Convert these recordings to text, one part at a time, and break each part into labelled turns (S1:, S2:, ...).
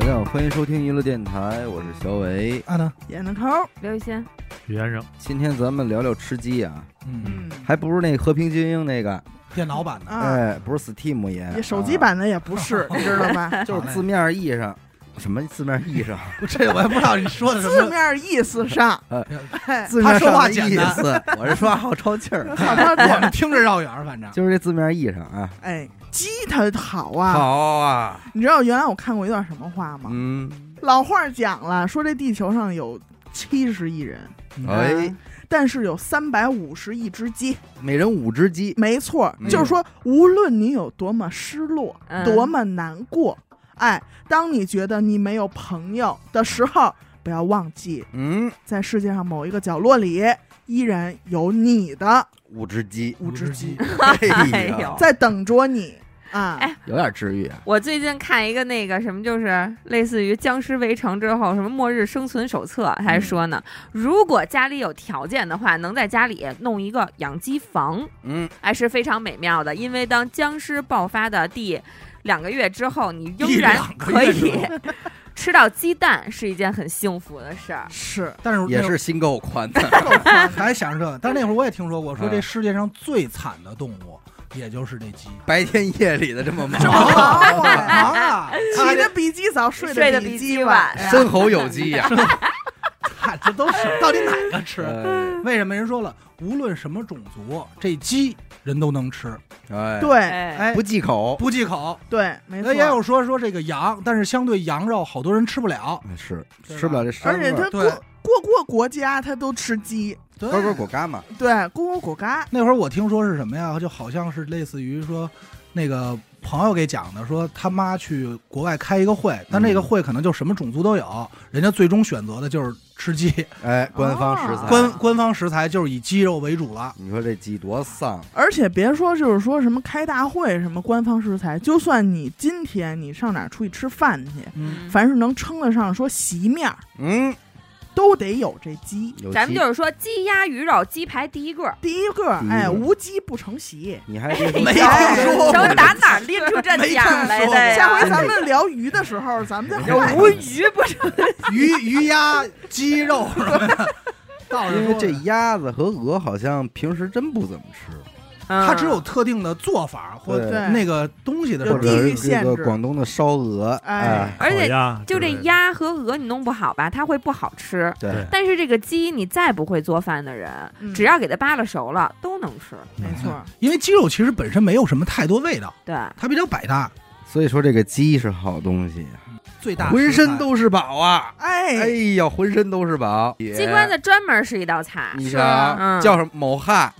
S1: 亮，欢迎收听娱乐电台，我是小伟。
S2: 啊
S3: 安娜，
S2: 点个扣，
S4: 刘雨欣，
S5: 许先生，
S1: 今天咱们聊聊吃鸡啊，
S3: 嗯，
S2: 嗯，
S1: 还不是那和平精英那个，
S3: 电脑版的，
S2: 啊，
S1: 哎，不是 Steam 也，
S2: 你手机版的也不是，你知道吧？
S1: 啊就是字面意义上，什么字面意义上，
S3: 这我也不知道你说的什
S2: 字
S3: 么。
S2: 面意思上，哎，
S1: 字面
S3: 说
S1: 上
S3: 话
S1: 的
S3: 简
S1: 意
S3: 单
S1: 思，我是说话好抽气儿，
S3: 我
S1: 哎
S3: 们听着绕远儿，反正
S1: 就是这字面意义上啊。
S2: 哎，鸡它好啊！
S1: 好啊，
S2: 你知道原来我看过一段什么话吗？
S1: 嗯，
S2: 老话讲了，说这地球上有七十亿人，
S1: 哎
S3: 嗯
S2: 啊，但是有三百五十亿只鸡。
S1: 每人五只鸡，
S2: 没错
S1: 嗯，
S2: 就是说，无论你有多么失落，
S4: 嗯
S2: 多么难过，哎，当你觉得你没有朋友的时候，不要忘记，
S1: 嗯，
S2: 在世界上某一个角落里，依然有你的
S1: 五只 鸡，
S2: 五只鸡，
S1: 哎
S4: 哎
S1: 呀
S4: 呦，
S2: 在等着你啊！
S4: 哎
S1: 有点治愈啊。
S4: 我最近看一个那个什么，就是类似于《僵尸围城》之后什么《末日生存手册》，还说呢，如果家里有条件的话，能在家里弄一个养鸡房，
S1: 嗯，
S4: 哎，是非常美妙的。因为当僵尸爆发的第两个月之后，你仍
S3: 一
S4: 然
S3: 两个
S4: 可
S3: 月
S4: 以
S3: 之
S4: 吃到鸡蛋，是一件很幸福的事儿。
S2: 是
S3: 但是
S1: 也
S3: 那会
S1: 是
S3: 儿
S1: 心够宽 的，
S3: 还想着这个，但是那会儿我也听说过，说这
S1: 嗯
S3: 世界上最惨的动物，也就是这 鸡。
S1: 白天夜里的这么忙
S3: 这。么忙啊，
S2: 起得比哦鸡早，睡
S4: 睡
S2: 得
S4: 得比
S2: 鸡
S4: 鸡
S2: 晚
S4: 晚
S2: 呀。
S1: 深喉有鸡哎呀、
S3: 看啊这都是到底哪个吃？
S1: 哎
S3: 为什么人说了，无论什么种族，这鸡人都能吃，
S1: 哎，
S2: 对
S4: 哎，
S3: 哎
S1: 不，忌口，
S3: 不忌口。
S2: 对，没
S3: 那也
S2: 错。
S3: 有说说这个羊，但是相对羊肉，好多人吃不了。
S1: 是
S3: 对吧
S1: 吃不了这膻
S2: 而且
S1: 味
S2: 它
S1: 儿。
S2: 各
S3: 对
S2: 各国国家它都吃鸡，
S3: 对
S1: 高高果干嘛？
S2: 对，咕咕咕嘎，
S3: 那会儿我听说是什么呀？就好像是类似于说，那个朋友给讲的，说他妈去国外开一个会，但
S1: 嗯
S3: 那个会可能就什么种族都有，人家最终选择的就是吃鸡，
S1: 哎，官方食材。
S4: 啊
S3: 哦官官方食材就是以鸡肉为主了。
S1: 你说这鸡多丧，
S2: 而且别说就是说什么开大会什么官方食材，就算你今天你上哪儿出去吃饭去，
S3: 嗯，
S2: 凡是能称得上说席面儿，
S1: 嗯，
S2: 都得有这鸡。
S1: 有
S4: 咱们
S1: 鸡
S4: 就是说，鸡鸭鱼肉，鸡排第一个儿。
S2: 第一个，
S1: 第一个
S2: 哎，无鸡不成席。
S1: 你还别
S3: 没
S1: 说
S3: 哎听说过
S4: 都打哪儿拎出这
S3: 没
S4: 点儿
S3: 听
S4: 来
S3: 说
S4: 的
S3: 过
S4: 呀？
S2: 哦
S4: 哎
S2: 下回咱们聊鱼的时候，咱们再
S1: 有
S2: 换
S1: 无
S4: 无嗯鱼不成
S3: 鱼鱼鸭鸡肉什么的， 到时
S1: 因为
S3: 候
S1: 这鸭子和鹅好像平时真不怎么吃，
S3: 它只有特定的做法或
S1: 啊对
S3: 那个东西的时
S1: 或
S2: 有
S3: 候，
S2: 地
S1: 者
S2: 域
S1: 是这
S2: 限
S1: 个
S2: 制
S1: 广东的烧鹅，
S2: 哎
S1: 哎，
S4: 而且
S5: 烤鸭
S4: 就
S5: 之
S4: 这
S5: 类的，
S4: 鸭和鹅你弄不好吧，它会不好吃。
S1: 对
S5: 对，
S4: 但是这个鸡，你再不会做饭的人，
S2: 嗯
S4: 只要给它扒拉熟了，都能吃。
S2: 没错，
S3: 因为鸡肉其实本身没有什么太多味道，
S4: 对，
S3: 它比较百搭，
S1: 所以说这个鸡是好东西，啊
S3: 最大
S1: 浑
S3: 食
S1: 身
S3: 材
S1: 都是宝啊！哎
S2: 哎，
S1: 呀，浑身都是宝。
S4: 鸡冠子专门是一道菜，
S1: 你
S2: 是
S1: 瞧
S2: 啊
S4: 嗯
S1: 叫什么某哈？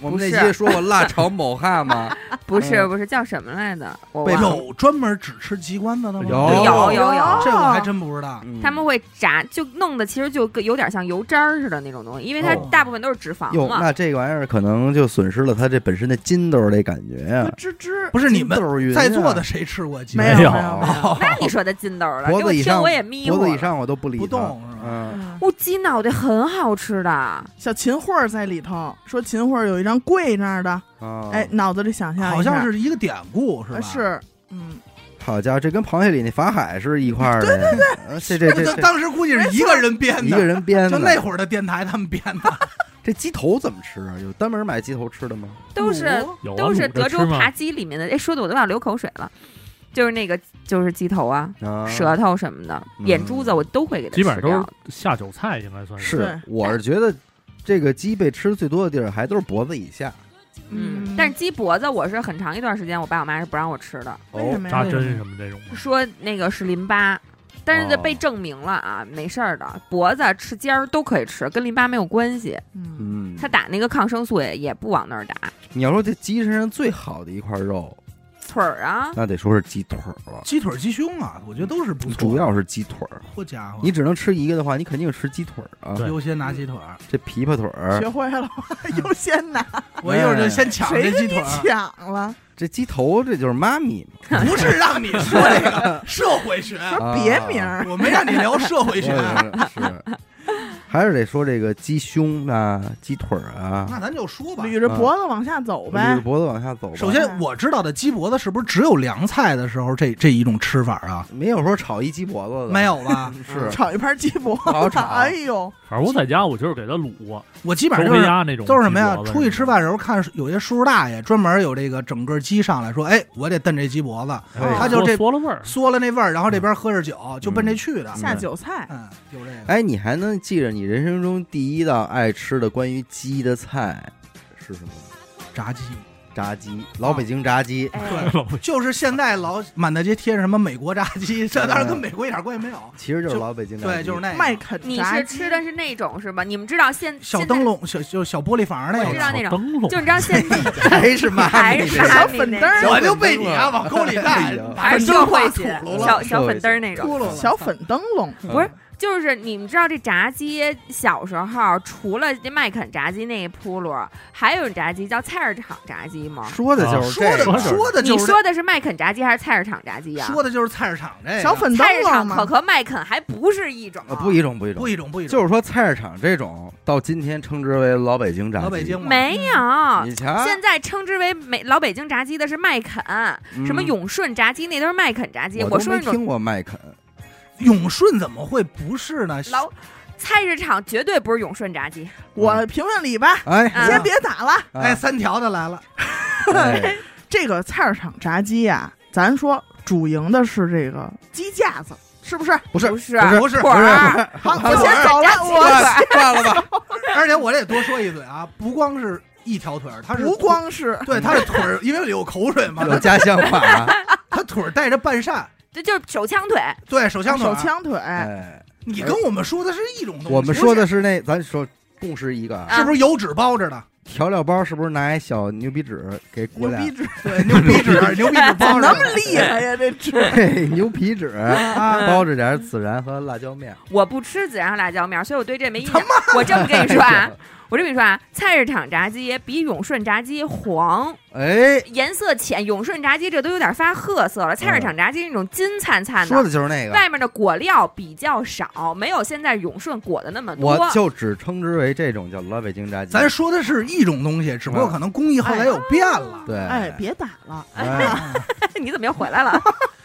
S1: 我们
S4: 不
S1: 那
S4: 是
S1: 些说过辣炒某哈吗？
S4: 不是
S1: 嗯
S4: 不是叫什么来的？我
S1: 贝
S4: 忘了。
S3: 有专门只吃鸡冠子的吗？
S1: 啊有
S4: 有有
S2: 有
S3: 这我还真不知道。
S1: 嗯
S4: 他们会炸，就弄的其实就有点像油渣儿似的那种东西，因为它
S3: 哦
S4: 大部分都是脂肪
S1: 哟，
S4: 嘛。
S1: 那这个玩意儿可能就损失了它这本身的筋斗儿的感觉呀、
S2: 咯吱吱，
S3: 嗯不是你们
S1: 筋斗云啊
S3: 在座的谁吃过鸡？
S2: 没
S5: 没
S2: 有
S5: 有
S2: 没有没有，
S3: 哦
S4: 那你说的筋斗儿了，
S1: 脖
S4: 给我
S1: 子以
S4: 听
S1: 上，
S4: 我也迷糊
S1: 脖子以
S4: 了。
S1: 上我都不理它
S3: 不动是吧
S1: 嗯，
S2: 嗯
S4: 我鸡脑袋很好吃的，
S2: 小秦桧儿在里头说，秦桧儿有一张跪那儿的，
S1: 啊
S2: 哎，，脑子里想象一下
S3: 好像是一个典故是吧？
S2: 呃。是，嗯，
S1: 好家伙，这跟螃蟹里那法海是一块儿的，对对对，这
S3: 这
S1: 这
S3: 这
S1: 这
S3: 当时估计是一个人编的，
S1: 一个人编
S3: 就
S1: 的。
S3: 那会儿的电台他们编的。
S1: 这鸡头怎么吃啊？有专门买鸡头吃的吗？
S4: 都
S2: 哦
S4: 是
S5: 有啊
S4: 都是
S5: 卤着
S4: 德州
S5: 吃吗
S4: 扒鸡里面的。哎，说的我都要流口水了，就是那个就是鸡头啊，
S1: 啊，
S4: 舌头什么的，
S1: 嗯
S4: 眼珠子我都会给它
S5: 基本
S4: 吃
S5: 上都
S4: 掉。
S5: 是下酒菜，应该算是。
S1: 是
S2: 对，
S1: 我是觉得这个鸡被吃最多的地儿还都是脖子以下。
S4: 嗯，但是鸡脖子我是很长一段时间，我爸我妈是不让我吃的，
S1: 哦
S2: 为什么呀
S5: 哦扎针什么这种的，
S4: 说那个是淋巴，但是这被证明了啊，没事儿的，脖子、翅尖儿都可以吃，跟淋巴没有关系。
S2: 嗯，
S1: 嗯，
S4: 他打那个抗生素也也不往那儿打，
S1: 你要说这鸡身上最好的一块肉，
S4: 腿儿啊，
S1: 那得说是鸡腿儿了，
S3: 鸡腿、鸡胸啊，我觉得都是不错。
S1: 主要是鸡腿儿。
S3: 好家伙，
S1: 你只能吃一个的话，你肯定吃鸡腿儿啊。
S5: 对
S3: 优先拿鸡腿儿，
S1: 这琵琶腿儿，
S2: 嗯学会了吗，优先拿，
S3: 我一会儿就先抢这
S2: 谁
S3: 鸡腿
S2: 跟你
S3: 儿。
S2: 抢了？
S1: 这鸡头，这就是妈咪嘛。
S3: 不是让你说这个社会学，
S1: 啊
S2: 别名儿，
S3: 啊我没让你聊社会学。
S1: 是是。还是得说这个鸡胸啊、鸡腿儿啊，
S3: 那咱就说吧。
S2: 捋着脖子往下走
S1: 捋着
S2: 呗。
S1: 脖子往下走吧。
S3: 首先，我知道的鸡脖子是不是只有凉菜的时候这这一种吃法啊？
S1: 没有说炒一鸡脖子的，
S3: 没有嗯吧？
S1: 是
S2: 炒一盘鸡脖
S1: 不好
S2: 子，
S1: 炒
S2: 哎呦，
S5: 反正我在家我就是给他卤过，
S3: 我基本上
S5: 周
S3: 就
S5: 黑
S3: 是
S5: 鸭那种，
S3: 都是什么呀
S5: 鸡脖？子
S3: 出去吃饭的时候看有些叔叔大爷专门有这个整个鸡上来说，哎，我得炖这鸡脖子，
S5: 那种，
S4: 哦
S2: 他
S3: 就这
S5: 缩了味儿，
S3: 嗦了那味儿，然后这边喝着酒就奔这去的。
S2: 下酒菜，
S3: 嗯，有这个。
S1: 哎，你还能记着你人生中第一道爱吃的关于鸡的菜是什么？
S3: 炸鸡，
S1: 炸鸡，老北京炸鸡。
S4: 哎
S3: 对就是现在老满大街贴着什么美国炸鸡，这当然跟美国一点关系没有。
S1: 其实就是老北京炸鸡，
S3: 对，就是那个
S2: 麦肯
S4: 哎你
S2: 炸
S4: 是
S2: 鸡
S4: 吃的是那种是吧？你们知道现
S3: 小
S4: 现
S3: 灯
S4: 在
S3: 笼，小就小玻璃房那
S4: 我知道
S3: 个。
S4: 那种
S5: 灯笼
S4: 就你知道现在
S1: 还是妈
S4: 还
S1: 咪
S4: 是
S1: 那
S2: 小
S1: 个
S4: 还
S2: 粉灯儿
S1: 小
S3: 我就被你啊往沟里带
S1: 哎呦，
S4: 还是社会型小小粉灯儿那种。
S3: 秃噜了
S2: 小粉灯笼，
S4: 不是就是你们知道这炸鸡，小时候除了这麦肯炸鸡那一扑噜，还有炸鸡叫菜市场炸鸡吗？
S1: 说的就是
S3: 啊说
S1: 这
S3: 的
S1: 个，
S3: 说的
S4: 你
S3: 就是
S4: 说的是麦肯炸鸡还是菜市场炸鸡呀、啊
S3: 说的就是菜市场这个
S2: 小粉灯
S4: 哎菜市
S2: 笼
S4: 场可
S2: 嘛，
S4: 和麦肯还不是一种、
S1: 呃不一种不一种
S3: 不，一种不一种，
S1: 就是说菜市场这种到今天称之为老北京炸鸡，
S3: 老北京嘛
S4: 没有。
S1: 嗯你瞧，
S4: 现在称之为美老北京炸鸡的是麦肯，
S1: 嗯
S4: 什么永顺炸鸡那都是麦肯炸鸡。
S1: 我都
S4: 说
S1: 没
S4: 那种
S1: 听过麦肯，
S3: 永顺怎么会不是呢？
S4: 老菜市场绝对不是永顺炸鸡，
S2: 我评论里吧，
S1: 哎
S4: 啊
S2: 先别打了。
S1: 啊
S3: 哎，三条的来了，
S1: 哎
S2: 这个菜市场炸鸡呀、咱说主营的是这个鸡架子，是不是？
S1: 不是
S4: 不是
S1: 不是
S4: 腿儿，
S2: 好，
S1: 好
S2: 我先走了，
S1: 哎
S2: 啊我
S1: 挂挂啊了吧，
S3: 而且我这得多说一嘴啊，不光是一条腿儿，它是
S2: 不光是
S3: 对，它是腿儿，因为有口水嘛，
S1: 有家乡话啊，
S3: 它腿儿带着半扇，
S4: 这就是手枪腿。
S3: 对手枪腿
S2: 啊手
S3: 儿，啊
S2: 枪腿，
S1: 哎，
S3: 你跟我们说的是一种东西，
S1: 我们说的是那，咱说共识一个啊，
S4: 啊
S3: 是不是油纸 包着的？
S1: 调料包是不是拿一小牛皮纸给裹
S2: 牛
S1: 俩
S2: 逼纸，
S3: 对，牛皮纸，啊牛皮纸包
S2: 怎么
S3: 着
S2: 那
S3: 的
S2: 么厉害呀？这纸
S1: 嘿牛皮纸
S3: 啊，
S1: 包着点孜然和辣椒面，
S4: 我不吃孜然和辣椒面，所以我对这没印象。我这么跟你说
S1: 哎
S4: 啊，我这么跟你说啊，菜市场炸鸡比永顺炸鸡黄，
S1: 哎，
S4: 颜色浅。永顺炸鸡这都有点发褐色了，菜市
S2: 嗯
S4: 场炸鸡那种金灿灿
S1: 说
S4: 的，
S1: 的就是那
S2: 啊
S1: 个，
S4: 外面的裹料比较少，没有现在永顺裹的那么多。
S1: 我就只称之为这种叫老北京炸鸡，
S3: 咱说的是一种东西，只
S1: 嗯
S3: 不过可能工艺后来有变了。
S1: 对，
S2: 哎，别打 了，
S1: 哎，
S4: 你怎么又回来了？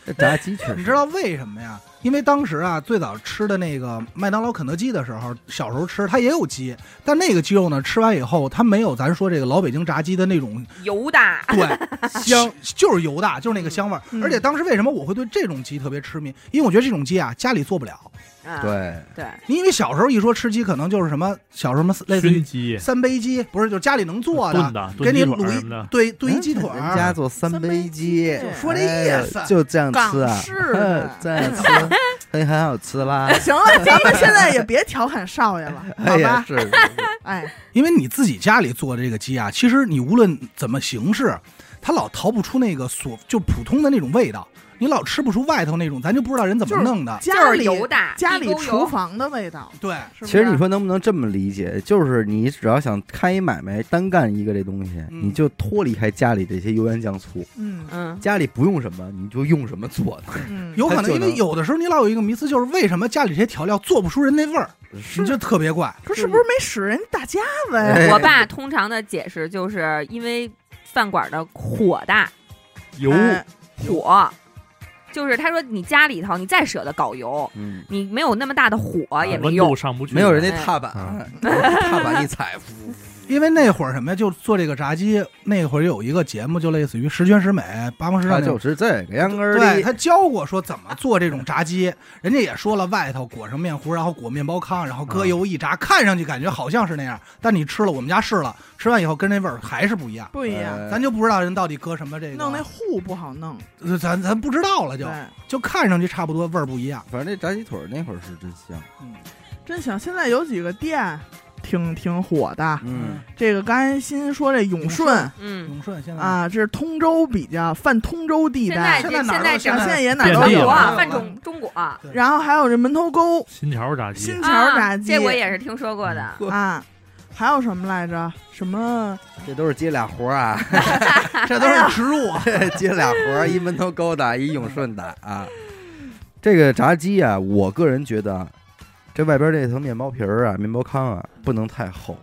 S1: 这炸鸡确实，
S3: 你知道为什么呀？因为当时啊，最早吃的那个麦当劳、肯德基的时候，小时候吃它也有鸡，但那个鸡肉呢，吃完以后它没有咱说这个老北京炸鸡的那种
S4: 油大，
S3: 对香，就是油大，就是那个香味儿。
S2: 嗯
S3: 而且当时为什么我会对这种鸡特别痴迷？因为我觉得这种鸡啊，家里做不了。
S4: 啊
S1: 对，
S4: 对，
S3: 你因为小时候一说吃鸡，可能就是什么小时候什么类似
S5: 熏
S3: 于
S5: 鸡、
S3: 三杯鸡，不是，就家里能做
S5: 炖
S3: 的，给
S5: 的、炖
S3: 你
S5: 鸡腿
S3: 卤
S5: 儿
S3: 一
S5: 什么的。
S3: 对炖一鸡腿
S2: 嗯
S1: 人家
S3: 儿，
S1: 做三杯鸡，
S2: 三杯鸡
S3: 说这意思
S1: 哎就这样吃
S2: 港
S1: 啊，
S2: 式
S1: 嗯
S2: 的。
S1: 这样 吃，很很好吃啦，
S2: 行了，咱们现在也别调侃少爷了，好
S1: 哎呀，
S2: 吧？
S1: 是，是 是
S2: 哎，
S3: 因为你自己家里做这个鸡啊，其实你无论怎么形式，它老逃不出那个所就普通的那种味道，你老吃不出外头那种，咱就不知道人怎么
S2: 就是
S3: 弄的。
S2: 家
S4: 就是
S2: 里
S4: 油大，
S2: 家
S4: 一
S2: 里
S4: 沟油
S2: 厨房的味道，
S3: 对，
S2: 是不
S1: 其
S2: 是啊
S1: 实你说能不能这么理解？就是你只要想开一买卖，单干一个这东西，
S3: 嗯
S1: 你就脱离开家里这些油盐酱醋，
S2: 嗯
S4: 嗯，
S1: 家里不用什么，你就用什么做的，
S2: 嗯，
S3: 有可
S1: 它
S3: 能
S1: 就
S3: 因为
S1: 能
S3: 有的时候你老有一个迷思，就是为什么家里这些调料做不出人那味儿，你就特别怪。
S2: 说是不是没使人大家子呀？
S1: 哎
S4: 我爸通常的解释就是因为饭馆的火大，
S3: 嗯
S5: 油
S2: 哎
S4: 火，就是他说你家里头你再舍得搞油，
S1: 嗯，
S4: 你没有那么大的火啊也没
S5: 温
S2: 啊
S4: 用
S5: 度。上不去，
S1: 没有人
S4: 家
S1: 家踏板，
S3: 哎
S1: 踏板一踩，呼
S3: 因为那会儿什么呀，就做这个炸鸡，那会儿有一个节目，就类似于《十全十美》《八方十
S1: 他
S3: 上那
S1: 啊就
S3: 种。
S1: 是这个样儿
S3: 对
S1: 的，
S3: 他教过说怎么做这种炸鸡，人家也说了，外头裹上面糊，然后裹面包糠，然后搁油一炸，看上去感觉好像是那样，但你吃了，我们家试了，吃完以后跟那味儿还是不一样，
S2: 不一样，
S1: 哎
S3: 咱就不知道人到底搁什么这个，
S2: 弄那糊不好弄，
S3: 那咱咱不知道了就，
S2: 对
S3: 就，看上去差不多，味儿不一样。
S1: 反正那炸鸡腿儿那会儿是真香，
S2: 真行。现在有几个店挺挺火的，
S1: 嗯，
S2: 这个刚才欣说这永
S3: 永
S2: 顺
S3: 顺
S4: 嗯，
S3: 永顺现在，
S2: 啊，这是通州比较泛通州地
S4: 现
S2: 带，
S3: 现
S4: 现
S3: 在哪儿
S4: 在
S3: 都
S4: 这
S3: 现
S2: 现
S3: 在
S2: 在也哪儿
S5: 遍
S2: 都
S5: 地
S2: 有
S5: 了
S4: 啊，
S3: 啊
S4: 饭中中国啊，
S2: 然后还有这门头沟
S5: 新桥炸鸡
S2: 新，桥炸鸡，
S4: 这我也是听说过的。
S2: 啊，还有什么来着？什么
S1: 这都是接俩活儿啊，
S3: 这都
S2: 哎
S3: 是植入啊，
S1: 接俩活儿，一门头沟的，一永顺的啊。这个炸鸡啊，我个人觉得啊，这外边这层面包皮儿啊、面包糠啊，不能太厚。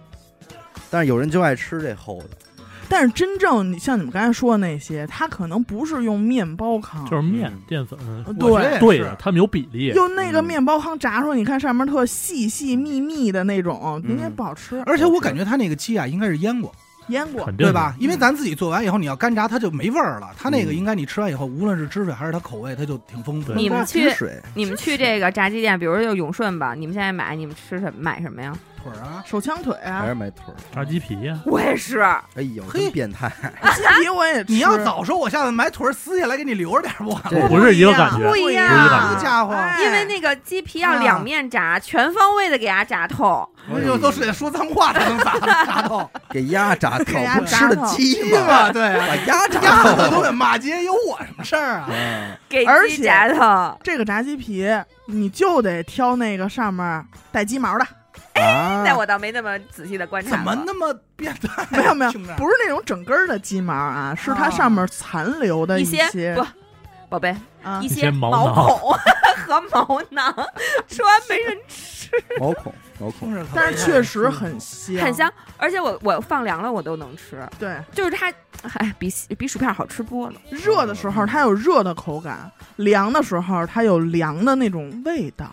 S1: 但是有人就爱吃这厚的，
S2: 但是真正你像你们刚才说的那些，它可能不是用面包糠，呃
S5: 就是面
S1: 嗯
S5: 淀粉，
S3: 我觉得
S2: 对
S3: 也
S5: 对
S3: 是
S5: 的，他们有比例，
S2: 用那个
S1: 嗯
S2: 面包糠炸出来，你看上面特细细密密的那种，
S1: 嗯
S2: 应该不好吃。
S3: 而且我感觉它那个鸡啊，应该是腌过，
S2: 腌过
S5: 肯
S3: 对
S5: 定的
S3: 吧？？
S2: 嗯
S3: 因为咱自己做完以后，你要干炸它就没味儿了。它那个
S1: 嗯
S3: 应该你吃完以后，无论是汁水还是它口味，它就挺丰富的。
S4: 你们去
S1: 汁水，
S4: 你们去这个炸鸡店，比如就永顺吧，你们现在买，你们吃什么买什 么呀？
S3: 腿儿啊，
S2: 手枪腿
S1: 还
S2: 啊
S1: 是，买腿儿？
S5: 炸鸡皮呀，
S4: 我也是，
S1: 哎呦，
S3: 嘿
S1: 真变态！
S2: 鸡皮我也吃。
S3: 你要早说，我下次买腿儿撕下来给你留着点儿不完
S1: 这
S3: 了。
S5: 不是一个感
S4: 不
S5: 觉，
S4: 一
S5: 不一
S3: 好
S5: 样
S4: 样。
S3: 家伙，
S2: 哎
S4: 因为那个鸡皮要
S3: 啊
S4: 两面炸，全方位的给它炸透。
S2: 哎
S3: 我就哎都是得说脏话才能砸砸 到，
S1: 给鸭炸透
S2: 给鸭，
S1: 不
S2: 炸
S1: 吃的
S2: 透
S1: 鸡
S3: 对吧？
S1: 嘛，
S3: 对 啊，
S1: 把鸭炸
S3: 鸭
S1: 透
S3: 子都得骂街，有我什么事儿啊？
S1: 嗯
S4: 给
S2: 而
S4: 鸡
S2: 且
S4: 夹 的，
S2: 这个炸鸡皮，你就得挑那个上面带鸡毛的，
S4: 哎那
S1: 啊，
S4: 我倒没那么仔细的观察
S3: 怎
S4: 过。
S3: 么那么变态？啊
S2: 没有没有，
S3: 听着
S2: 不是那种整根儿的鸡毛啊，是它上面残留的
S4: 哦一
S2: 些
S4: 些不，宝贝，
S2: 啊
S4: 一
S5: 一
S4: 些
S5: 些毛囊
S4: 孔 和毛囊，吃完没人
S1: 毛孔毛孔
S3: 听着可
S2: 但是啊
S3: 怕
S2: 确实很香，
S4: 啊很香。而且我我放凉了我都能吃，
S2: 对，
S4: 就是它，哎，比西比薯片好吃多了。
S2: 热的时候它有热的口感，凉的时候它有凉的那种味道。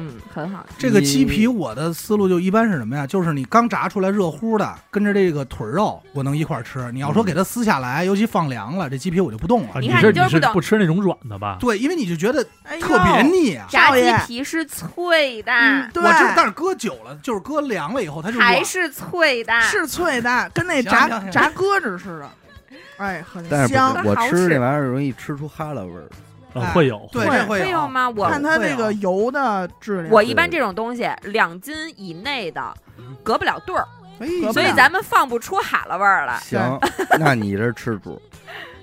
S4: 嗯，很好吃。
S3: 这个鸡皮，我的思路就一般是什么呀？就是你刚炸出来热乎的，跟着这个腿肉，我能一块儿吃。你要
S2: 嗯
S3: 说给它撕下来，尤其放凉了，这鸡皮我就不动
S5: 啊
S3: 了。
S4: 你
S5: 你
S4: 看
S5: 是
S4: 你就是
S5: 是
S4: 不懂
S5: 不吃那种软的吧？
S3: 对，因为你就觉得
S2: 哎呦，
S3: 特别腻啊。
S4: 炸
S2: 少
S4: 鸡
S2: 爷
S4: 皮是脆的，
S2: 嗯，对，
S3: 我知道，但是搁久了，就是搁凉了以后，它就
S4: 还
S3: 软。
S4: 是脆的，
S2: 是脆的，跟那
S3: 行
S2: 炸
S3: 行行
S2: 炸鸽子似的，哎，很
S1: 但是
S2: 香
S1: 不。是我
S4: 好
S1: 吃
S4: 吃
S1: 这玩意儿容易吃出哈喇味儿，
S5: 呃
S3: 哎
S5: 会有，
S3: 对，
S2: 会
S3: 这
S4: 会有
S3: 有。
S4: 吗？我
S2: 看它
S3: 会
S2: 那个
S3: 啊
S2: 油的质量，
S4: 我一般这种东西两斤以内的隔不了对儿，
S1: 哎
S4: 所以
S2: 呀
S4: 咱们放不出哈喇味儿来。
S1: 行，那你这吃主。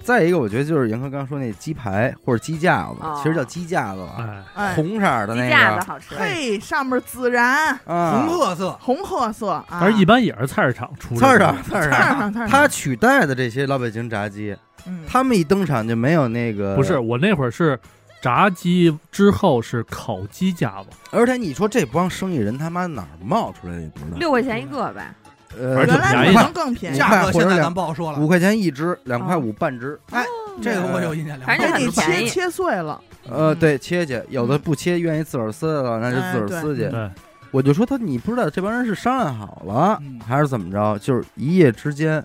S1: 再一个，我觉得就是严科刚说那鸡排或者鸡架子，
S4: 哦
S1: 其实叫鸡架子吧，
S3: 啊
S5: 哎，
S2: 哎，
S1: 红色儿的
S4: 鸡
S1: 那
S4: 架子
S1: 个，
S4: 好吃，
S2: 嘿，上面孜然
S1: 啊
S3: 红，褐 色，
S2: 红褐色啊，
S5: 但是一般也是菜市场出的，
S1: 刺儿的刺
S2: 刺
S1: 儿的，
S2: 儿上刺
S4: 嗯
S2: 儿上，
S1: 它取代的这些老北京炸鸡，
S2: 嗯
S1: 他们一登场就没有那个
S5: 不是，我那会儿是炸鸡之后是烤鸡架子，
S1: 而且你说这帮生意人他妈哪儿冒出来的也不知道，
S4: 六块钱一个呗。
S1: 呃，
S5: 而且
S2: 原来
S5: 便
S2: 可
S5: 宜
S2: 能更便宜
S1: 价，
S3: 价格
S1: 或者
S3: 现在
S1: 两
S3: 咱不好说了。
S1: 五块钱一只，两
S4: 哦
S1: 块五半只。
S3: 这个我有印象，
S4: 反正
S2: 给
S4: 很
S2: 你
S4: 便
S2: 切
S4: 宜
S2: 切碎了，
S1: 呃，
S2: 嗯
S1: 对，切去，有的不切，愿意自个儿撕了，那就自
S3: 哎
S1: 个儿撕去。
S5: 对，
S1: 我就说他，你不知道这帮人是商量好了，
S3: 嗯
S1: 还是怎么着？就是一夜之间，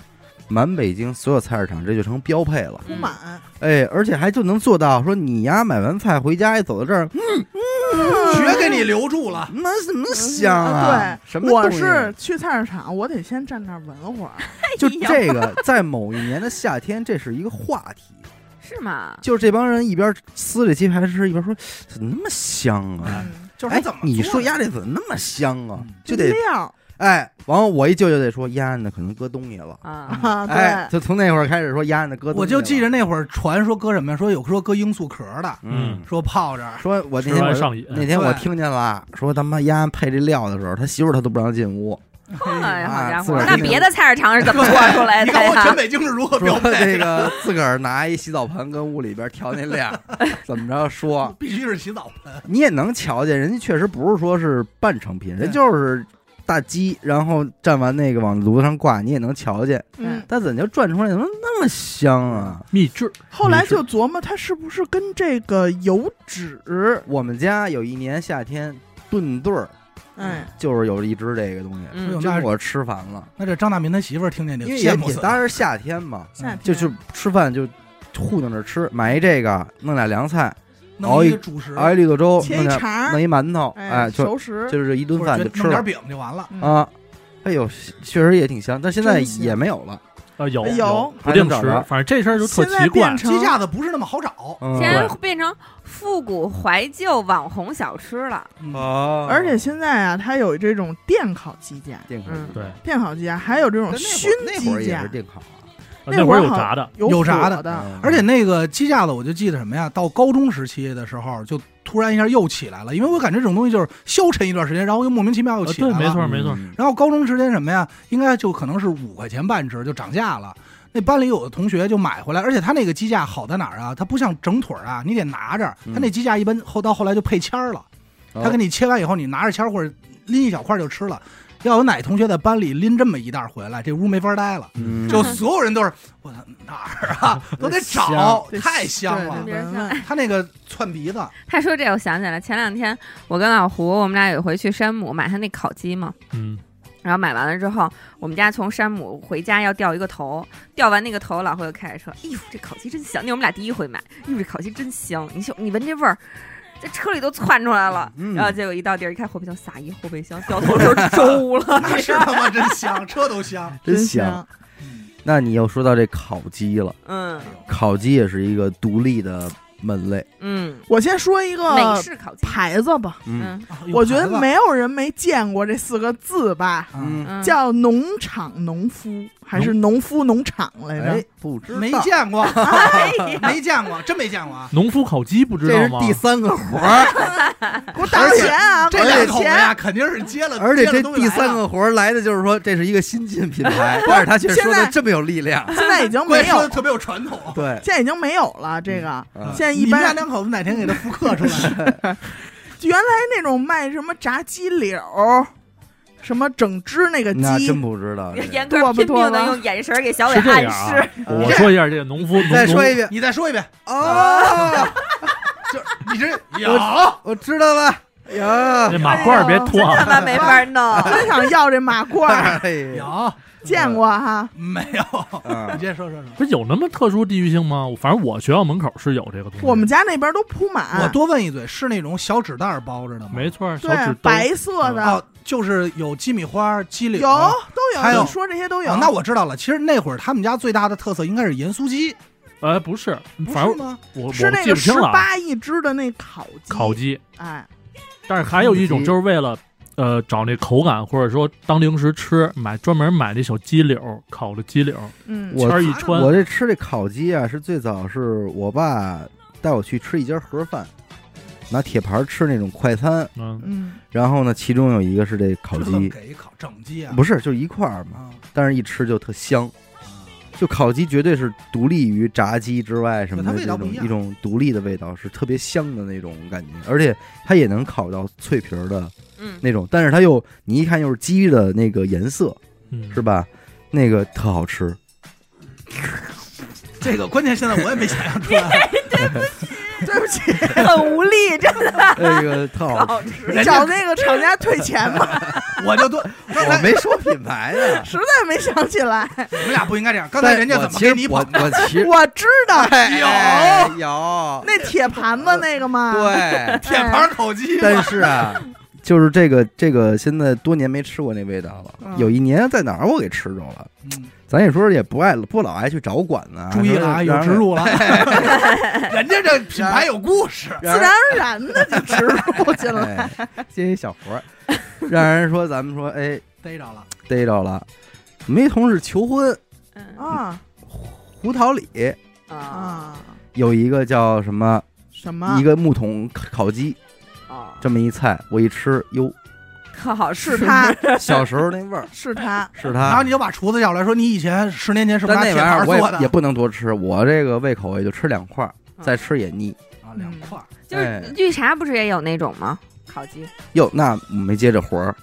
S1: 满北京所有菜市场这就成标配了。
S3: 嗯
S2: 铺满，
S1: 哎，而且还就能做到说，你呀买完菜回家，一走到这儿，嗯
S4: 嗯
S3: 血给你留住了。
S1: 那什么
S3: 嗯
S1: 香啊？
S2: 嗯对，
S1: 什么
S2: 我
S1: 东西啊
S2: 是去菜市场，我得先站那儿闻会儿，
S1: 就这个，在某一年的夏天，这是一个话题。
S4: 是吗？
S1: 就是这帮人一边撕这鸡排吃，一边说怎么那么香啊？
S2: 嗯
S3: 就是
S1: 哎
S3: 它怎么，
S1: 你
S3: 做
S1: 说
S3: 的
S1: 鸭这怎么那么香啊
S3: 嗯？
S1: 就得
S2: 料儿
S1: 哎，完了我一舅舅得说鸭呢，可能搁东西了。
S4: 啊，
S2: 啊，
S1: 哎，
S2: 对，
S1: 就从那会儿开始说鸭呢搁东西了。
S3: 我就记着那会儿传说搁什么呀？说有说搁罂粟壳的，
S1: 嗯，
S3: 说泡着，
S1: 说我那
S5: 吃
S1: 天
S5: 完
S1: 我
S5: 上瘾，
S1: 那天我
S3: 对
S1: 听见了，说他妈鸭配这料的时候，他媳妇儿他都不让进屋，
S4: 哎，好家伙
S1: 自个，儿
S4: 那
S1: 定
S4: 别的菜市场是怎么做出来
S3: 你
S4: 的
S3: 看我全
S4: 呀？
S3: 北京是如何哦标
S1: 说
S3: 配
S1: 这
S3: 的，
S1: 个自个儿拿一洗澡盆跟屋里边调那 料，怎么着说，
S3: 必须是洗澡盆。
S1: 你也能瞧见，人家确实不是说是半成品，人就是大鸡，然后蘸完那个往炉子上挂，你也能瞧见。
S2: 嗯，
S1: 但怎么就转出来怎么那么香啊？
S5: 秘制，
S2: 后来
S5: 秘制
S2: 就琢磨它是不是跟这个油脂，
S1: 我们家有一年夏天炖对儿，
S2: 哎，
S1: 就是有一只这个东西，
S4: 嗯
S3: 哎呦
S1: 真给我吃烦了，
S3: 那这张大民他媳妇儿听见就
S1: 因为也
S3: 羡慕
S1: 也
S3: 死
S1: 当
S3: 了。
S1: 然是夏天 嘛，
S2: 夏天
S1: 嗯就是吃饭就糊弄着吃，买一这个，弄俩凉菜，
S3: 弄一个哎主食，
S1: 熬一绿豆粥，
S2: 切
S1: 弄
S2: 一
S1: 点
S2: 肠儿
S1: 弄，一馒头，哎，
S2: 哎，
S1: 就
S2: 熟食，
S1: 就是这一顿
S3: 或
S1: 饭
S3: 者
S1: 就
S3: 觉
S1: 吃
S3: 弄点
S1: 了
S3: 饼就完了。
S2: 嗯，
S1: 啊。哎呦，确实也挺香，但现在
S2: 真香
S1: 也没有了。
S5: 呃，有
S2: 哎有
S5: 不定
S1: 还能
S5: 时
S1: 找着，
S5: 反正这事儿就特
S2: 现在
S5: 奇怪
S2: 变，成
S3: 鸡架子不是那么好找，
S1: 嗯
S4: 现在变成复古怀旧网红小吃了。
S3: 啊
S1: 哦
S2: 而且现在啊，它有这种电烤鸡架，
S1: 电烤，
S4: 嗯，
S5: 对，
S2: 电烤鸡架，还有这种
S1: 但
S2: 熏
S1: 那会儿那会儿
S2: 鸡
S1: 也
S2: 架
S1: 是，电烤
S5: 呃那会儿有
S2: 好
S5: 炸的，
S2: 有
S3: 有炸
S2: 火
S3: 的
S2: 的，
S1: 啊，
S3: 而且那个鸡架子，我就记得什么呀？到高中时期的时候，就突然一下又起来了，因为我感觉这种东西就是消沉一段时间，然后又莫名其妙又
S5: 呃
S3: 起来
S5: 对，
S3: 了。
S5: 没错没错，
S1: 嗯
S3: 然后高中时间什么呀，应该就可能是五块钱半只就涨价了。那班里有的同学就买回来，而且他那个鸡架好在哪儿啊？它不像整腿儿啊，你得拿着。
S1: 嗯
S3: 他那鸡架一般后到后来就配签儿了，
S1: 哦
S3: 他给你切完以后，你拿着签儿或者拎一小块儿就吃了。要有哪同学在班里拎这么一袋儿回来，这屋没法待了。
S1: 嗯
S3: 就所有人都是我操哪儿啊，都得找，太香了。
S4: 对
S2: 闻
S4: 对
S2: 闻
S3: 他那个窜鼻子，
S4: 他说这我想起来，前两天我跟老胡，我们俩有回去山姆买他那烤鸡嘛，
S5: 嗯，
S4: 然后买完了之后，我们家从山姆回家要掉一个头，掉完那个头，老胡就开始说：“哎呦，这烤鸡真香！”那我们俩第一回买，哎呦，这烤鸡真香！你就你闻这味儿，在车里都窜出来了。
S1: 嗯
S4: 然后结果一到地儿一看，后备箱撒一后备箱，掉头时候周了。
S3: 那 是他妈真香，车都香。
S1: 真香。那你又说到这烤鸡了，
S4: 嗯
S1: 烤鸡也是一个独立的门类。
S4: 嗯，
S2: 我先说一
S4: 美
S2: 个
S4: 式烤鸡。
S2: 牌子吧，
S1: 嗯
S4: 嗯
S3: 啊
S2: 我觉得，没有人没见过这四个字吧，
S3: 嗯，
S4: 嗯，
S2: 叫农场农夫还是农夫农场来
S1: 哎
S2: 着？，
S1: 不知道
S3: 没见过，
S4: 哎呀，
S3: 没见过，真没见过啊。
S5: 农夫烤鸡不知
S1: 这
S5: 道
S1: 是
S5: 吗？
S1: 第三个活儿，
S2: 给我打钱啊！给
S3: 这
S2: 我
S3: 两
S2: 打
S3: 口子
S2: 钱！
S3: 呀，肯定是接了，
S1: 而且
S3: 接
S1: 这
S3: 了东西
S1: 第
S3: 来了
S1: 三个活儿来的就是说这是一个新进品牌，但是他却说的这么有力量。
S2: 啊现在已经
S3: 怪
S2: 没有
S3: 说的
S2: 了，
S3: 特别有传统。
S1: 对，
S2: 现在已经没有了。这个
S1: 嗯
S2: 现在
S3: 你
S2: 一
S3: 们家
S2: 般
S3: 两口子哪天给他复刻出来？
S2: 原来那种卖什么炸鸡柳儿，什么整只那个
S1: 那真
S2: 鸡，
S1: 不知道。 这
S4: 严哥拼命的用眼神给小伟
S5: 是这
S4: 暗
S5: 样
S4: 示
S5: 啊。，我说一下这个农夫，农
S1: 再说一
S5: 遍，
S1: 遍
S3: 你再说一遍，
S1: 哦，
S3: 就你这有
S1: 我知道了。
S5: 这
S1: 呀，
S5: 马褂别脱
S4: 真他 妈
S5: 啊，
S4: 没法弄。
S2: 真想要这马褂 儿，
S1: 哎呀，
S3: 有
S2: 见过哈？
S3: 没有？你
S1: 嗯
S3: 接着说说说。
S5: 不是有那么特殊地域性吗？反正我学校门口是有这个东西。
S2: 我们家那边都铺
S3: 我
S2: 满，
S3: 多问一嘴，是那种小纸袋儿包着的吗？
S5: 没错，小纸
S2: 对，啊
S5: 兜，
S2: 白色的
S3: 哦，就是有鸡米花、鸡柳。
S2: 有
S3: 哦，
S2: 都
S3: 还有
S2: 有。你说这些都
S1: 啊
S2: 有？
S3: 啊那我知道了。其实那会儿他们家最大的特色应该是盐酥鸡，
S5: 呃，不是，
S3: 不
S5: 反
S3: 是
S5: 正
S3: 吗？
S5: 我我
S2: 是那
S5: 记
S2: 个
S5: 不清
S2: 十
S5: 了啊。
S2: 八一只的那烤鸡，
S5: 烤鸡，
S2: 哎，
S5: 但是还有一
S1: 烤
S5: 种
S1: 鸡
S5: 就是为了呃找那口感，或者说当零食吃，买专门买那小鸡柳，烤的鸡柳，
S2: 嗯，
S1: 我
S5: 圈儿一穿
S1: 我，这吃这烤鸡啊，是最早是我爸带我去吃一家盒饭，拿铁盘吃那种快餐。
S5: 嗯，
S2: 嗯，
S1: 然后呢，其中有一个是这烤
S3: 这么
S1: 鸡，
S3: 给一烤整鸡啊？
S1: 不是就一块儿嘛，
S3: 啊，
S1: 但是一吃就特香。就烤鸡绝对是独立于炸鸡之外什么的
S3: 对它味
S1: 这
S3: 道不
S1: 种
S3: 一样
S1: 一种独立的味道，是特别香的那种感觉，而且它也能烤到脆皮儿的
S4: 嗯，
S1: 那种，但是它又你一看又是鸡的那个颜色，
S5: 嗯
S1: 是吧？那个特好 吃，
S3: 这个关键现在我也没想象 出来，
S2: 对不起，
S4: 很无力，真的
S1: 那个哎特好吃。
S4: 好吃。
S3: 人家
S2: 找那个厂家退钱 吧，，
S3: 我就多刚
S1: 我
S3: 才
S1: 没说品牌呢
S2: 实在没想起来。
S3: 你们俩不应该这样。 刚才人家
S1: 但我
S3: 怎么
S1: 其实
S3: 给你
S1: 我
S3: 捧的？
S1: 我其 实
S2: 我知道
S1: 哎
S2: 有
S1: 有
S2: 那铁盘子那个吗？，
S1: 对，
S3: 铁盘烤鸡 嘛，
S1: 但是啊，就是这个这个现在多年没吃过那味道了
S2: 嗯。
S1: 有一年在哪儿我给吃着了。
S3: 嗯
S1: 咱也说也不爱不老爱去找馆子、啊，
S3: 注意了啊，
S1: 说
S3: 有植，入了。人家这品牌有故事，
S2: 自
S1: 让人
S2: 然而然的就植入 进来。
S1: 哎接一小活儿， 让人说咱们说哎
S3: 逮着了。
S1: 逮着了，没同事求婚，
S4: 嗯
S2: 啊
S1: 胡桃里
S4: 啊
S2: 啊，
S1: 有一个叫什么
S2: 什么
S1: 一？个木桶烤鸡
S4: 哦，
S1: 这么一菜，我一吃 哟，
S4: 特好吃
S2: 是他，
S1: 小时候那味儿
S2: 是他，
S1: 是
S3: 然后
S1: 它
S3: 你。就把厨子叫来说，你以前十年前是不
S1: 啊但
S3: 是拿
S1: 那
S3: 铁
S1: 玩意儿我
S3: 盘做的
S1: 也也？不能多吃，我这个胃口也就吃两块儿，
S4: 嗯
S1: 再吃也腻。
S3: 啊，
S2: 嗯
S3: 两块儿。
S4: 就是绿茶不是也有那种吗？烤鸡，
S1: 哟，那没接着活 儿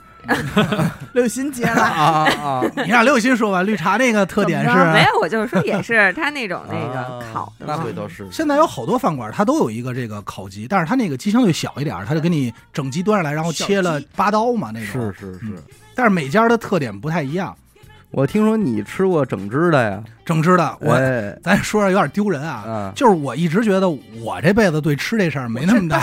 S2: 刘新杰
S1: 啊
S2: 了。
S1: 啊！
S3: 你让刘雨欣说吧，绿茶那个特点
S2: 怎么着
S4: 啊没
S3: 是，
S4: 有，我就是说也是他那种那 个
S1: 啊
S4: 烤的
S1: 那
S4: 嘛
S1: 回。头是
S3: 现在有好多饭馆它都有一个这个烤鸡，但是它那个鸡相对小一点儿，它就给你整鸡端上来，然后切了
S2: 小鸡
S3: 八刀嘛那种。
S1: 是是是，
S3: 但是每家的特点不太一样。
S1: 我听说你吃过整只的呀？
S3: 整只的，我
S1: 哎
S3: 咱说着有点丢人啊，
S1: 啊，
S3: 就是我一直觉得我这辈子对吃这事儿没那么大，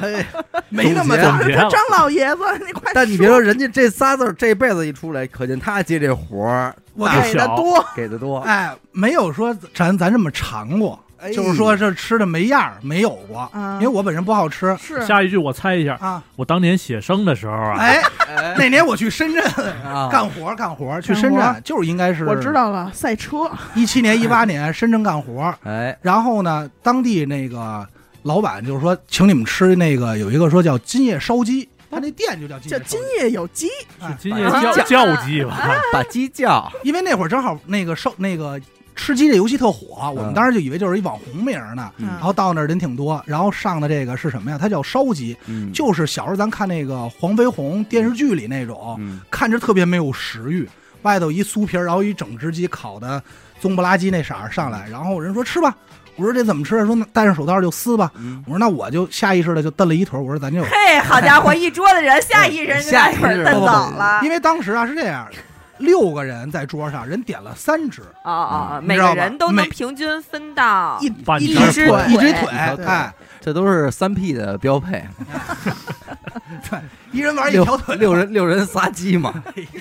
S1: 哎
S3: 没那么
S1: 总
S3: 大
S5: 结
S2: 他张老爷子，你快
S1: 但你别说，人家这仨字儿这辈子一出来，可见他接这活儿
S3: 我
S5: 大
S2: 给的多，
S1: 给的多。
S3: 哎，没有说咱咱这么尝过，
S1: 哎
S3: 就是说这吃的没样儿，没有过，
S2: 啊
S3: 因为我本人不好吃
S2: 是
S5: 下一句我猜一下，
S3: 啊。
S5: 我当年写生的时候啊，
S3: 哎，
S1: 哎
S3: 那年我去深圳
S1: 啊
S3: 干活，干活去
S2: 干
S3: 深
S2: 活
S3: 圳就是应该是
S2: 我知道了，赛车
S3: 一七年一八年深圳干活，
S1: 哎
S3: 然后呢，当地那个老板就是说，请你们吃那个有一个说叫今夜烧鸡，他那店就叫今
S2: 哦叫
S3: 夜
S2: 今
S3: 烧鸡
S2: 夜有鸡，
S3: 哎
S5: 今年
S1: 把
S5: 叫
S1: 鸡啊
S5: 叫鸡吧，
S1: 把鸡叫
S3: 因为那会儿正好那个烧那个吃鸡这游戏特火，我们
S1: 嗯
S3: 当时就以为就是一网红名儿呢。
S2: 嗯
S3: 然后到那儿人挺多，然后上的这个是什么呀？它叫烧鸡，
S1: 嗯
S3: 就是小时候咱看那个黄飞鸿电视剧里那种，
S1: 嗯
S3: 看着特别没有食欲，外头一酥皮儿，然后一整只鸡烤的棕不拉几那色儿上来，然后人说吃吧，我说这怎么吃啊？说那戴上手套就撕吧，
S1: 嗯
S3: 我说那我就下意识的就蹬了一腿儿，我说咱就
S4: 嘿，好家伙，一桌子人，下一人就把一会儿蹬走了。
S3: 因为当时啊是这样，六个人在桌上，人点了三只，
S4: 哦哦哦，
S3: 你
S4: 每
S3: 知道
S4: 个
S3: 吧
S4: 人都能
S3: 每
S4: 平均分到
S3: 一
S5: 半
S3: 一
S5: 截儿
S3: 只
S4: 腿
S3: 一只腿，
S1: 对
S3: 哎，
S1: 这都是三 P 的标配，
S3: 一人玩一
S1: 六
S3: 条腿，
S1: 六人六人仨鸡嘛，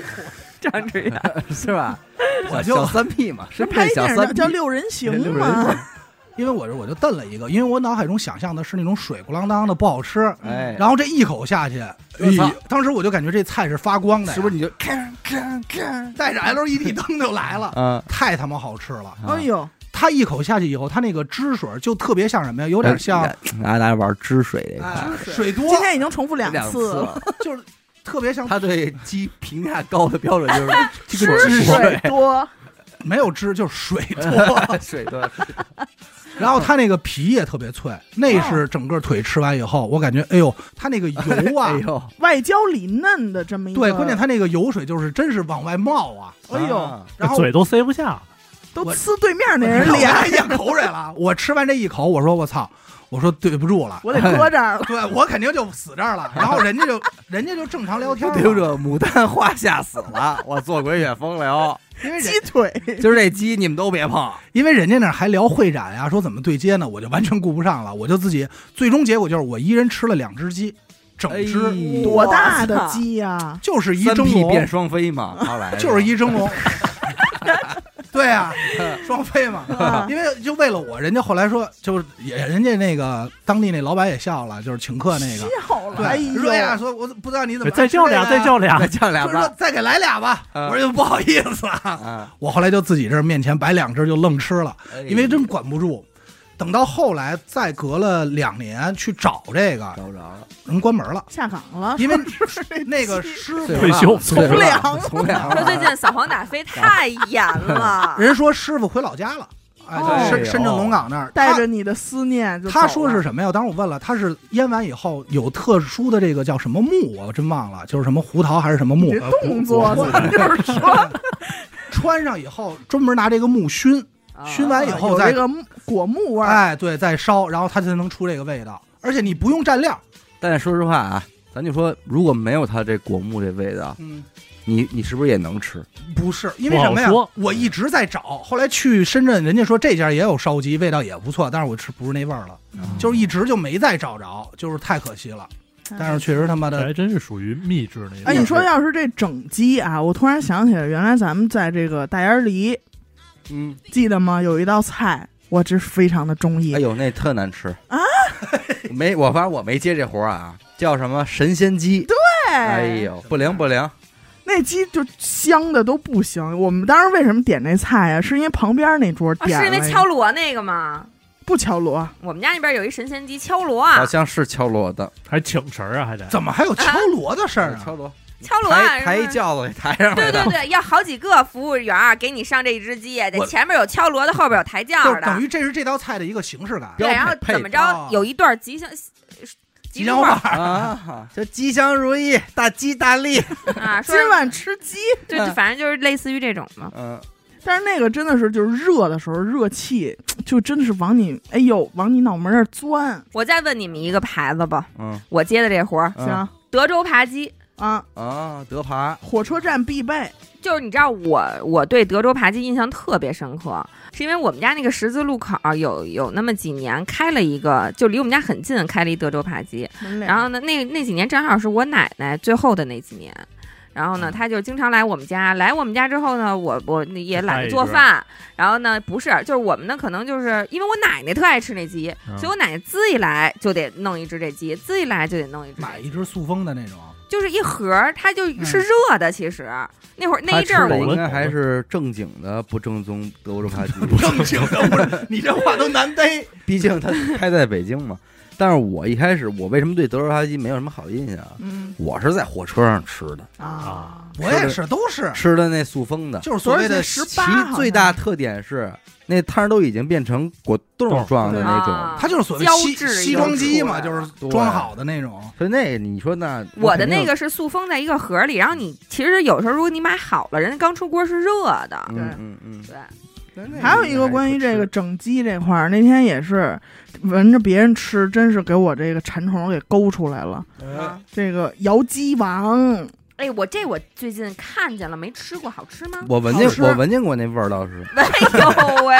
S4: 张志远。
S1: 哎是吧？
S3: 我
S1: 小
S3: 就
S1: 小 三 P 嘛，是
S2: 这拍
S1: 配小
S2: 电
S1: 三
S2: 影
S1: P
S2: 叫《六人行》嘛，
S3: 因为我是我就瞪了一个，因为我脑海中想象的是那种水咕啷当的不好吃，
S1: 哎，
S3: 然后这一口下去，
S1: 我操
S3: 哎当时我就感觉这菜是发光的呀，
S1: 是不是你就
S3: 带着 LED 灯就来了？
S1: 嗯？
S3: 太他妈好吃了！
S1: 啊
S2: 哎呦，
S3: 它一口下去以后，它那个汁水就特别像什么呀？有点像
S1: 哎大家大家玩汁水这
S3: 哎
S1: 个，
S3: 水多
S2: 今，天已经重复两
S1: 两
S2: 次了，
S1: 了。
S3: 就是特别像
S1: 他对鸡评价高的标准就是 这个
S2: 汁
S1: 汁啊
S2: 水多，
S3: 没有汁，就是水 多。
S1: 水的，
S3: 然后它那个皮也特别脆，那是整个腿吃完以后，我感觉哎呦，它那个油 啊
S1: 哎，呦，
S2: 外焦里嫩的这么一个，
S3: 对，关键它那个油水就是真是往外冒啊。
S2: 哎呦
S1: 啊，
S3: 然后
S5: 嘴都塞不下。
S2: 都
S3: 我
S2: 呲对面那
S3: 我
S2: 人 脸，
S3: 咽口水了。我吃完这一口，我说我操，我说对不住了，
S2: 我得搁这儿了。
S3: 对我肯定就死这儿了。然后人家就人家就正常聊天了，
S1: 对不住，牡丹花吓死了，我做鬼血风 流。
S3: 因为人
S2: 鸡腿，
S1: 今儿这鸡你们都别碰，
S3: 因为人家那儿还聊会展呀、说怎么对接呢，我就完全顾不上了，我就自己最终结果就是我一人吃了两只鸡，整只、
S1: 哎呦
S2: 多大的鸡呀！
S3: 就是一
S1: 三
S3: 蒸
S1: P 变
S3: 笼，
S1: 双飞嘛，他来的
S3: 就是一蒸笼。对啊，双飞嘛，
S2: 啊
S3: 因为就为了我，人家后来说，就是也人家那个当地那老板也笑了，就是请客那个，
S2: 笑了，哎
S3: 对，说呀，
S2: 呦，
S3: 说我不知道你怎么
S5: 哎再叫俩，再叫俩
S1: 再，叫俩
S3: 就是说
S1: 吧。
S3: 再给来俩吧。
S1: 嗯
S3: 我说不好意思啊，
S1: 啊，
S3: 我后来就自己这儿面前摆两只就愣吃了，
S1: 哎
S3: 因为真管不住。等到后来再隔了两年去找这个
S1: 找不着了，
S3: 人关门 了，
S2: 下岗了，
S3: 因为
S2: 是不是
S3: 那个师傅，
S1: 岁数
S5: 退
S1: 大
S5: 休
S1: 了岁数大了从良
S4: 说最
S1: 了。
S4: 近扫黄打非太严了
S3: 人说师傅回老家了，哎，
S2: 哦
S3: 在深深圳龙岗那儿
S2: 带着。你的思念就
S3: 他
S2: 走了
S3: 他说是什么呀？当时我问了，他是腌完以后有特殊的这个叫什么木，我真忘了，就是什么胡桃还是什么木
S2: 你，这动作，
S3: 我
S2: 怎么就是说
S3: 穿上以后专门拿这个木熏，
S4: 啊
S3: 熏完以后
S2: 有
S3: 再
S2: 这个木果木味儿，
S3: 哎，对，再烧，然后它才能出这个味道。而且你不用蘸料，
S1: 但是说实话啊，咱就说，如果没有它这果木这味道，
S3: 嗯，
S1: 你你是不是也能吃？
S3: 不是因为什么呀
S5: 不好说？
S3: 我一直在找，后来去深圳，人家说这家也有烧鸡，味道也不错，但是我吃不是那味儿了，
S5: 嗯
S3: 就是一直就没再找着，就是太可惜了。
S2: 嗯
S3: 但是确实他妈
S5: 这
S3: 的，
S5: 还哎真是属于秘制那
S2: 哎，
S5: 种。
S2: 你说要是这整鸡啊，我突然想起来，原来咱们在这个大烟梨，
S1: 嗯，
S2: 记得吗？有一道菜，我真是非常的中意
S1: 哎，呦，那特难吃
S2: 啊！
S1: 没，我反正我没接这活儿啊，叫什么神仙鸡？哎呦，不灵不灵，
S4: 啊
S2: 那鸡就香的都不行。我们当时为什么点那菜啊呀？是因为旁边那桌
S4: 啊
S2: 点了
S4: 是因
S2: 一个、
S4: 为敲锣那个吗？
S2: 不敲锣，
S4: 我们家那边有一神仙鸡敲锣
S1: 好
S4: 啊，
S1: 像是敲锣的，
S5: 还请神儿啊，还得
S3: 怎么还有敲锣的事儿啊？
S1: 敲锣，
S4: 敲锣啊
S1: 抬，抬一
S4: 然后
S1: 轿子给抬上来
S4: 对对
S1: 的。
S4: 对，要好几个服务员儿给你上这一只鸡，得
S3: 我
S4: 前面有敲哎锣的，后边有抬轿
S3: 就是等
S4: 的，
S3: 于这是这道菜的一个形式感。
S1: 标
S4: 对，
S1: 配
S4: 然后
S1: 配
S4: 怎么
S3: 哦
S4: 着有一段吉祥吉
S3: 祥
S4: 话
S3: 话
S4: 儿
S1: 啊，就吉祥如意，大吉大利。
S4: 啊，说
S2: 今晚吃鸡。
S4: 对，
S3: 嗯
S4: 就反正就是类似于这种嘛。
S1: 嗯，
S2: 但是那个真的是就是热的时候，热气就真的是往你哎呦往你脑门那儿钻，
S4: 我再问你们一个牌子吧，
S1: 嗯
S4: 我接的这活儿，
S1: 嗯
S2: 行、
S4: 德州扒鸡。
S2: 啊，
S1: 啊，德牌
S2: 火车站必备。
S4: 就是你知道我我对德州扒鸡印象特别深刻，是因为我们家那个十字路口儿有有那么几年开了一个，就离我们家很近开了一德州扒鸡，然后呢，那那几年正好是我奶奶最后的那几年，然后
S1: 嗯
S4: 呢，她就经常来我们家。来我们家之后呢，我我也懒
S5: 带
S4: 得
S5: 一
S4: 做
S5: 只
S4: 饭，然后呢，不是，就是我们呢，可能就是因为我奶奶特爱吃那鸡，
S5: 嗯
S4: 所以我奶奶自己来就得弄一只这鸡，自己来就得弄一只，
S3: 买一只塑封的那 种，
S4: 就是一盒儿，它就是热的。其实那会儿那
S1: 他
S4: 一
S1: 吃
S4: 阵儿
S1: 的
S5: 我
S1: 应
S5: 们
S1: 该还是正经的，不正宗 德州扒鸡。
S3: 正经的，不是你这话都难逮。
S1: 毕竟他开在北京嘛。但是我一开始我为什么对德州扒鸡没有什么好印象啊？
S2: 嗯
S1: 我是在火车上吃的，
S2: 啊，
S3: 我也是，都是，
S1: 吃的那塑封的。
S3: 就是所谓的
S2: 十
S1: 其
S2: 八好像
S1: 最大特点是那汤儿都已经变成果冻状的那
S4: 啊
S1: 种，
S3: 它就是所谓
S4: 胶
S3: 西
S4: 质
S3: 西
S4: 有
S3: 装机
S4: 出啊
S3: 嘛，
S4: 来
S3: 就是
S1: 对
S3: 装好的那种。
S1: 所以那个你说那
S4: 我的那
S1: 肯定
S4: 个是塑封在一个盒里，然后你其实有时候如果你买好了，人家刚出锅是热的，
S1: 嗯嗯嗯
S4: 对，
S1: 嗯，
S2: 还有一个关于这个整鸡这块儿，那天也是闻着别人吃，真是给我这个馋虫给勾出来了。
S4: 啊
S2: 这个姚鸡王，
S4: 哎，我这我最近看见了，没吃过，好吃吗？
S1: 我闻
S2: 好吃
S1: 见我闻见过那味儿倒是
S4: 哎呦喂，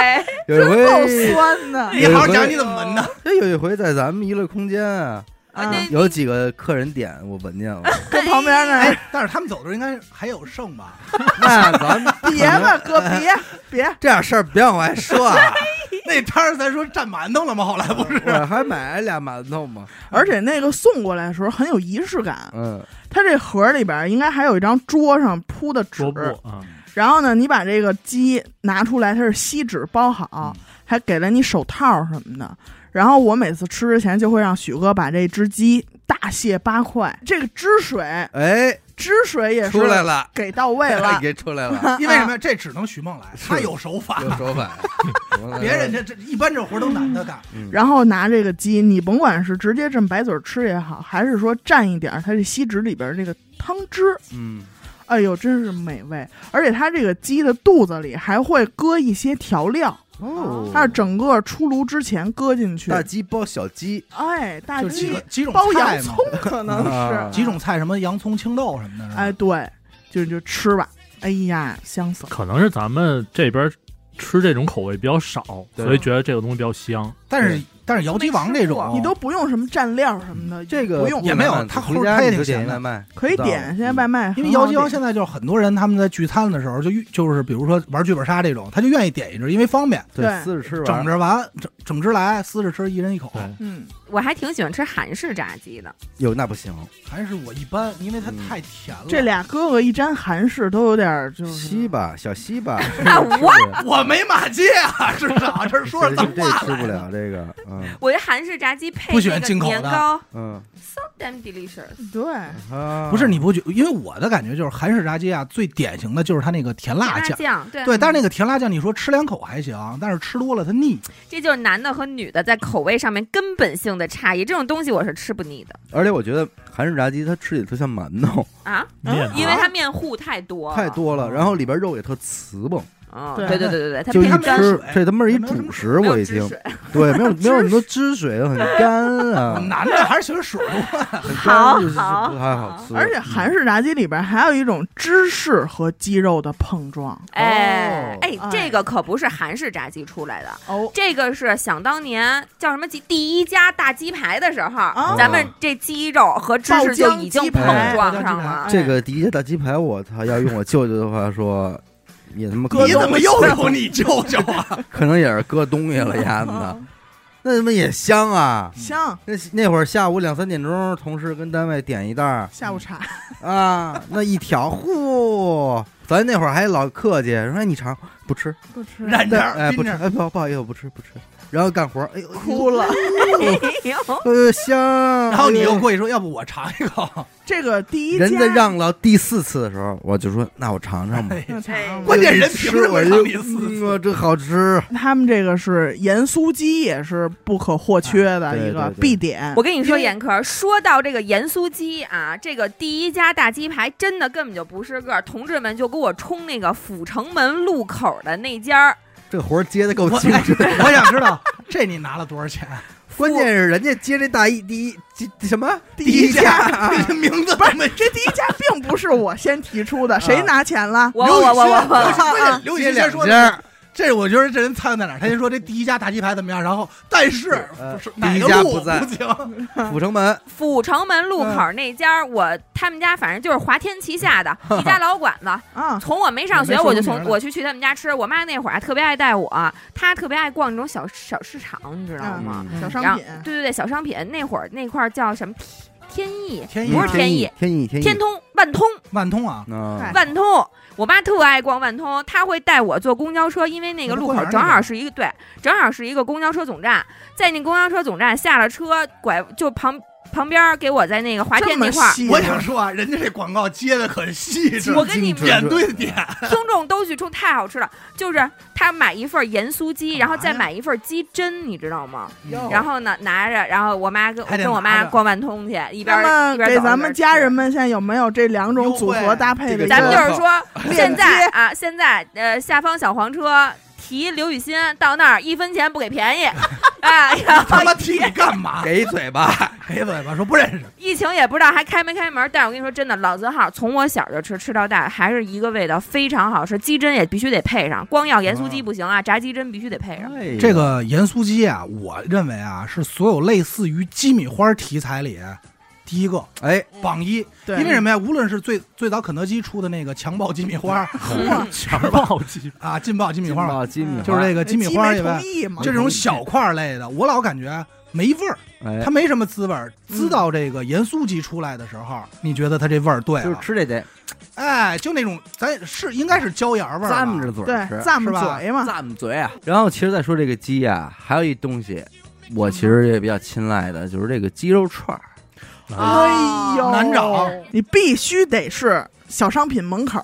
S1: 有一
S2: 够
S1: 回
S2: 酸 的
S3: 你好好讲你怎么闻的，
S1: 哎有一回在咱们娱乐空间啊，
S2: 啊！
S4: 那
S1: 有几个客人点我闻见了，
S2: 跟旁边那
S3: 哎， 但是他们走的时候应该还有剩吧？
S1: 那咱们
S2: 别吧，哥，别别，
S1: 这点事儿别往外说 啊！
S3: 那摊儿咱说蘸馒头了吗？后来不
S2: 嗯
S3: 是，
S1: 我还买了俩馒头嘛，
S2: 而且那个送过来的时候很有仪式感。
S1: 嗯，
S2: 它这盒里边应该还有一张桌上铺的纸
S5: 桌，布啊，
S2: 然后呢，你把这个鸡拿出来，它是锡纸包
S1: 嗯
S2: 好，还给了你手套什么的。然后我每次吃之前就会让许哥把这只鸡大卸八块，这个汁水
S1: 哎，
S2: 汁水也是
S1: 出来了，，
S2: 给到位了
S1: 给出来了，
S3: 因为什么呀？
S2: 嗯
S3: 这只能徐梦来，他有手法
S1: 有，手 法，
S3: 别人这这一般这活儿都男的干。
S2: 然后拿这个鸡，你甭管是直接这么白嘴儿吃也好，还是说蘸一点儿它这锡纸里边儿这个汤汁，
S1: 嗯，
S2: 哎呦，真是美味！而且它这个鸡的肚子里还会搁一些调料，
S1: 哦，
S2: 它是整个出炉之前搁进去。
S1: 大鸡包小鸡，
S2: 哎，大
S3: 就几
S2: 鸡
S3: 个几种
S2: 包洋
S3: 菜嘛
S2: 葱，可能
S1: 啊
S2: 是
S3: 几种菜什么洋葱、青豆什么的。是吧
S2: 哎，，对，就就吃吧。哎呀，香死了！
S5: 可能是咱们这边吃这种口味比较少，
S1: 对
S5: 所以觉得这个东西比较香。
S3: 但是但是姚鸡王这
S4: 没吃
S3: 种
S4: 过
S2: 你都不用什么蘸料什么的，
S1: 哦这个
S2: 不用
S3: 也没有他后
S1: 回
S3: 边
S1: 家
S3: 他也
S1: 你就
S3: 挺
S1: 点
S3: 闲的
S1: 外卖，
S2: 可以点。
S1: 嗯
S2: 现在外卖
S3: 因为姚鸡王
S2: 现
S3: 现在就是很多人他们在聚餐的时候就遇就是比如说玩剧本杀这种，他就愿意点一只，因为方便，
S1: 嗯对，
S2: 对
S1: 撕着吃
S3: 整
S1: 完，
S3: 着完整整只来，撕着吃，一人一口。
S5: 对，
S2: 嗯，
S4: 我还挺喜欢吃韩式炸鸡的，
S1: 哟，那不行，
S3: 还是我一般，因为它太甜了。
S2: 这俩哥哥一沾韩式都有点儿就是
S1: 西吧，小西 吧，
S4: 那我
S3: 我没骂街啊，至少这 说
S1: 这
S3: 着脏
S1: 这
S3: 话
S1: 吃不
S3: 来。
S1: 了这个， 嗯
S4: 我觉得韩式炸鸡配
S3: 不喜
S4: 那
S3: 欢
S4: 个
S3: 进口的
S4: 年糕
S1: 嗯
S4: ，so damn delicious。
S2: 对，
S1: 啊，
S3: 不是你不觉？因为我的感觉就是韩式炸鸡啊，最典型的就是它那个甜辣
S4: 辣
S3: 酱。
S4: 酱，对，
S3: 对，嗯但是那个甜辣酱，你说吃两口还行，但是吃多了它腻。
S4: 这就是男的和女的在口味上面根本性的差异，这种东西我是吃不腻的
S1: 而且我觉得韩式炸鸡它吃起来特像馒头，
S4: 啊，
S5: 面
S4: 因为它面糊太多了
S1: 太，多了，然后里边肉也特瓷蹦，
S4: 嗯，
S2: 对
S4: 对对对对对，它
S1: 就一
S4: 变
S3: 它没
S4: 干
S3: 有
S1: 吃
S3: 水
S1: 这他妈是一
S3: 没有什
S1: 主
S3: 么
S1: 食，
S4: 没有
S1: 我已
S4: 汁
S1: 经
S4: 水
S1: 对没有没有很多汁水，很干 啊，
S3: 男的还是喜欢水多。
S1: 很
S4: 好
S1: 干就是
S4: 好
S1: 不太好吃，
S2: 而且韩式炸鸡里边还有一种芝士和鸡肉的碰撞。
S4: 哎
S1: 哦
S4: 哎，这个可不是韩式炸鸡出来的，
S1: 嗯
S2: 哦，
S4: 这个是想当年叫什么鸡第一家大鸡排的时候，
S2: 哦
S4: 咱们这鸡肉和芝士就已经碰撞上了。
S1: 这个第一大鸡排，我操，要用我舅舅的话说。也他妈
S3: 哥，你
S1: 可能
S3: 怎么 又有你舅舅啊？
S1: 可能也是搁东西了，鸭子
S3: 哦
S1: 呢，那他妈也香啊！
S2: 香，
S1: 那那会儿下午两三点钟，同事跟单位点一袋儿
S2: 下午茶，
S1: 啊，那一条，呼，咱那会儿还老客气，说哎你尝不吃，
S2: 不吃
S3: 染着
S1: 但哎不
S3: 冰
S1: 吃，
S3: 着，
S1: 哎不不好意思，我不吃不吃。然后干活， 哎呦
S2: 哭了。
S4: 哎呦
S1: 呃香，然
S3: 然后你又
S1: 哎
S3: 过去说，要不我尝一口。
S2: 这个第一家
S1: 人家让到第四次的时候，我就说那我尝尝吧。
S2: 那尝尝吧
S3: 哎关键人凭什么
S1: 我
S3: 让
S1: 就
S3: 你四次
S1: 嗯我这好吃，
S2: 他们这个是盐酥鸡，也是不可或缺的一
S1: 哎对
S2: 个
S1: 对对
S2: 必点。
S4: 我跟你说，
S2: 因为
S4: 严科，说到这个盐酥鸡啊，这个第一家大鸡排真的根本就不是个儿。同志们就给我冲那个阜成门路口的那家儿，
S1: 这活儿接的够
S3: 我
S1: 精致。
S3: 哎我想知道这你拿了多少钱？啊
S1: 关键是人家接这大一第一这什么第
S3: 家，这名字 都没
S2: 这第一家并不是我先提出的，
S3: 啊
S2: 谁拿钱了？
S4: 我我我我我
S3: 刘雨
S1: 接
S3: 欣关键刘雨
S4: 我，
S3: 欣
S1: 两
S3: 先说
S1: 家
S3: 的是。这是我觉得这人参在哪儿？他先说这第一家大鸡排怎么样，然后但是
S1: 呃
S3: 不是
S1: 第一
S3: 哪个
S1: 家
S3: 路
S1: 不在
S3: 行？
S1: 阜成门，
S4: 阜成门路口那家儿，我他们家反正就是华天旗下的一家老馆子，
S2: 啊，
S4: 从我没上
S3: 没
S4: 学，
S3: 说
S4: 我就
S3: 出名
S4: 从
S3: 来
S4: 我去去他们家吃。我妈那会儿还啊特别爱带我，她特别爱逛那种小小市场，你知道吗？
S1: 嗯
S2: 小
S4: 然
S2: 商
S4: 后
S2: 品，
S4: 对对对，小商品那会儿那块儿叫什么天意，
S3: 天
S4: 不是
S1: 天
S4: 天
S1: 意
S4: 意，
S1: 天意天意
S4: 天通、万通、
S3: 万通啊，
S1: 啊
S2: 哎
S4: 万通。我爸特爱逛万通，他会带我坐公交车，因为那个路口
S3: 那不公园
S4: 正
S3: 那
S4: 好
S3: 个
S4: 是一个对，正好是一个公交车总站，在那公交车总站下了车，拐就旁旁边儿给我在那个华
S2: 这
S4: 天
S2: 么
S4: 那块儿，
S2: 细
S3: 我想说啊，人家这广告接的可细致，
S4: 我跟你们
S3: 点对点，
S4: 听众都去冲，太好吃了。就是他买一份盐酥
S3: 干嘛呀哦
S4: 鸡，然后再买一份鸡胗，你知道吗？
S1: 哟
S4: 然后呢，拿着，然后我妈跟
S3: 还得
S4: 跟我
S3: 拿
S4: 妈
S3: 着
S4: 逛万通去，一边
S2: 那么
S4: 一边
S2: 给
S4: 走
S2: 咱
S4: 一边
S2: 们
S4: 吃
S2: 家人，们现在有没有这两种组合搭配的一个？
S4: 咱们就是
S2: 链接
S4: 说，现在啊，现在呃，下方小黄车提刘雨欣到那儿，一分钱不 给便宜，哎，然后
S3: 他妈踢你干嘛？
S1: 给一嘴巴，
S3: 给嘴巴说不认识，
S4: 疫情也不知道还开没开门，但是我跟你说真的，老字号从我小就吃吃到大，还是一个味道，非常好吃。鸡胗也必须得配上，光要盐酥
S3: 哦
S4: 鸡不行啊，炸鸡胗必须得配上。
S1: 哎呀
S3: 这个盐酥鸡啊，我认为啊是所有类似于鸡米花题材里第一个
S1: 哎，
S3: 榜一，
S2: 对
S3: 因为什么呀？无论是最最早肯德基出的那个强暴鸡米花
S5: 强暴鸡，
S3: 啊，劲爆鸡米花嘛，
S1: 啊，鸡米花
S3: 就是这个鸡米花以
S2: 没
S3: 外
S2: 同，意嘛
S3: 就？这种小块类的，我老感觉没味儿，
S1: 哎
S3: 它，没什么滋味儿。滋到这个盐酥鸡出来的时候，你觉得它这味儿对
S1: 就是
S3: 了，
S1: 吃这得
S3: 哎，就那种咱是应该是椒盐味儿吧，
S1: 咂么着嘴
S2: 对
S1: 儿，吃，
S2: 咂
S3: 是
S2: 巴
S3: 吧
S2: 嘴嘛，
S1: 咂么嘴啊。然后其实再说这个鸡啊，还有一东西，我其实也比较青睐的，就是这个鸡肉串儿。
S5: 啊
S2: 哎呦，
S3: 嗯难找，
S2: 你必须得是小商品门口，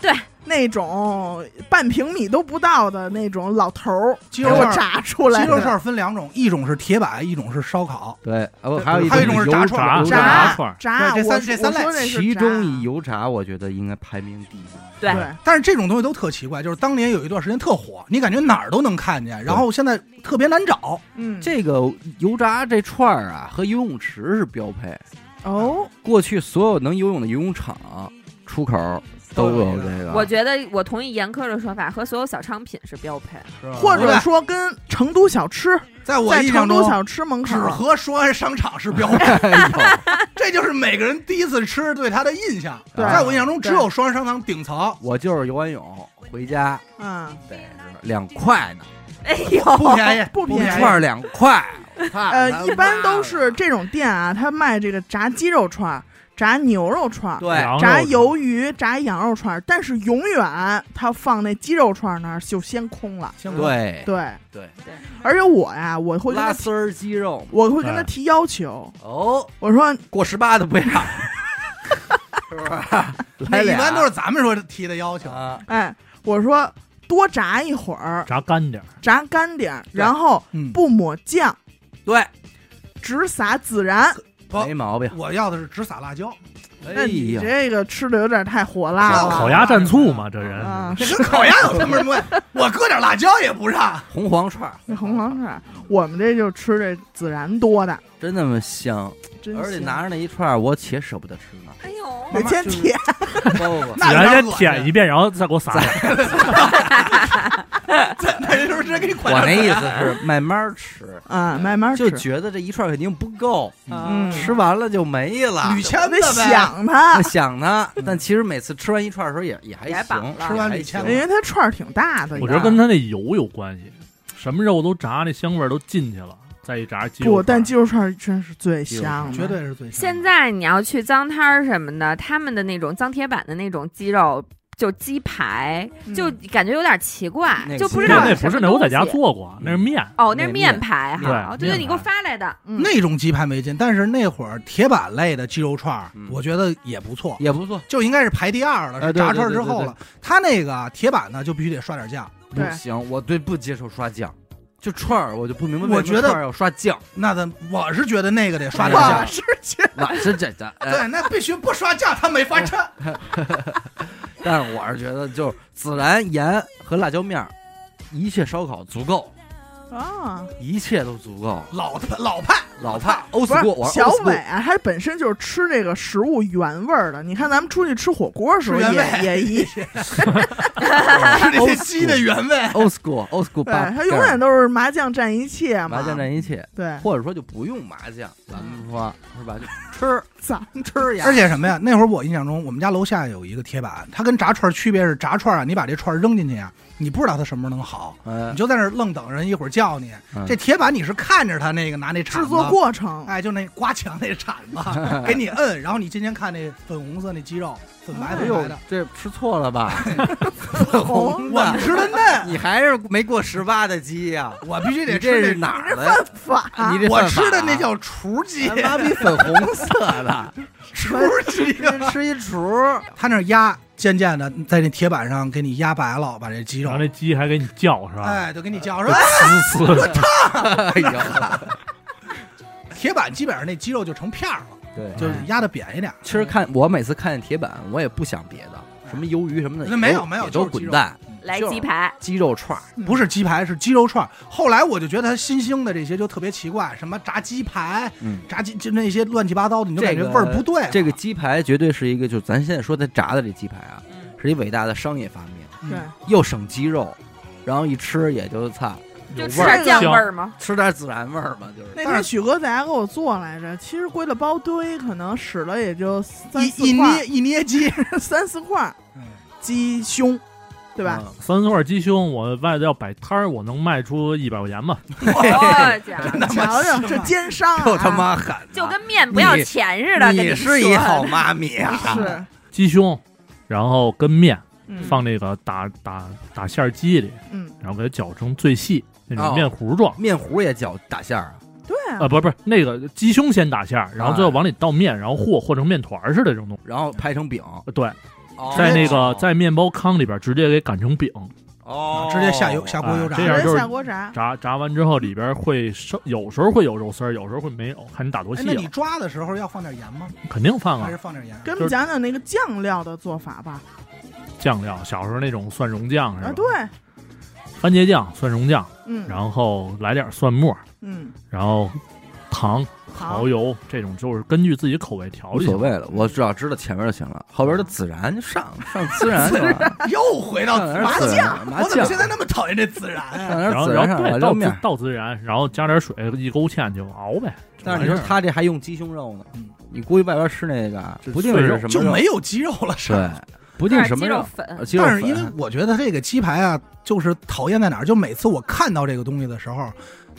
S4: 对，
S2: 那种半平米都不到的那种老头儿
S3: 鸡
S2: 给
S3: 肉
S2: 我
S3: 串儿
S2: 哎炸出来
S3: 鸡肉
S2: 的，
S3: 串儿分两种，一种是铁板，一种是烧烤。
S1: 对，啊不
S3: 对
S1: 还有一
S3: 还有一种是炸
S1: 油
S3: 串儿
S1: 油
S5: 炸
S1: 炸
S5: 炸串儿
S2: 炸，
S3: 对这
S2: 我
S3: 三这三类
S2: 我说这是
S1: 其中
S2: 炸
S1: 以油炸，我觉得应该排名第一。
S4: 对
S2: 对
S3: 但是这种东西都特奇怪，就是当年有一段时间特火，你感觉哪儿都能看见，然后现在特别难找。
S2: 嗯，
S1: 这个油炸这串儿啊，和游泳池是标配。
S2: 哦，
S1: 过去所有能游泳的游泳场出口都有这个。
S4: 我觉得我同意严苛的说法，和所有小商品是标配。
S2: 或者
S3: 对
S2: 说跟成都小吃，
S3: 在我
S2: 在
S3: 印
S2: 成
S3: 象
S2: 都
S3: 中，
S2: 小吃门
S3: 只
S2: 口，
S3: 和双安商场是 标配，
S1: 哎呦
S3: 这就是每个人第一次吃对它的印象。
S1: 对
S3: 在我印象中，
S2: 对
S3: 只有双安商场顶层
S1: 我就是游完泳回家
S2: 嗯，
S1: 得是两块呢，
S4: 哎呦，
S3: 不便宜，
S2: 哦不
S3: 不
S2: 便宜
S1: 一
S3: 便
S1: 串儿两 块。
S2: 呃，
S1: 呃
S2: 一般都是这种店啊，他卖这个炸鸡肉串儿、炸牛肉串儿、
S1: 对，
S5: 羊肉
S2: 炸鱿鱼、炸羊肉串儿，但是永远他放那鸡肉串儿那儿就先空了。
S3: 宜
S1: 对
S2: 对
S1: 对，
S2: 而且我呀，我会跟
S1: 拉
S2: 他，
S1: 丝儿鸡肉
S2: 我会跟他
S5: 对
S2: 提要求，
S1: 哦，
S2: 我说
S1: 过十八的 不要，是不是？来
S3: 一
S1: 俩
S3: 般都是咱们说提的要求。
S1: 啊，
S2: 哎，我说多炸一会儿，
S5: 炸干点儿，
S2: 炸干点儿，然后
S3: 嗯，
S2: 不抹酱，
S1: 对，
S2: 只撒孜然。
S3: 不
S1: 没毛病。
S3: 我要的是只撒辣 椒，
S2: 那
S1: 哎
S2: 你
S1: 呀，
S2: 这个吃的有点太火辣
S3: 啊
S2: 了。
S5: 烤鸭蘸醋嘛，这人
S2: 啊，
S3: 这跟烤鸭有什么关系？我搁点辣椒也不让。
S1: 红黄串儿
S2: 那红黄串，我们这就吃这孜然多的，
S1: 真那么香，
S2: 真
S1: 而且
S2: 香
S1: 拿着那一串儿，我且舍不得吃 呢。
S4: 哎呦，
S2: 得先舔，
S1: 不
S2: 哦
S1: 不
S3: 那
S5: 孜
S3: 有
S5: 然
S3: 点
S5: 先舔一遍，然后再给我撒点儿。
S3: 那人是不是直接给你
S1: 不，
S3: 款
S1: 我
S3: 上
S1: 那意思 是慢慢吃，
S2: 啊，慢慢
S1: 就
S2: 吃。
S1: 觉得这一串肯定不够，
S2: 嗯
S1: 吃完了就没了。
S3: 铝签
S2: 得
S3: 子呗？
S2: 想 它
S1: 我，想呢，但其实每次吃完一串的时候也也还
S4: 也
S1: 行
S4: 饱，了
S3: 吃完
S1: 也还
S3: 李倩
S1: 行
S3: 嘛
S2: 因为它串儿挺大的。
S5: 我觉得跟它那油有关系，什么肉都炸，那香味儿都进去了，再一炸鸡肉
S2: 不，
S5: 串儿
S2: 但鸡肉串儿真是最
S1: 鸡肉串
S2: 香的，
S3: 绝对是最香的
S4: 现在你要去脏摊儿什么的，他们的那种脏铁板的那种鸡肉，就鸡排，
S2: 嗯
S4: 就感觉有点奇怪，
S1: 那个
S4: 就不
S5: 不
S4: 知
S5: 是
S4: 道
S5: 那
S4: 是
S5: 不
S4: 什
S5: 是
S4: 么
S5: 那我在家
S4: 东西
S5: 做过，那是面。
S4: 哦，那
S1: 那
S4: 是
S1: 面
S4: 面排
S5: 对
S4: 哈，哦对对，
S5: 面
S4: 你给我
S5: 排
S4: 发来的，
S2: 嗯
S3: 那种鸡排没劲，但是那会儿铁板类的鸡肉串儿
S1: 嗯，
S3: 我觉得也不错，
S1: 也不错。
S3: 就应该是排第二了，
S1: 哎
S3: 是
S1: 对
S3: 炸
S1: 对
S3: 串儿
S1: 对
S3: 之
S1: 对
S3: 后
S1: 对
S3: 了。它那个铁板呢，就必须得刷点酱。
S1: 不
S2: 对
S1: 行，我对不接受刷酱，就串儿我就不明白
S3: 我
S1: 为什么
S3: 觉得
S1: 串儿要刷酱，
S3: 那咱我是觉得那个得刷点
S2: 我
S3: 酱，
S2: 是觉得
S1: 我是这这，哎
S3: 对，那必须不刷酱它没法 吃。
S1: 但是我是觉得就是孜然、盐和辣椒面儿，一切烧烤足够，
S2: 啊，
S1: 一切都足够。
S3: 老派老 派
S1: 老派欧
S2: 不
S1: 斯过，我
S2: 是
S1: 是
S2: 小
S1: old school
S2: 伟啊，他本身就是吃这个食物原味儿的。你看咱们出去吃火锅的时候
S3: 吃原
S2: 也
S3: 味
S2: 也一，
S3: 是那些
S1: Old
S3: 鸡的原味。
S2: 哎
S1: old school old school，
S2: 对
S1: 八
S2: 他永远都是麻酱蘸一切嘛，
S1: 麻酱蘸一切，
S2: 对
S1: 或者说就不用麻酱，咱们说是吧？就吃
S2: 咱们吃呀
S3: 而。且什么呀？那会儿我印象中，我们家楼下有一个铁板，它跟炸串儿区别是，炸串儿啊，你把这串儿扔进去呀、你不知道它什么时候能好，
S1: 嗯
S3: 你，就在那儿愣等人，一会儿叫你
S1: 嗯。
S3: 这铁板你是看着它那个拿那铲子
S2: 制作过程，
S3: 哎，就那刮墙那铲 子，给你摁，然后你今天看那粉红色那鸡肉，粉白
S1: 哎
S3: 粉
S1: 呦
S3: 白的，，
S1: 这吃错了吧？粉
S2: 哦
S1: 红
S3: 我们
S1: 的，
S3: 吃 的嫩，
S1: 你还是没过十八的鸡呀？
S3: 我啊必须
S1: 你
S3: 得
S1: 这
S3: 吃
S1: 是
S3: 那
S1: 哪儿的呀？
S2: 法
S1: 你这
S3: 我
S1: 犯法
S3: 吃的那
S1: 啊
S3: 叫雏鸡，
S1: 他 妈逼粉红色 的，
S3: 雏鸡。啊
S1: 这 吃一厨，
S3: 他那压，渐渐的在那铁板上给你压白了，把这鸡肉
S5: 然后，那鸡还给你叫是吧？
S3: 哎，就给你
S1: 啊
S3: 叫说，哎
S5: 呲呲的，
S1: 哎呦，
S3: 哎铁板基本上那鸡肉就成片儿了，
S1: 对，
S3: 就是压的扁一点。
S1: 其实看我每次看见铁板，我也不想别的，什么鱿鱼什么的，
S3: 那没
S1: 也
S3: 有没有
S1: 也都
S3: 就是鸡
S1: 滚
S3: 肉
S1: 蛋，
S4: 来
S1: 就是
S4: 鸡排，
S1: 鸡肉串儿，
S3: 不是鸡排，是鸡肉串儿。后来我就觉得它新兴的这些就特别奇怪，什么炸鸡排、
S1: 嗯
S3: 炸鸡就那些乱七八糟的，你就感觉
S1: 这个
S3: 味儿不对了。
S1: 这个鸡排绝对是一个，就是咱现在说的炸的这鸡排啊，
S4: 嗯
S1: 是一伟大的商业发明，
S3: 嗯
S2: 对，
S1: 又省鸡肉，然后一吃也就差
S5: 有
S4: 就吃
S5: 味儿
S4: 点酱
S5: 香
S4: 味 儿吗？
S1: 吃点孜然味儿嘛，就是
S2: 那
S3: 但
S2: 天
S3: 是
S2: 许哥在家给我做来着，其实归了包堆，可能使了也就三
S3: 一一
S2: 四块
S3: 捏一捏鸡，
S2: 儿， 三四块儿鸡胸，对
S1: 嗯
S2: 吧？？
S3: 啊
S5: 三四块鸡胸，我外头要摆摊儿，我能卖出一百块钱吧？
S4: 哦我家伙
S2: 瞧瞧这奸商啊，
S1: 又他妈狠啊，
S4: 就跟面不要钱似的。跟
S1: 你
S4: 你
S1: 是
S4: 说
S1: 一好妈咪啊！
S2: 是
S5: 鸡胸，然后跟面
S2: 嗯
S5: 放那个打打打馅儿机里，
S2: 嗯，
S5: 然后给它搅成最细那
S1: 哦
S5: 种面糊状。
S1: 面糊也搅打馅儿啊，
S2: 对啊
S5: 啊，不是不是，那个鸡胸先打馅儿，然后最后往里倒面，然后和和成面团儿似的这种东西。
S1: 然后拍成饼，
S5: 呃对，在那个
S1: 哦
S5: 在面包糠里边直接给擀成饼，
S1: 哦，
S3: 直接下油下锅油炸
S5: 哎这。样
S2: 人
S5: 就是
S2: 下锅炸，
S5: 炸炸完之后里边会生，有时候会有肉丝儿，有时候会没有，看你打多
S3: 哎
S5: 细
S3: 那
S5: 了
S3: 你，抓的时候要放点盐吗？
S5: 肯定放
S3: 还是
S5: 啊
S3: 放点盐？
S2: 给我
S5: 就
S2: 们
S5: 是
S2: 讲讲那个酱料的做法吧。
S5: 酱料，小时候那种蒜蓉酱是吧？
S2: 啊，对，，
S5: 番茄酱、蒜蓉酱，
S2: 嗯，
S5: 哎然后来点蒜末，
S2: 嗯，
S5: 然后糖、
S2: 好
S5: 蚝，油这种，就是根据自己口味调
S1: 无
S5: 就行
S1: 所
S5: 了。
S1: 谓了，我只要知道前面就行了，后边的孜然就上上孜然就完了，
S3: 又回到
S1: 上点
S3: 麻
S1: 孜
S3: 酱，
S1: 然麻
S3: 我怎么
S1: 酱
S3: 现在那么讨厌这孜然
S1: 上
S3: 啊？
S1: 点
S5: 然后
S1: 孜
S5: 然
S1: 然
S5: 后
S1: 上
S5: 对
S1: 完
S5: 倒
S1: 了
S5: 孜
S1: 面。
S5: 倒孜然，然后加点水一勾芡就熬呗。
S1: 但是你
S5: 就
S1: 说
S5: 完事儿
S1: 他这还用鸡胸肉呢
S3: 嗯，
S1: 你估计外边吃那个
S5: 这
S1: 不定
S5: 碎
S1: 是
S5: 肉
S1: 什么
S3: 就
S1: 肉，
S3: 没有鸡肉了，是吧
S1: 对，不定
S4: 有
S1: 是
S4: 点
S1: 什
S4: 鸡
S1: 么
S4: 肉
S1: 肉，
S4: 粉
S1: 呃，鸡肉
S3: 但是因为
S1: 粉
S3: 我觉得这个鸡排啊，就是讨厌在哪儿，就每次我看到这个东西的时候，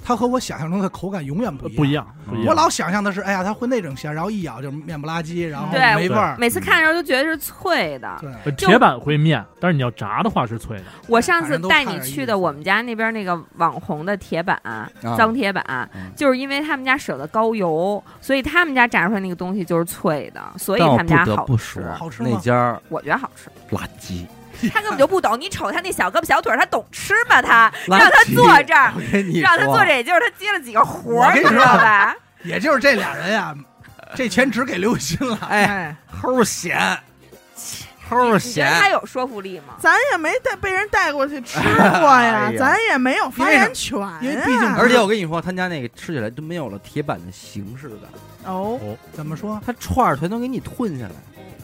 S3: 它和我想象中的口感永远不
S5: 呃
S3: 一样。
S5: 不一样，不一
S3: 我
S5: 样。
S3: 老想象的是，哎呀，它会那种馅，然后一咬就是面不拉几，然后
S4: 对
S3: 没味儿。
S4: 每次看的时候都觉得是脆的。
S3: 对，
S5: 呃
S4: 就
S5: 铁板会面，但是你要炸的话是脆的。
S4: 我上
S3: 反
S4: 次
S3: 正都
S4: 带
S3: 看
S4: 你
S3: 着
S4: 去
S3: 意
S4: 的
S3: 思
S4: 我们家那边那个网红的铁板、脏铁板
S1: 啊嗯，
S4: 就是因为他们家舍得高油，所以他们家炸出来那个东西就是脆的，所以
S1: 但
S4: 他
S1: 我
S4: 们
S1: 不
S4: 家
S1: 得
S4: 好
S1: 不
S4: 吃
S1: 说。，
S3: 好吃吗
S1: 那家儿
S4: 我觉得好吃。
S1: 垃圾，
S4: 他根本就不懂，你瞅他那小胳膊小腿儿，他懂吃吗？他
S1: 垃圾
S4: 让他坐这 儿
S1: 我，跟你
S4: 让他
S1: 说
S4: 坐这，也就是他接了几个活
S3: 我
S4: 儿，
S3: 跟
S4: 你
S3: 你
S4: 知
S3: 说
S4: 道吧？
S3: 也就是这俩人呀，这钱只给刘雨欣了。
S1: 哎，
S2: 哎，
S1: 齁咸，齁
S4: 你觉得
S1: 咸，
S4: 他有说服力吗？
S2: 咱也没带被人带过去吃过呀
S1: 哎，呀
S2: 咱也没有发言权啊呀，
S3: 因为毕竟
S1: 而且我跟你说，他家那个吃起来都没有了铁板的形式感，
S2: 哦，
S3: 怎么说？
S1: 他串儿全都给你吞下来，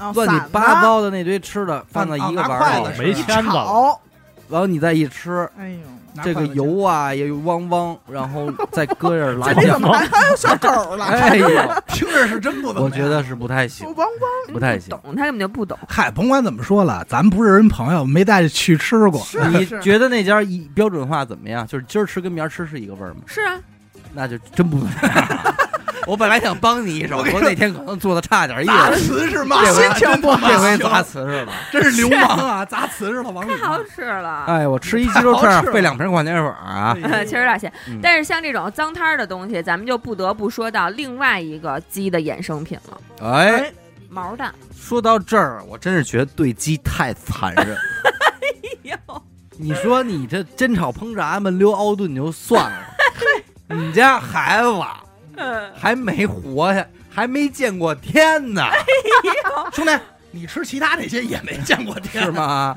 S2: 哦
S1: 乱
S2: 散
S1: 七
S2: 子
S1: 八糟的那堆吃的放到一个
S3: 拿
S1: 碗
S3: 筷
S1: 儿
S3: 子
S1: 里，
S3: 吃
S5: 没
S3: 啊
S5: 签子了，
S2: 炒，
S1: 然后你再一吃，
S2: 哎呦，
S3: 拿
S1: 这个
S3: 筷子夹
S1: 油啊也汪汪，然后再搁点儿 辣
S2: 这你
S1: 酱
S2: 怎，么还还有小狗了？
S1: 哎呦，
S3: 听着是真 不怎么样。
S1: 我觉得是不太行
S2: 汪，汪，
S1: 不太
S4: 懂
S1: 行。，
S4: 他根本就不懂。
S3: 嗨，甭管怎么说了，咱不是人朋友，没带去吃过。
S2: 是
S1: 你
S2: 是
S1: 觉得那家一标准化怎么样？就是今儿吃跟明儿吃是一个味儿吗？
S4: 是啊，
S1: 那就真不一样了。 我本来想帮你一 手，我那天可能做的差点意
S3: 砸
S1: 思，
S3: 瓷是吗？
S1: 这 回
S3: 真他妈
S1: 这回
S3: 行
S1: 砸瓷实了。
S3: 真是流氓啊！ 砸瓷是了，王宇
S4: 太。好吃了。
S1: 哎，我吃一鸡肉串
S3: 太
S1: 儿
S3: 好吃了
S1: 费两瓶矿泉水儿啊！
S4: 确实有点咸
S1: 嗯，
S4: 但是像这种脏摊儿的东西，咱们就不得不说到另外一个鸡的衍生品了
S1: 哎，
S2: 哎，
S4: ——毛蛋。
S1: 说到这儿，我真是觉得对鸡太残忍。
S2: 哎
S4: 哟，
S1: 你说你这煎炒烹炸焖溜熬炖就算 了，你家孩子
S4: 嗯，
S1: 还没活下，还没见过天 呢，
S3: 兄弟，你吃其他那些也没见过天
S1: 是？吗？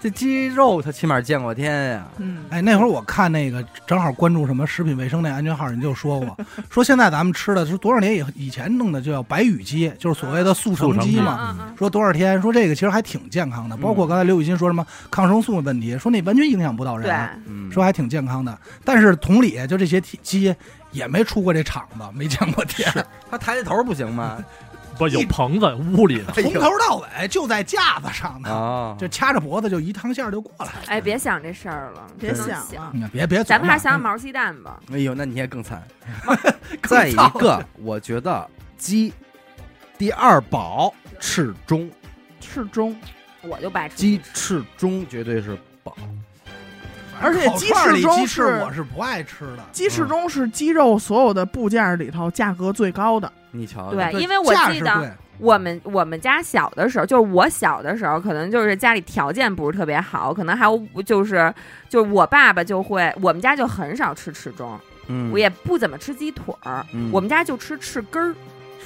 S1: 这鸡肉它起码见过天呀。
S2: 嗯，
S3: 哎，那会儿我看那个，正好关注什么食品卫生那安全号，人就说过，说现在咱们吃的是多少年以以前弄的就叫白羽鸡，就是所谓的速成鸡
S5: 嗯
S4: 嗯
S3: 嘛。
S4: 嗯嗯，
S3: 说多少天，说这个其实还挺健康的，
S1: 嗯
S3: 包括刚才刘雨欣说什么抗生素的问题，说那完全影响不到
S4: 对，
S3: 人，啊
S1: 嗯，
S3: 说还挺健康的。但是同理，就这些鸡也没出过这厂子，没见过天。
S1: 他抬起头不行吗？
S5: 不有棚子，屋里呢。
S1: 哎呦
S3: 从头到尾就在架子上呢，
S1: 啊，
S3: 就掐着脖子就一趟线儿就过来了。
S4: 哎，别想这事儿了，
S2: 别
S4: 不能
S2: 想了
S4: 想。
S3: 你看别别琢磨，
S4: 咱们还想想毛鸡蛋吧，
S1: 哎呦，那你也 更惨。
S3: 更
S1: 再一
S3: 糟
S1: 个，我觉得鸡第二宝翅中，
S2: 适中，
S4: 我就白
S1: 鸡
S4: 吃。
S1: 翅中绝对是宝。
S2: 而且
S3: 烤
S2: 鸡
S3: 串儿
S2: 翅
S3: 里
S2: 中
S3: 鸡
S2: 是
S3: 翅我是不爱吃的，
S2: 鸡翅中是鸡肉所有的部件里头价格最高的。
S1: 你瞧瞧，
S4: 对，
S3: 对
S4: 因为我
S3: 价
S4: 记
S3: 是
S4: 得
S3: 贵
S4: 我们我们家小的时候，就是我小的时候，可能就是家里条件不是特别好，可能还有就是就是我爸爸就会，我们家就很少吃翅中，
S1: 嗯，
S4: 我也不怎么吃鸡腿儿，
S1: 嗯
S4: 我们家就吃翅根儿。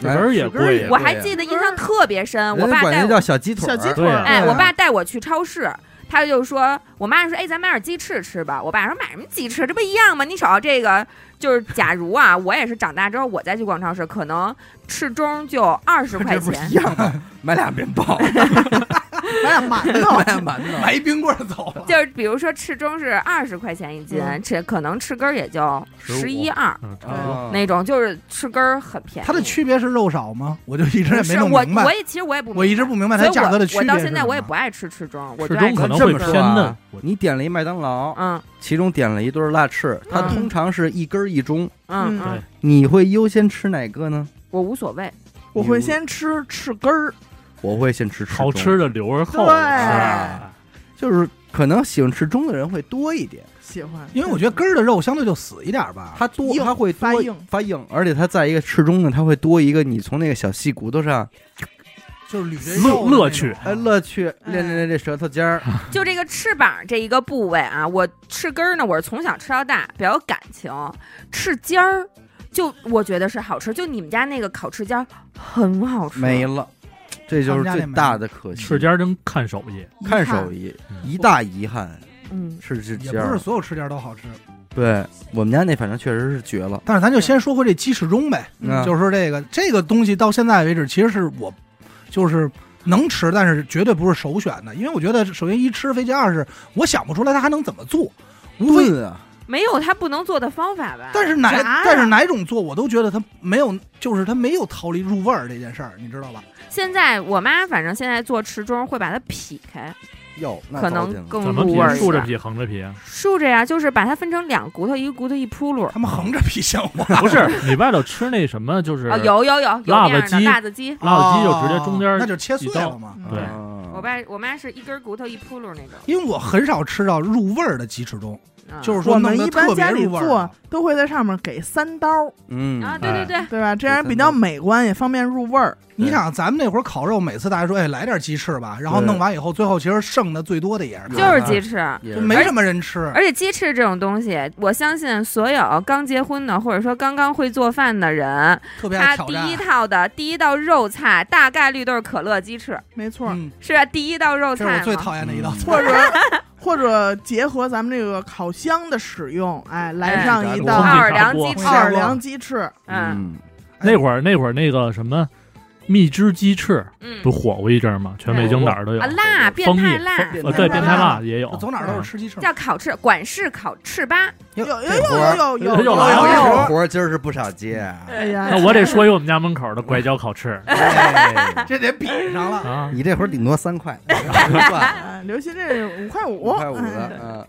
S5: 哪儿也
S1: 根儿
S5: 贵
S1: 也
S4: 我
S1: 对
S4: 还
S1: 呀
S4: 记得印象特别深，我
S1: 人家
S4: 爸
S1: 管
S4: 带
S1: 那
S4: 我
S1: 叫小鸡腿
S2: 小
S1: 儿，
S2: 鸡
S5: 对
S2: 腿儿，
S4: 哎，
S2: 对
S4: 我
S3: 啊
S4: 爸带我去超市，他就说，我妈说，哎，咱买点鸡翅吃吧。我爸说，买什么鸡翅？这不一样吗？你瞅这个，就是假如啊，我也是长大之后，我再去逛超市，可能翅中就 二十块
S1: 这不是
S4: 钱
S1: 一。样 吗？买俩面包，
S2: 咱俩馒头
S1: 买 俩馒头，
S3: 买一冰棍儿走了。
S4: 就是比如说翅中是二十块钱一斤，
S2: 嗯
S4: 这可能翅根儿也就十一
S5: 15
S4: 二
S5: 嗯，差不多。
S1: 啊
S4: 那种，就是翅根儿很便宜。
S3: 它的区别是肉少吗？我就一直也没
S4: 是
S3: 弄
S4: 我
S3: 明
S4: 我
S3: 白，
S4: 也其实我也不明白，
S3: 我一直不明白
S4: 所
S3: 它
S4: 以
S3: 价格的
S4: 我
S3: 区
S4: 我
S3: 别。
S4: 到现在我也不，爱吃翅中，我
S5: 翅
S4: 就
S5: 中
S4: 爱
S5: 可能
S1: 这
S5: 会
S1: 么说
S5: 偏
S1: 啊
S5: 嫩，我
S1: 你点了一麦当劳，
S4: 嗯
S1: 其中点了一对辣翅，它
S4: 嗯
S1: 通常是一根儿一中，
S4: 嗯
S5: 对
S4: 嗯，
S1: 你会优先吃哪个呢？
S4: 我无所谓。
S2: 我会先吃翅根儿，
S1: 我会先吃翅
S5: 好
S1: 中
S5: 吃的留着后
S2: 对
S5: 哎
S1: 就是可能喜欢吃中的人会多一点，
S2: 喜欢，
S3: 因为我觉得根儿的肉相对就死一点儿吧。
S1: 它多
S2: 硬
S1: 它会多
S2: 发硬
S1: 发硬，而且它在一个翅中呢，它会多一个你从那个小细骨头上，
S3: 就是捋着肉
S5: 乐
S3: 的
S5: 乐
S3: 那
S5: 趣
S3: 种
S1: 哎，乐趣练练练这舌头尖 儿，
S4: 就这个翅膀这一个部位啊，我翅根儿呢，我是从小吃到大，比较有感情。翅尖儿，就我觉得是好吃，就你们家那个烤翅尖儿很好吃。
S1: 没了，这就是最大的可惜。
S5: 翅尖儿真看手艺，
S2: 遗
S1: 看
S2: 憾
S1: 手艺
S5: 嗯
S1: 一大遗憾
S4: 嗯，
S1: 是这尖
S3: 也不
S1: 儿
S3: 是，所有吃点都好吃。
S1: 对我们家那反正确实是绝了，
S3: 但是咱就先说回这鸡翅中呗，
S1: 嗯
S3: 就是说这个这个东西到现在为止，其实是我就是能吃，但是绝对不是首选的，因为我觉得首先一吃飞机，二是我想不出来它还能怎么做，无非
S1: 炖啊，
S4: 没有它不能做的方法吧？
S3: 但是哪
S2: 啊炸呀
S3: 但是哪种做我都觉得它没有，就是它没有逃离入味儿这件事儿，你知道吧？
S4: 现在我妈反正现在做翅中会把它劈开，
S1: 哟，那
S4: 可
S1: 糟践
S4: 能
S1: 了
S4: 更
S5: 怎么
S4: 入味儿
S5: 劈？
S4: 一
S5: 竖着
S4: 点。
S5: 劈，横着劈？啊
S4: 竖着呀，就是把它分成两骨头，一个骨头一扑噜。
S3: 他们横
S2: 啊
S3: 着劈向我，
S5: 不是，你外头吃那什么，就是
S4: 啊，有有有有
S5: 辣
S4: 那样
S5: 子
S4: 的
S5: 鸡
S4: 辣子鸡。
S3: 嗯
S5: 辣子鸡就直接中间
S3: 哦
S5: 儿
S3: 那就切碎了嘛。
S2: 嗯
S5: 对
S1: 啊
S4: 我爸我妈是一根骨头一扑噜那种。
S3: 因为我很少吃到入味儿的鸡翅中，
S4: 嗯
S3: 就是说
S2: 啊我们
S3: 弄得
S2: 一般
S3: 特别
S2: 家里
S3: 入味儿啊
S2: 做
S3: 的
S2: 都会在上面给三刀，
S1: 嗯
S4: 啊，对
S5: 哎
S4: 对对，
S2: 对吧？这
S1: 给
S2: 样
S1: 三
S2: 比较
S1: 刀
S2: 美观，也方便入味儿。
S3: 你想，咱们那会儿烤肉，每次大家说，哎，来点鸡翅吧，然后
S1: 对
S3: 弄完以后，最后其实剩的最多的也是它，
S4: 就是鸡翅。
S1: 也
S3: 就是没什么人吃。
S4: 而且鸡翅这种东西，我相信所有刚结婚的，或者说刚刚会做饭的人，
S3: 特别爱
S4: 他
S3: 挑
S4: 第
S3: 战。
S4: 一套的第一道肉菜大概率都是可乐鸡翅，
S2: 没错儿，
S3: 嗯，
S4: 是吧？第一道肉
S3: 这是
S4: 菜
S3: 我最
S4: 嘛
S3: 讨厌的一道
S1: 嗯
S3: 菜。
S2: 或者或者结合咱们这个烤箱的使用，哎，来
S4: 哎
S2: 上
S5: 炸
S2: 一
S5: 锅
S2: 道
S5: 空气
S4: 奥尔
S5: 炸
S4: 良
S5: 锅
S4: 鸡翅
S3: 炸，
S2: 奥尔良鸡翅，
S4: 嗯
S1: 嗯，
S5: 那会儿那会儿那个什么蜜汁鸡翅
S4: 嗯
S5: 不火过一阵儿吗？全北京哪儿都有
S4: 啊，辣，变
S5: 蜂蜜
S4: 态辣，
S1: 蜂
S5: 呃，对，
S1: 嗯变
S5: 变
S1: 态
S3: 辣
S5: 态辣也有，
S3: 走哪儿都是吃鸡翅。
S4: 叫烤翅，管式烤翅吧，
S3: 有
S2: 嗯有有
S1: 这活儿
S2: 有有有
S5: 这就来
S1: 哎
S5: 了
S1: 呦
S2: 有
S1: 这活儿今儿是不少接啊，
S2: 哎呀，
S5: 那我得说一我们家门口的拐角烤翅
S1: 哎
S3: 这得比上了。
S5: 啊，
S1: 你这会儿顶多三 块，算
S2: 哎，刘鑫这五块五，
S1: 五块五
S2: 哎
S1: 的，嗯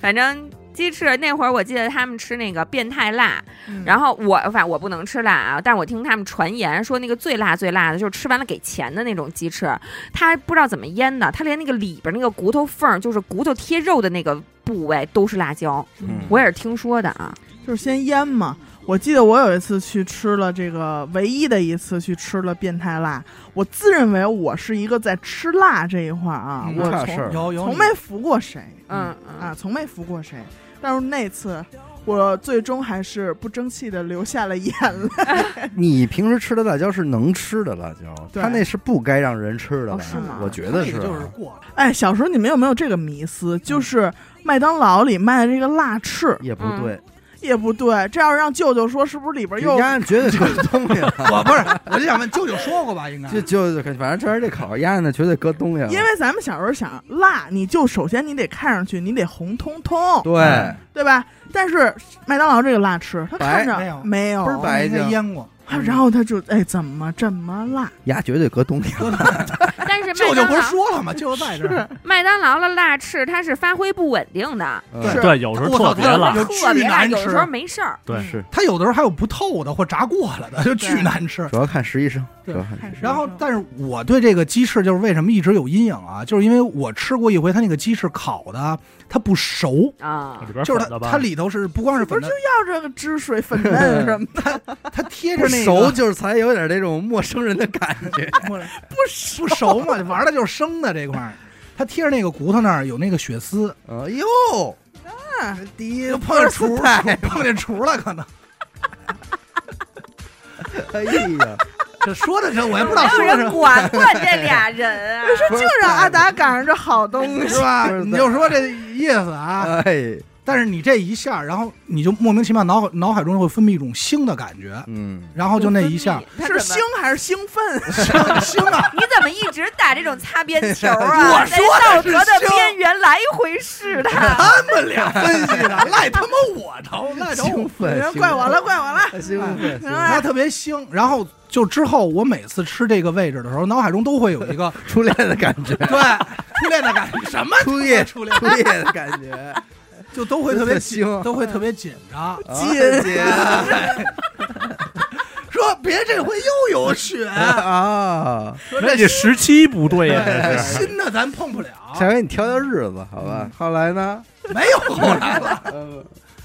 S4: 反正。鸡翅那会儿，我记得他们吃那个变态辣，
S2: 嗯
S4: 然后我反正我不能吃辣啊，但我听他们传言说那个最辣最辣的就是吃完了给钱的那种鸡翅，它不知道怎么腌的，它连那个里边那个骨头缝儿，就是骨头贴肉的那个部位都是辣椒，
S1: 嗯，
S4: 我也是听说的啊。
S2: 就是先腌嘛。我记得我有一次去吃了这个唯一的一次去吃了变态辣，我自认为我是一个在吃辣这一块儿啊，
S3: 嗯
S1: 我
S2: 我
S1: 差事儿，
S3: 有有，
S2: 从没服过谁
S4: 嗯嗯
S2: 啊，从没服过谁。但是那次，我最终还是不争气的流下了眼 泪。
S1: 你平时吃的辣椒是能吃的辣椒，
S2: 对
S1: 它那是不该让人吃的
S4: 哦
S1: 辣
S4: 是吗
S1: 椒，我觉得
S3: 那
S1: 是
S3: 个就是
S1: 啊。
S3: 过了。
S2: 哎，小时候你们有没有这个迷
S1: 嗯
S2: 思？就是麦当劳里卖的这个辣翅
S1: 也不对，
S2: 也不对，这要是让舅舅说，是不是里边
S1: 人
S2: 又
S1: 家绝对搁东西了，
S3: 我不是，我就想问舅舅说过吧，应该
S1: 就就反正这是这烤鸭呢，绝对搁东西了。
S2: 因为咱们小时候想辣，你就首先你得看上去你得红彤彤，
S1: 对，
S3: 嗯
S2: 对吧？但是麦当劳这个辣翅，它
S1: 白
S2: 看着
S3: 没有
S2: 没有
S3: 哦
S1: 倍儿白
S3: 应该腌过，
S2: 他然后他就哎，怎么这么辣？
S1: 牙绝对搁东西。
S4: 但是
S3: 嗯舅舅
S4: 麦当
S3: 不是
S4: 劳
S3: 说了吗？啊就是在这儿，
S4: 麦当劳的辣翅它是发挥不稳定的，
S1: 嗯
S3: 是
S5: 对，有时候特别辣
S3: 我，有
S4: 特别
S3: 巨
S4: 辣，
S3: 难吃
S4: 有时候没事儿。
S5: 对
S1: 是，
S3: 它有的时候还有不透的或炸过了的，就巨难吃。
S1: 主要看实习生，主
S3: 对
S1: 要看实习
S3: 然后，但是我对这个鸡翅就是为什么一直有阴影啊，就是因为我吃过一回，它那个鸡翅烤的它不熟，
S4: 啊
S5: 里，边
S3: 就是
S5: 粉
S3: 它
S5: 的
S3: 它
S5: 吧，
S3: 里头是不光是粉的，
S2: 要这个汁水粉嫩什么的，
S3: 它贴着
S1: 不
S3: 那
S1: 熟
S3: 个
S1: 就是才有点那种陌生人的感觉。
S3: 不不熟嘛，玩的就是生的这块儿，它贴着那个骨头那儿有那个血丝，
S1: 哎呦，第一
S3: 就碰见厨
S1: 菜，
S3: 碰见厨了可能。
S1: 哎 呀，
S3: 这说的这我哎也不知道
S4: 没有
S3: 说的
S4: 人
S3: 是
S4: 管管这俩 人啊。
S1: 不是
S2: 就让阿达赶上这好东西。
S3: 是吧？
S1: 不是
S3: 你就说这意思啊。
S1: 哎，
S3: 但是你这一下，然后你就莫名其妙脑海脑海中会分泌一种腥的感觉，
S1: 嗯，
S3: 然后就那一下，
S4: 他
S2: 是
S4: 怎么
S2: 兴还是兴奋？
S3: 腥啊！
S4: 你怎么一直打这种擦边球啊？
S3: 我
S4: 在
S3: 说的
S4: 道
S3: 是
S4: 德的
S3: 香
S4: 边缘来回 试探。
S3: 他们俩分析的，赖他妈我头，赖着
S1: 兴
S3: 我，
S1: 奋，兴奋
S2: 怪我了，，怪我了！
S1: 兴奋，兴奋
S3: 他特别腥。然后就之后，我每次吃这个位置的时候，脑海中都会有 一个
S1: 初恋的感觉，
S3: 对初恋的感觉，什么
S1: 初夜
S3: 初恋
S1: 初恋的感觉，
S3: 就都会特别紧
S1: 真的腥
S3: 都会特别紧张。
S1: 啊金姐
S3: 说别这回又有 血，
S1: 啊，
S3: 说
S5: 那
S3: 这
S5: 这时期不对呀，这是。
S3: 新的咱碰不了，
S1: 下回你挑挑日子，好吧？后来呢？
S3: 没有后来了，
S1: 呃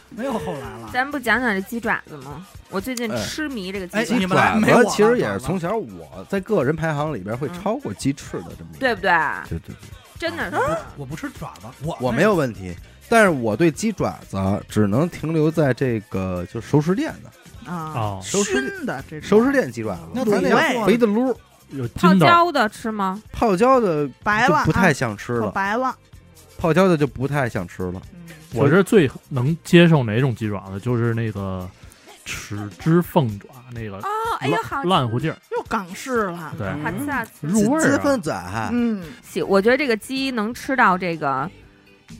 S3: 没有后来了。
S4: 咱不讲讲这鸡爪子吗？我最近
S1: 哎
S4: 痴迷这个
S3: 哎
S4: 鸡爪，
S3: 你
S4: 子，
S3: 们俩没我
S1: 我
S3: 了嗯
S1: 其实也是从小我在个人排行里边会超过鸡翅的这么一个，
S4: 对不对？
S1: 对对对，
S4: 真的是，
S3: 我不吃爪子，我
S1: 我没有问题。但是我对鸡爪子只能停留在这个就是熟食店的
S2: 啊，
S5: 哦，
S1: 熟食
S2: 熏的这种
S1: 熟食店鸡爪子，
S3: 那
S1: 咱
S3: 怎
S1: 那
S3: 么
S1: 个
S3: 做呢
S1: 肥的撸儿
S5: 有
S4: 泡
S5: 筋道，
S4: 椒的吃吗？
S1: 泡椒的
S2: 白
S1: 就
S2: 了，
S1: 不太
S2: 啊
S1: 想吃
S2: 可
S1: 了，
S2: 白了。
S1: 泡椒的就不太想吃了。
S2: 嗯
S5: 我是最能接受哪种鸡爪子，就是那个豉汁凤爪，那个
S4: 哦，哎呦，好
S5: 烂乎劲儿，
S2: 又港式了，
S5: 对，
S4: 好吃好吃。
S5: 入味儿啊。
S1: 子啊，
S2: 嗯，
S4: 喜，嗯我觉得这个鸡能吃到这个，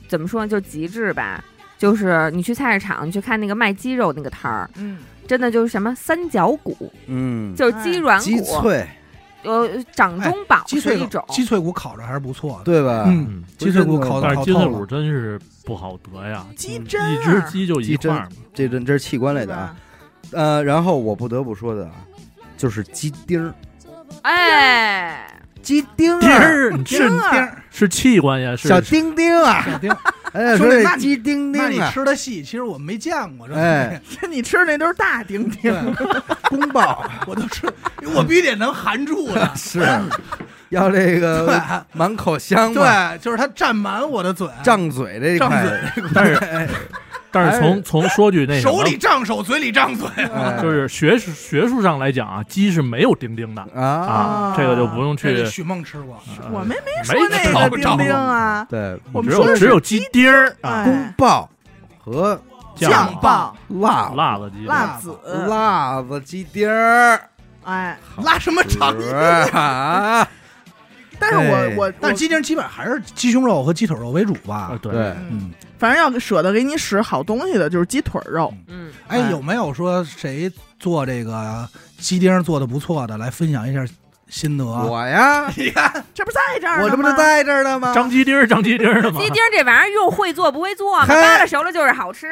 S4: 怎么说呢，就极致吧。就是你去菜市场，你去看那个卖鸡肉那个摊儿，
S2: 嗯，
S4: 真的就是什么三角骨，
S1: 嗯，
S4: 就是鸡软
S1: 鸡
S4: 骨，
S1: 脆，
S4: 呃，掌中宝
S3: 哎鸡
S4: 是
S3: 脆
S4: 一
S3: 骨
S4: 种，
S3: 鸡脆骨烤着还是不错的。
S1: 对吧？
S3: 嗯
S5: 嗯，
S3: 鸡脆骨烤的
S5: 但是
S3: 烤
S5: 鸡
S3: 透
S5: 腿骨
S3: 了，
S5: 真是不好得呀，
S2: 鸡
S1: 嗯
S2: 胗
S5: 一只
S2: 儿
S5: 鸡就一
S1: 鸡胗
S5: 块儿嘛。
S1: 这这这是器官类的啊。，呃，然后我不得不说的啊，就是鸡丁儿，
S4: 哎，
S1: 鸡丁
S5: 丁，儿，你
S3: 是
S5: 嗯是
S3: 丁儿，
S5: 是器官呀，是
S1: 小丁丁啊，
S3: 小丁儿。
S1: 哎，
S3: 兄
S1: 说
S3: 弟
S1: 这
S3: 那你
S1: 鸡丁
S3: 那你
S1: 丁啊，
S3: 吃的细，其实我没见过。这
S1: 哎，
S2: 你吃那都是大丁丁，
S1: 宫 爆。
S3: 我都吃，我必须得能含住的
S1: 是要这
S3: 对
S1: 个满口香嘛，
S3: 对，就是它占满我的嘴，
S1: 胀嘴这一
S3: 胀
S1: 块，
S3: 嘴，
S5: 但是但是从从说句那什
S3: 手
S5: 么，
S3: 里胀手，嘴里胀嘴。
S1: 哎
S5: 就是学术学术上来讲啊，鸡是没有丁丁的
S1: 啊
S5: 啊，这个就不用
S3: 这
S5: 去
S3: 是，许梦吃过，
S5: 呃
S2: 我们没
S5: 没
S2: 说那
S5: 找
S2: 个丁丁啊，
S1: 对，
S2: 我们
S5: 只
S2: 说
S5: 有
S2: 的
S5: 只有
S2: 是
S5: 鸡丁儿啊，
S1: 宫
S2: 哎
S1: 爆和
S5: 酱
S2: 酱爆、
S1: 辣
S5: 辣子鸡丁儿，
S2: 辣子，
S1: 辣子鸡丁儿，
S2: 哎，
S3: 拉什么长？
S1: 啊，
S2: 但是
S1: 哎
S2: 我我
S3: 但是
S2: 我
S3: 鸡丁基本还是鸡胸肉和鸡腿肉为主吧
S5: 啊。对
S1: 对，
S3: 嗯，
S2: 反正要舍得给你使好东西的，就是鸡腿肉。
S4: 嗯，
S3: 哎，有没有说谁做这个鸡丁做的不错的，来分享一下心得？啊
S1: 我呀，
S3: 你看，
S2: 这不在这儿呢吗。
S1: 我这不是在这儿呢吗？
S5: 张鸡丁儿，张鸡丁儿的嘛
S4: 鸡，丁这玩意儿又会做不会做嘛，
S1: 嘿
S4: 扒拉熟了就是好吃。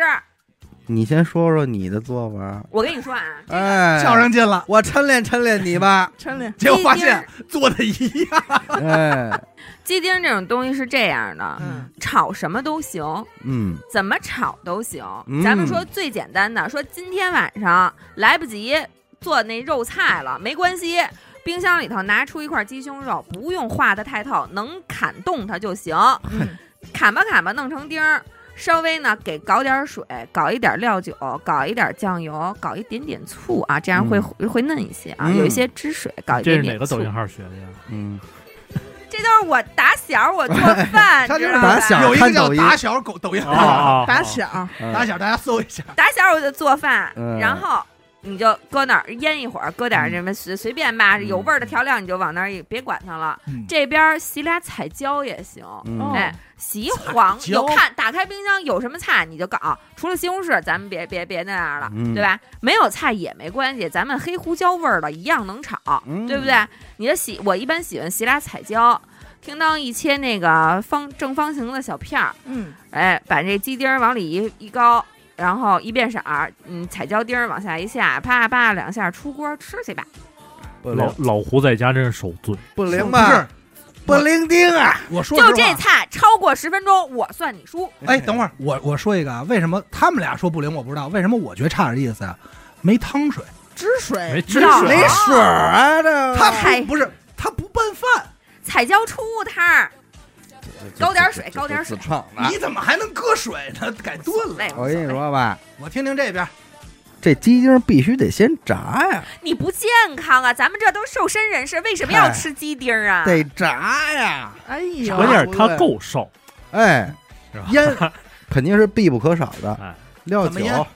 S1: 你先说说你的做法。
S4: 我跟你说啊，
S1: 哎，
S3: 较上劲了。
S1: 我抻练抻练你吧
S2: 陈林
S3: 结果发现做的一样。
S1: 哎，
S4: 鸡丁这种东西是这样的，
S2: 嗯
S4: 炒什么都行，
S1: 嗯，
S4: 怎么炒都行
S1: 嗯。
S4: 咱们说最简单的，说今天晚上来不及做那肉菜了，没关系，冰箱里头拿出一块鸡胸肉，不用化的太透，能砍动它就行，
S2: 嗯
S4: 砍吧砍吧，弄成丁儿。稍微呢，给搞点水，搞一点料酒，搞一点酱油，搞一点点醋啊，这样会、会嫩一些啊。
S1: 嗯
S4: 有一些汁水，搞一
S5: 这
S4: 点
S5: 是
S4: 点
S5: 哪个
S4: 醋。
S5: 抖音号学的呀？
S1: 嗯，
S4: 这都是我打小我做 饭，
S3: 他就
S4: 知
S3: 是
S4: 道吧
S1: 打小
S3: 有一个
S1: 看抖
S3: 叫
S1: 音
S3: 打小狗抖音
S5: 哦，哦
S2: 打
S5: 哦
S2: 小，
S3: 打小大家搜一下。
S4: 打小我就做饭，
S1: 嗯
S4: 然后你就搁那儿腌一会儿，搁点儿什么随随便吧，
S1: 嗯
S4: 有味儿的调料你就往那儿一别管它了。
S3: 嗯
S4: 这边儿洗俩彩椒也行，
S1: 嗯
S2: 哦
S4: 哎，洗黄
S3: 彩椒
S4: 有看打开冰箱有什么菜你就搞，除了西红柿咱们别别别那样了，
S1: 嗯
S4: 对吧？没有菜也没关系，咱们黑胡椒味儿的一样能炒，
S1: 嗯
S4: 对不对？你这洗我一般喜欢洗俩彩椒，听当一切那个方正方形的小片儿，
S2: 嗯，
S4: 哎，把这鸡丁儿往里一一高，然后一变色儿，嗯，彩椒丁儿往下一下，啪啪两下出锅吃去吧。
S1: 不
S5: 老老胡在家真是受罪，
S1: 不灵
S3: 不
S1: 吧
S3: 是？
S1: 不灵丁啊！
S3: 我说
S4: 就
S3: 实话
S4: 这菜超过十分钟，我算你输。
S3: 哎，等会儿我我说一个啊，为什么他们俩说不灵我不知道，为什么我觉得差点意思啊？没汤水，
S2: 汁水
S5: 没知
S4: 道
S5: 识
S1: 没水儿啊，这
S3: 他
S4: 嗨
S3: 不不是他不拌饭，
S4: 彩椒出汤儿，高点水高点水
S1: 自创的。
S3: 你怎么还能搁水呢？改
S4: 无
S3: 炖了。
S4: 所谓。
S1: 我跟你
S4: 无所谓，
S1: 说吧，
S3: 我听听这边，
S1: 这鸡丁必须得先炸呀，
S4: 你不健康啊！咱们这都瘦身人士，为什么要吃鸡丁儿啊？
S1: 得炸呀！
S2: 哎呦，
S5: 关键是他够瘦，
S1: 哎
S5: 是，
S1: 腌 肯定是必不可少的
S5: 哎，
S1: 料
S3: 怎么腌
S1: 酒、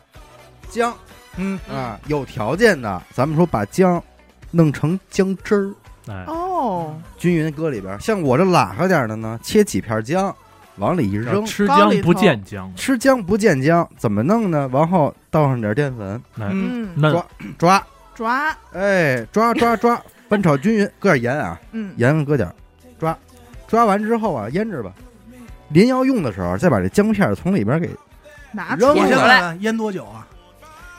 S1: 姜
S3: 嗯，
S1: 啊，有条件的，咱们说把姜弄成姜汁儿，
S5: 哎，
S2: 哦，
S1: 均匀地搁里边儿。像我这懒和点儿的呢，切几片姜，往里一扔。
S5: 吃
S2: 缸
S5: 姜
S2: 里
S5: 不
S2: 头
S5: 见姜，
S1: 吃姜不见姜，怎么弄呢？然后倒上点淀粉，
S5: 嗯，
S2: 嗯，
S5: 那
S1: 抓抓，
S2: 抓，
S1: 哎，抓抓抓， 翻炒均匀，搁点盐啊，
S2: 嗯，
S1: 盐搁点儿，抓，抓完之后啊，腌制吧。临要用的时候，再把这姜片儿从里边儿给
S2: 拿出
S1: 扔
S3: 我
S1: 嗯了
S3: 先
S4: 出
S3: 问
S4: 来
S3: 问腌多久啊？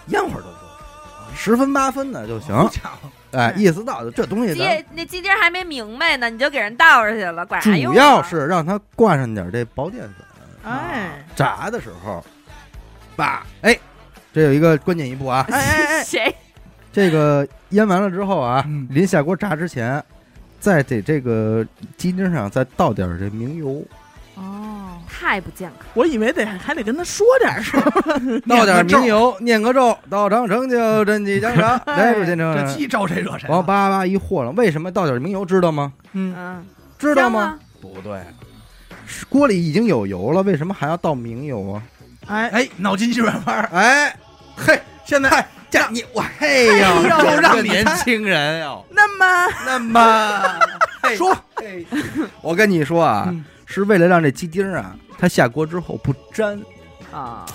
S1: 腌会儿就行，十分八分的就行。
S3: 好家伙
S1: 哎，
S2: 嗯
S1: 意思到就这东西咱们
S4: 鸡那鸡丁儿还没明白呢，你就给人倒出去了，管啥用、啊？
S1: 主要是让它挂上点这薄淀粉，
S2: 哎，
S1: 炸的时候，把哎，这有一个关键一步 啊，
S2: 哎哎哎，
S4: 谁
S1: 这个腌完了之后啊，
S3: 嗯
S1: 临下锅炸之前，再得这个鸡丁上再倒点这明油，
S2: 哦，
S4: 太不健康。
S2: 我以为得还得跟他说点什么，
S1: 倒点
S3: 念个嗯
S1: 明油，念个咒，到长城就真气江 山，来主先
S3: 哎这
S1: 生。啊
S3: 鸡招谁惹谁了？啊
S1: 王叭叭一和了，为什么倒点明油知道吗？
S3: 嗯，
S4: 嗯，
S1: 知道
S4: 香
S1: 吗？？不对，锅里已经有油了，为什么还要倒明油啊？
S2: 哎，
S3: 哎，脑筋急转弯儿，
S1: 哎，
S3: 嘿，现在
S1: 这你我嘿呀，
S2: 哎呦
S1: 这
S3: 让
S1: 个
S3: 你
S1: 年
S3: 猜
S1: 轻人 哟，
S2: 那么
S1: 那么嘿
S3: 说，
S1: 嘿 我跟你说啊，
S3: 嗯
S1: 是为了让这鸡丁儿啊，它下锅之后不粘，
S4: 啊、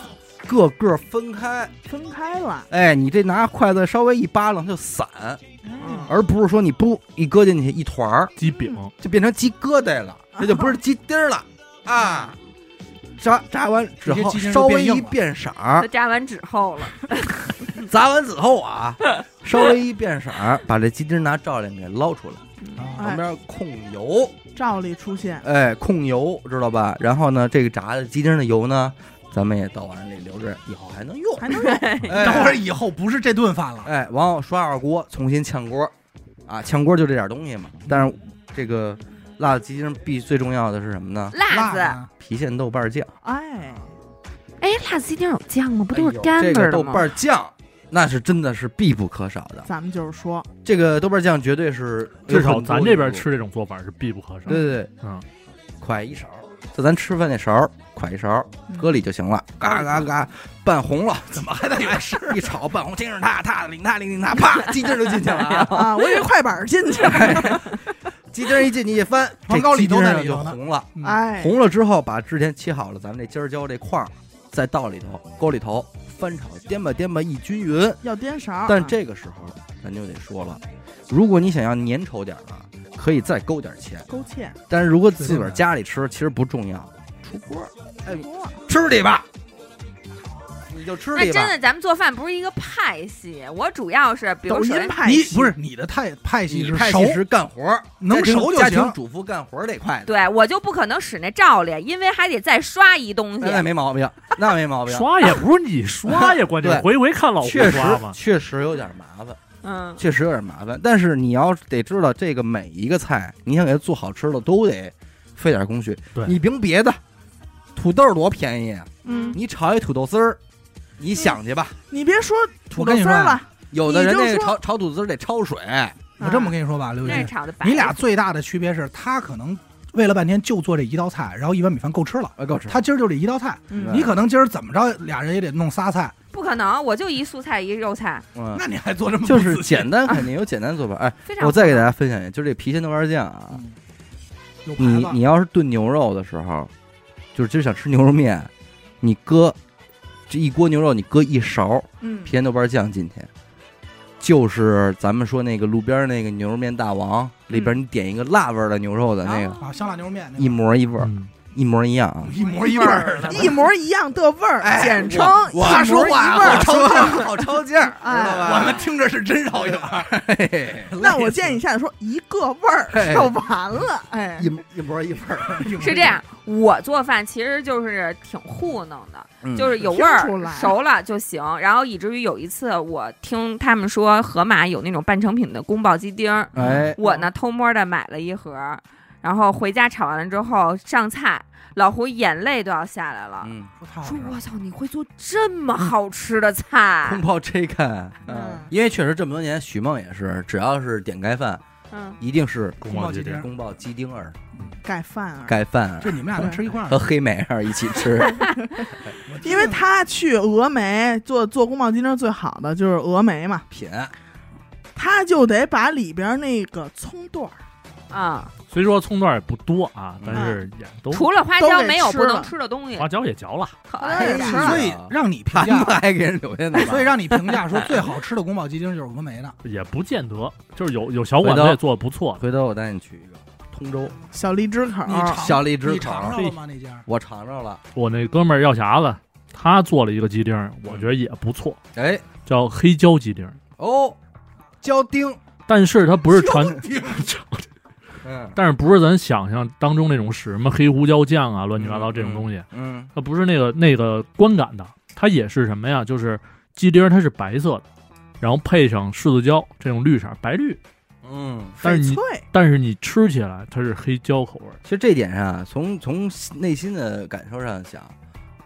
S1: 个个分开。
S2: 分开了，
S1: 哎，你这拿筷子稍微一扒拉它就散，
S2: 嗯
S1: 而不是说你不一搁进去一团儿
S5: 鸡饼，
S1: 就变成鸡疙瘩了，
S3: 啊
S1: 这就不是鸡丁儿了啊。炸炸完之后
S3: 直接鸡丁儿
S1: 稍
S3: 就
S1: 微
S3: 变硬了
S1: 一变色
S4: 都
S1: 儿，
S4: 扎完纸后了，
S1: 炸完之后 啊，稍微一变色儿，把这鸡丁儿拿罩里给捞出来，
S3: 啊
S2: 哎
S1: 旁边控油。
S2: 照例出现，
S1: 哎，控油知道吧？然后呢，这个炸的鸡丁的油呢，咱们也倒碗里留着，以后还能用。
S2: 还能有
S1: 哎
S3: 等会儿以后不是这顿饭了，
S1: 哎，然后刷二锅，重新炝锅，啊，炝锅就这点东西嘛。但是这个辣子鸡丁必最重要的是什么呢？
S4: 辣子。
S3: 呢
S1: 郫县豆瓣酱，
S2: 哎，
S4: 哎，辣子鸡丁有酱吗？不都是
S1: 哎呦
S4: 干
S1: 这
S4: 巴
S1: 个
S4: 的
S1: 豆
S4: 吗？
S1: 瓣酱。那是真的是必不可少的，
S2: 咱们就是说，
S1: 这个豆瓣酱绝对是
S5: 至少咱这边
S1: 有
S5: 吃这种做法是必不可少
S1: 很多，。对对对，
S5: 嗯，
S1: 㧟一勺，就咱吃饭那勺，㧟一勺，搁里就行了，嘎嘎嘎，拌红了，
S3: 怎么还在里边吃？
S1: 一炒拌红，听着它，它领它领领它，啪，鸡丁儿就进去了啊！
S2: 啊，我以为快板进去，
S1: 鸡丁儿一进去一翻，
S3: 王
S1: 这
S3: 高里
S1: 鸡丁
S3: 都在
S1: 儿
S3: 里
S1: 就
S3: 头呢
S1: 红了。
S2: 哎，
S1: 红了之后，把之前切好了咱们这尖儿椒这块儿，再倒里头，勾里头翻炒，颠吧颠吧一均匀。
S2: 要颠勺啊，
S1: 但这个时候咱就得说了，如果你想要粘稠点儿的，可以再勾点儿芡。
S2: 勾芡，
S1: 但是如果自个儿家里吃，其实不重要。出锅儿哎
S2: 多
S1: 吃去吧，你就吃
S4: 那
S1: 去
S4: 真
S1: 吧。
S4: 的，咱们做饭不是一个派系，我主要是比
S2: 抖
S4: 如
S2: 音
S4: 说，
S2: 派
S3: 你
S2: 系
S3: 不是你的派派系
S1: 你
S3: 是
S1: 派
S3: 熟
S1: 系是干活儿，
S3: 能
S1: 家庭
S3: 熟就
S1: 家
S3: 行
S1: 庭主妇干活儿这块的。
S4: 对我就不可能使那照例，因为还得再刷一东西。
S1: 那没毛病，那没毛病。
S5: 刷也不是你刷呀，关键
S1: 对
S5: 回回看老胡
S1: 确实
S5: 刷嘛，
S1: 确实有点麻烦，
S4: 嗯，
S1: 确实有点麻烦。但是你要得知道，这个每一个菜，你想给它做好吃的，都得费点工序
S5: 对。
S1: 你凭别的，土豆多便宜啊！
S2: 嗯，
S1: 你炒一土豆丝儿，你想去吧。
S2: 你别说土
S3: 我
S2: 豆
S3: 跟你
S2: 丝
S3: 说
S2: 儿
S3: 啊，
S2: 了，
S1: 有的人
S2: 你
S1: 那个
S2: 就说
S1: 炒炒土豆丝儿得焯水，
S3: 我这么跟你说吧，刘
S4: 那是
S3: 军，
S4: 炒的白。
S3: 你俩最大的区别是他可能为了半天就做这一道菜，然后一碗米饭够吃了。
S1: 哎，够吃。
S3: 他今儿就这一道菜，
S2: 嗯
S1: 对
S3: 你可能今儿怎么着，俩人也得弄仨菜，
S4: 不可能，我就一素菜一肉菜，
S1: 嗯，
S3: 那你还做这么
S1: 就是
S3: 简
S1: 简单，肯定有简单做法。哎，
S4: 非常
S1: 我再给大家分享一下，就是这郫县豆瓣酱啊，
S3: 嗯
S1: 你你要是炖牛肉的时候，就是今儿想吃牛肉面，你搁这一锅牛肉，你搁一勺
S2: 嗯
S1: 郫县豆瓣酱进去，就是咱们说那个路边那个牛肉面大王里边，你点一个辣味儿的牛肉的那个，
S3: 啊，香辣牛肉面那
S1: 一模一味儿，
S5: 嗯
S1: 一模一样啊。
S3: 一模一味儿的，
S2: 一模一样的味 儿，
S3: 哎
S2: 简称
S3: 我
S2: 一
S3: 我
S2: 模
S3: 说
S2: 一
S3: 话啊
S2: 味儿
S3: 我
S2: 称
S3: 说话
S2: 称
S1: 好抄劲儿，
S2: 哎，
S3: 我们听着是真绕远。
S1: 嘿嘿
S2: 那我 建议你下次说一个味儿
S1: 哎
S2: 就完了，哎，
S1: 一模一模一味儿，
S4: 是这样，我做饭其实就是挺糊弄的，
S1: 嗯
S4: 就是有味儿
S2: 听出来、
S4: 熟了就行。然后以至于有一次，我听他们说盒马有那种半成品的宫保鸡丁儿，
S1: 哎，
S4: 我呢偷摸的买了一盒儿，然后回家炒完了之后上菜，老胡眼泪都要下来
S3: 啊
S4: 了，
S1: 嗯，
S4: 说：“我操，你会做这么好吃的菜
S3: 啊
S1: 空泡 chicken，
S2: 嗯
S1: 因为确实这么多年，许梦也是，只要是点盖饭，？”
S4: 嗯，
S1: 一定是
S5: 宫保鸡丁
S1: 宫保鸡丁儿、
S2: 盖饭
S3: 嗯
S2: 啊，
S1: 盖饭儿
S3: 这你们俩能吃一 块儿
S1: 和，黑莓啊儿一起 吃。
S3: 我听
S2: 因为他去峨眉做做宫保鸡丁最好的就是峨眉嘛，
S1: 品
S2: 他就得把里边那个葱段儿
S4: 啊，
S5: 虽说葱段儿也不多啊，但是也都
S4: 除了花
S2: 都
S4: 椒
S2: 给
S4: 没有
S2: 吃
S4: 不能
S2: 了
S4: 吃的东西
S5: 花。椒也嚼了，
S4: 可
S2: 椒 也
S4: 哎呀
S2: 吃
S3: 所以让你评
S1: 盘 子
S3: 价，
S1: 还给人留下呢吧，
S3: 所以让你评价说最好吃的宫保鸡丁就是峨眉的。
S5: 也不见得，就是有有小馆
S1: 回
S5: 子
S1: 头
S5: 也做的不错的。
S1: 回头我带你去一个通州
S2: 小荔枝口儿，
S3: 你尝
S1: 小荔枝
S3: 你
S1: 口，
S3: 尝着了吗？那家
S1: 我尝着了，
S5: 我那哥们儿药匣子，他做了一个鸡丁儿，我觉得也不错，
S1: 哎
S5: 叫黑椒鸡丁儿，
S1: 哦，椒丁，
S5: 但是它不是传，
S1: 嗯
S5: 但是不是咱想象当中那种使什么黑胡椒酱啊、乱七八糟这种东西，
S1: 嗯
S5: 它不是那个那个观感的，它也是什么呀？就是鸡丁儿它是白色的，然后配上柿子椒这种绿色儿白绿，
S1: 嗯。
S5: 但是
S2: 翡
S5: 你
S2: 翠
S5: 但是你吃起来它是黑椒口味儿，
S1: 其实这点上，啊从从内心的感受上讲，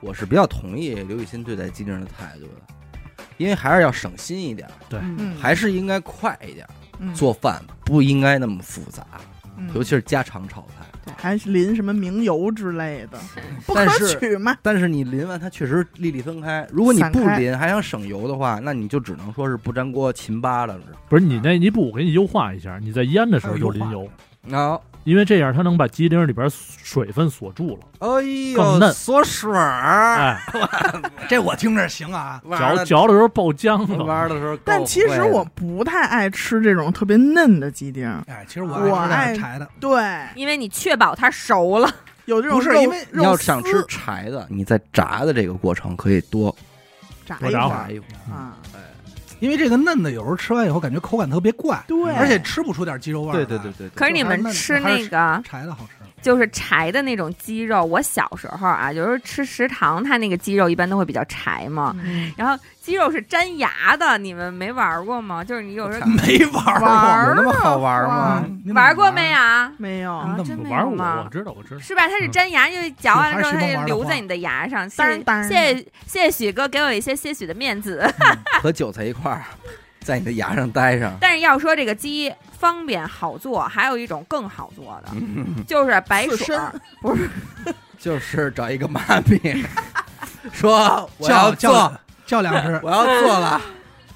S1: 我是比较同意刘雨欣对待鸡丁的态度的，因为还是要省心一点儿，
S2: 嗯
S1: 还是应该快一点儿，
S2: 嗯
S1: 做饭不应该那么复杂，
S2: 嗯
S1: 尤其是家常炒菜。
S2: 对还是淋什么明油之类的，不
S1: 但
S2: 可
S1: 是
S2: 取嘛。
S1: 但是你淋完它确实粒粒分开，如果你不
S2: 散开
S1: 淋还想省油的话，那你就只能说是不粘锅勤扒拉着。
S5: 不是你那你不我给你优化一下，你在腌的时候就淋
S3: 还有
S5: 油
S3: 优，
S1: 啊、
S5: 因为这样它能把鸡丁里边水分锁住了，
S1: 哎
S5: 更
S1: 呦，
S5: 嫩
S1: 锁水儿，
S5: 哎，
S3: 这我听着行啊，
S1: 玩
S5: 嚼
S1: 的
S5: 嚼的时候爆浆了。
S1: 玩的时候够会的。
S2: 但其实我不太爱吃这种特别嫩的鸡丁儿，
S3: 哎，其实我
S2: 我
S3: 爱
S2: 爱
S3: 吃柴的，
S2: 对，
S4: 因为你确保它熟了，
S2: 有这种
S3: 不是
S2: 肉
S3: 因为
S1: 你要
S2: 肉
S1: 想
S2: 丝
S1: 吃柴的，你在炸的这个过程可以多
S2: 炸
S5: 多
S2: 一
S5: 炸
S2: 下
S5: 会
S1: 炸一会儿。
S2: 啊，
S3: 因为这个嫩的有时候吃完以后感觉口感特别怪，
S2: 对，
S3: 而且吃不出点鸡肉味儿来。
S1: 对对对对，对
S4: 可是你们吃那个
S3: 柴的好吃。
S4: 就是柴的那种鸡肉，我小时候啊，有时候吃食堂，它那个鸡肉一般都会比较柴嘛。
S2: 嗯
S4: 然后鸡肉是粘牙的，你们没玩过吗？就是你有时候
S3: 没玩儿
S4: 玩
S1: 哦
S4: 儿
S1: 有那么好玩吗？
S3: 嗯你怎么
S4: 玩过没啊？
S2: 没
S4: 啊
S2: 有，
S5: 你
S4: 真
S5: 怎么
S4: 没
S5: 玩
S4: 有
S5: 我
S4: 吗
S5: 我知道我知道，
S4: 是吧？它是粘牙，因为嚼完了之后
S3: 嗯
S4: 它就留在你的牙上。谢
S2: 当然当然
S4: 谢谢谢许哥给我一些些许的面子。
S2: 啊
S1: 和韭菜一块儿在你的牙上待上，
S4: 但是要说这个鸡方便好做，还有一种更好做 的，就是白
S2: 刺
S4: 水
S2: 身
S4: 儿。
S1: 就是找一个妈 咪，说我要
S3: 叫
S1: 做，
S3: 叫叫两只，
S1: 我要做了。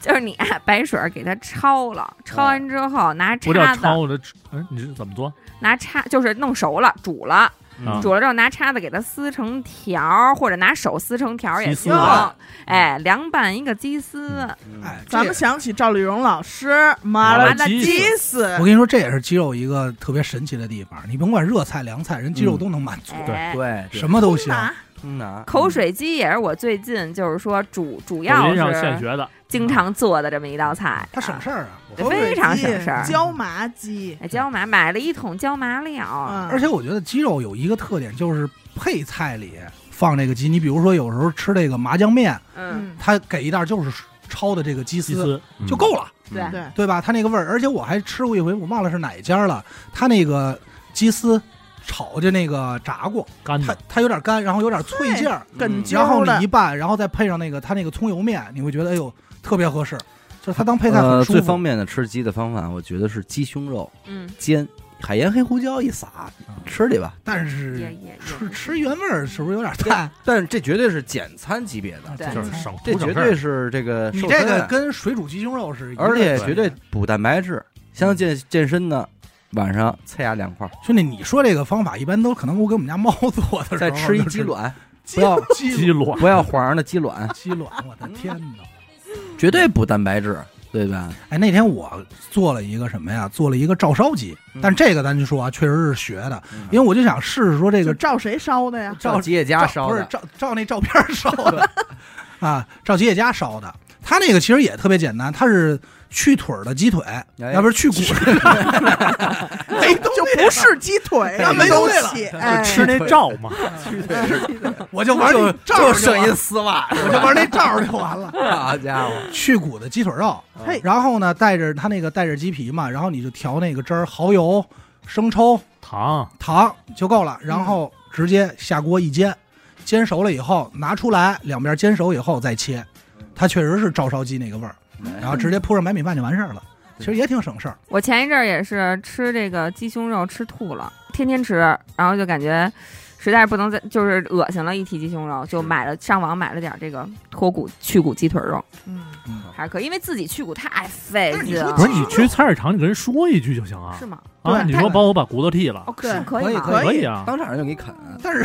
S4: 就是你啊白水儿给它焯了，焯完之后拿
S5: 哦不叫
S4: 叉子，
S5: 焯的，嗯，你是怎么做？
S4: 拿叉就是弄熟了，煮了，
S5: 啊
S4: 煮了之后拿叉子给它撕成条儿，或者拿手撕成条儿也
S5: 鸡
S4: 行
S5: 丝啊。嗯
S4: 哎，凉拌一个鸡丝，
S1: 哎，
S3: 哎，这
S2: 咱们想起赵丽蓉老师，麻
S5: 麻
S2: 辣
S5: 辣鸡
S2: 鸡丝
S3: 我，跟你说，这也是鸡肉一个特别神奇的地方。你甭管热菜凉菜，人鸡肉
S1: 嗯
S3: 都能满足，
S4: 哎，
S1: 对，
S3: 什么啊都行。
S2: 拿
S1: 通拿
S4: 口水鸡也是我最近就是说主主
S5: 抖
S4: 要
S5: 音上现
S4: 是
S5: 学的，
S4: 经常做的这么一道菜。
S3: 它省事儿啊，
S4: 对非常省事儿。
S2: 椒麻鸡，
S4: 哎椒麻买了一桶椒麻料，
S2: 嗯
S3: 而且我觉得鸡肉有一个特点，就是配菜里放这个鸡。你比如说，有时候吃这个麻酱面，
S4: 嗯，
S2: 嗯，
S3: 它给一袋就是焯的这个鸡
S5: 鸡
S3: 丝
S5: 丝
S3: 就够了，
S1: 嗯
S4: 对
S2: 对，
S3: 对吧？它那个味儿，而且我还吃过一回，我忘了是哪一家了。它那个鸡丝炒着那个炸过，
S5: 干
S3: 它
S5: 的，
S3: 它有点干，然后有点脆劲儿，
S2: 梗
S1: 嗯
S2: 啾
S3: 然后
S2: 的
S3: 你一拌，然后再配上那个它那个葱油面，你会觉得哎呦特别合适，就是它当配菜
S1: 呃，
S3: 很舒服。
S1: 最方便的吃鸡的方法，我觉得是鸡胸肉
S4: 嗯，
S1: 煎，海盐黑胡椒一撒，吃去吧。
S3: 但
S4: 也
S3: 是
S4: 也
S3: 吃吃原味儿是不是有点啊太？
S1: 但是这绝对是简餐级别的，
S4: 对
S5: 就是省
S1: 这
S5: 图
S1: 绝
S5: 省事儿
S1: 对是这个
S3: 你
S1: 瘦
S3: 这
S1: 身
S3: 个
S1: 啊，
S3: 跟水煮鸡胸肉是一个，
S1: 而且
S5: 对
S1: 绝对补蛋白质。像
S3: 嗯
S1: 健健身呢，晚上菜牙两块儿，
S3: 兄弟，你说这个方法一般都可能我给我们家猫做的时候，
S1: 再吃一鸡
S3: 就是
S1: 卵，
S3: 鸡
S1: 不要
S5: 鸡
S3: 鸡
S5: 卵
S1: 不要黄的鸡 卵，
S3: 鸡卵，我的天哪！
S1: 绝对补蛋白质，对吧？
S3: 哎，那天我做了一个什么呀？做了一个照烧鸡
S1: 嗯，
S3: 但这个咱就说啊，确实是学的，
S1: 嗯
S3: 因为我就想试试说这
S2: 就
S3: 个
S2: 照谁烧的呀？
S1: 照吉野家烧
S3: 不
S1: 的
S3: 是照照那照片儿烧的啊，照吉野家烧的。他那个其实也特别简单，他是去腿儿的鸡腿，
S1: 哎
S3: 要不是去骨，没东
S2: 哎就
S3: 西
S2: 不是鸡腿，
S3: 那没
S2: 东
S3: 东西了
S2: 西，
S3: 就
S2: 哎，
S5: 吃那罩嘛，
S3: 我就玩那罩
S1: 就
S3: 儿就
S1: 剩
S3: 完
S1: 一
S3: 了，
S1: 丝袜，
S3: 我就玩那罩儿就完了。
S1: 好家伙！
S3: 去骨的鸡腿肉，
S2: 嘿
S3: 然后呢，带着它那个带着鸡皮嘛，然后你就调那个汁儿，蚝油、生抽、
S5: 糖
S3: 糖就够了，然后直接下锅一煎，煎熟了以后拿出来，两边煎熟以后再切，它确实是照烧鸡那个味儿，然后直接铺上白米饭就完事儿了，其实也挺省事儿。
S4: 我前一阵儿也是吃这个鸡胸肉吃吐了，天天吃，然后就感觉实在是不能再，就是恶心了。一提鸡胸肉，就买了上网买了点儿这个脱骨去骨鸡腿肉，
S2: 嗯
S4: 还是可以，因为自己去骨太费
S3: 但是你
S4: 劲
S3: 说
S4: 了。
S5: 不是你去菜市场，你跟人说一句就行啊
S4: 是。吗？
S5: 啊，
S2: 对
S5: 你说
S3: 但
S5: 帮我把骨头剃了
S4: 哦，，是可
S3: 可
S4: 以
S3: 以
S4: 吗？
S3: 可
S5: 可以啊。
S1: 当场就给你啃，
S3: 但是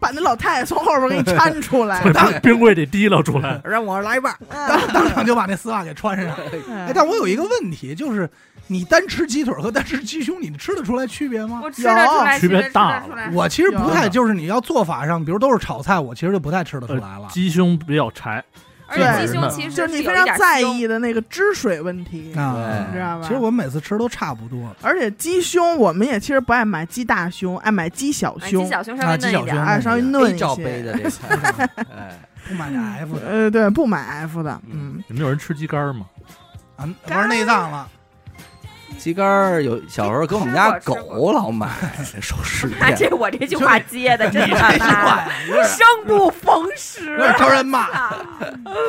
S2: 把那老太太从后边给你搀出来，
S5: 把冰柜里提溜 出来，
S1: 让我来一半。
S3: 当当场就把那丝袜给穿
S1: 嗯
S3: 上。哎，但我有一个问题，就是你单吃鸡腿和单吃鸡胸，你吃得出来区别吗？
S4: 我吃得出来，
S5: 有区别
S4: 吃得
S5: 大了
S4: 出来吃得出来
S3: 我其实不
S5: 有
S3: 太，
S5: 的
S3: 就是你要做法上，比如都是炒菜，我其实就不太吃得出来了。
S5: 鸡胸比较柴，
S4: 而且鸡
S5: 对
S4: 胸其实
S2: 就是是你非
S4: 有一
S2: 常
S4: 点
S2: 在
S4: 胸
S2: 意的那个汁水问题，
S1: 嗯
S3: 啊，
S2: 你知道吧？
S3: 其实我每次吃都差不多。
S2: 而且鸡胸我们也其实不爱买鸡大胸，爱买鸡小
S4: 哎
S2: 胸
S4: 鸡，小胸稍
S3: 啊
S4: 微
S3: 鸡
S4: 嫩
S3: 小
S4: 一点
S3: 胸
S4: 儿。
S2: 哎，稍微嫩
S1: A
S2: 一
S1: 罩杯
S2: 些。
S1: 的这菜，哎，
S3: 不买
S4: 嗯
S3: 那 F 的
S2: 呃，对，不买 F 的，嗯，
S5: 你们有人吃鸡肝儿吗？
S3: 啊，玩内脏了。
S1: 鸡肝儿有小时候给我们家狗老买，首饰
S4: 啊，
S1: 店
S4: 这我这句话接的真的
S3: 这句话
S4: 妈
S3: 呀
S4: 生不逢时
S3: 有点招人骂。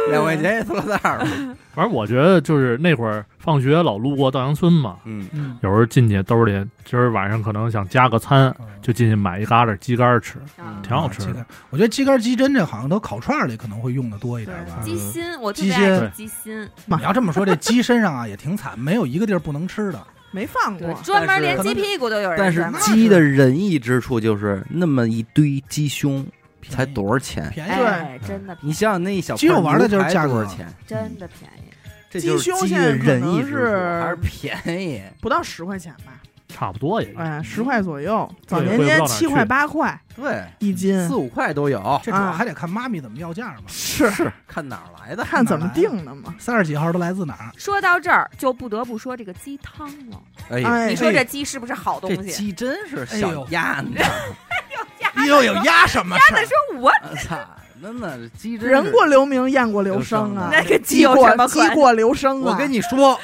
S1: 两块钱一塑料袋儿嘛，
S5: 反正我觉得就是那会儿放学老路过稻香村嘛，
S1: 嗯，
S3: 嗯，
S5: 有时候进去兜里，今儿晚上可能想加个餐，
S3: 嗯
S5: 就进去买一疙瘩鸡肝儿吃，
S4: 啊
S5: 挺好吃
S3: 鸡
S5: 的
S3: 肝。我觉得鸡肝、鸡胗这好像都烤串儿里可能会用的多一点吧。
S4: 鸡心，我特
S3: 鸡
S4: 别爱
S3: 心
S4: 吃鸡心，
S3: 你要这么说，这鸡身上啊也挺惨，没有一个地儿不能吃 的。
S2: 没放过。
S4: 专门连
S1: 但
S4: 鸡
S1: 是
S4: 屁股都有人
S1: 但是
S4: 在卖
S1: 鸡的仁义之处就是那么一堆鸡胸
S3: 便宜
S1: 才多少钱？
S3: 便宜
S4: 哎，真的
S1: 你想想那一小块
S3: 鸡肉丸的就
S1: 牛
S3: 是
S1: 排
S3: 价格
S1: 多少钱？
S4: 真的便宜，
S1: 这就是
S2: 鸡胸
S1: 鸡
S2: 现在
S1: 的
S2: 可
S1: 仁义
S2: 能
S1: 之
S2: 是
S1: 处，还是便宜？
S2: 不到十块钱吧，
S5: 差不多也就。
S2: 哎，十块左右。
S5: 嗯对
S2: 早年
S5: 贵不到哪
S2: 间
S5: 儿
S2: 七
S5: 去
S2: 块八块
S1: 对，
S2: 一斤，
S1: 四五块都有，
S3: 这主
S4: 啊
S3: 要还得看妈咪怎么要价嘛。
S2: 是
S1: 看哪儿来的？
S2: 看怎么定的嘛。
S3: 三十几号都来自哪儿？
S4: 说到这儿，就不得不说这个鸡汤了。
S1: 哎呀，
S2: 哎
S4: 你，说这鸡是不是好东
S1: 这
S4: 西？
S1: 鸡真是
S3: 哎
S1: 小
S3: 呦
S1: 鸭子，
S3: 又有鸭什么事
S4: 他
S3: 儿？
S4: 说我
S1: 操，真的 鸡真是
S2: 人过留名，雁过留
S1: 留
S2: 声
S1: 声
S2: 啊
S1: 啊，
S4: 那跟鸡
S2: 鸡
S4: 有
S2: 过
S4: 什么
S2: 鸡
S4: 关系？
S2: 过留声啊。
S1: 我跟你说，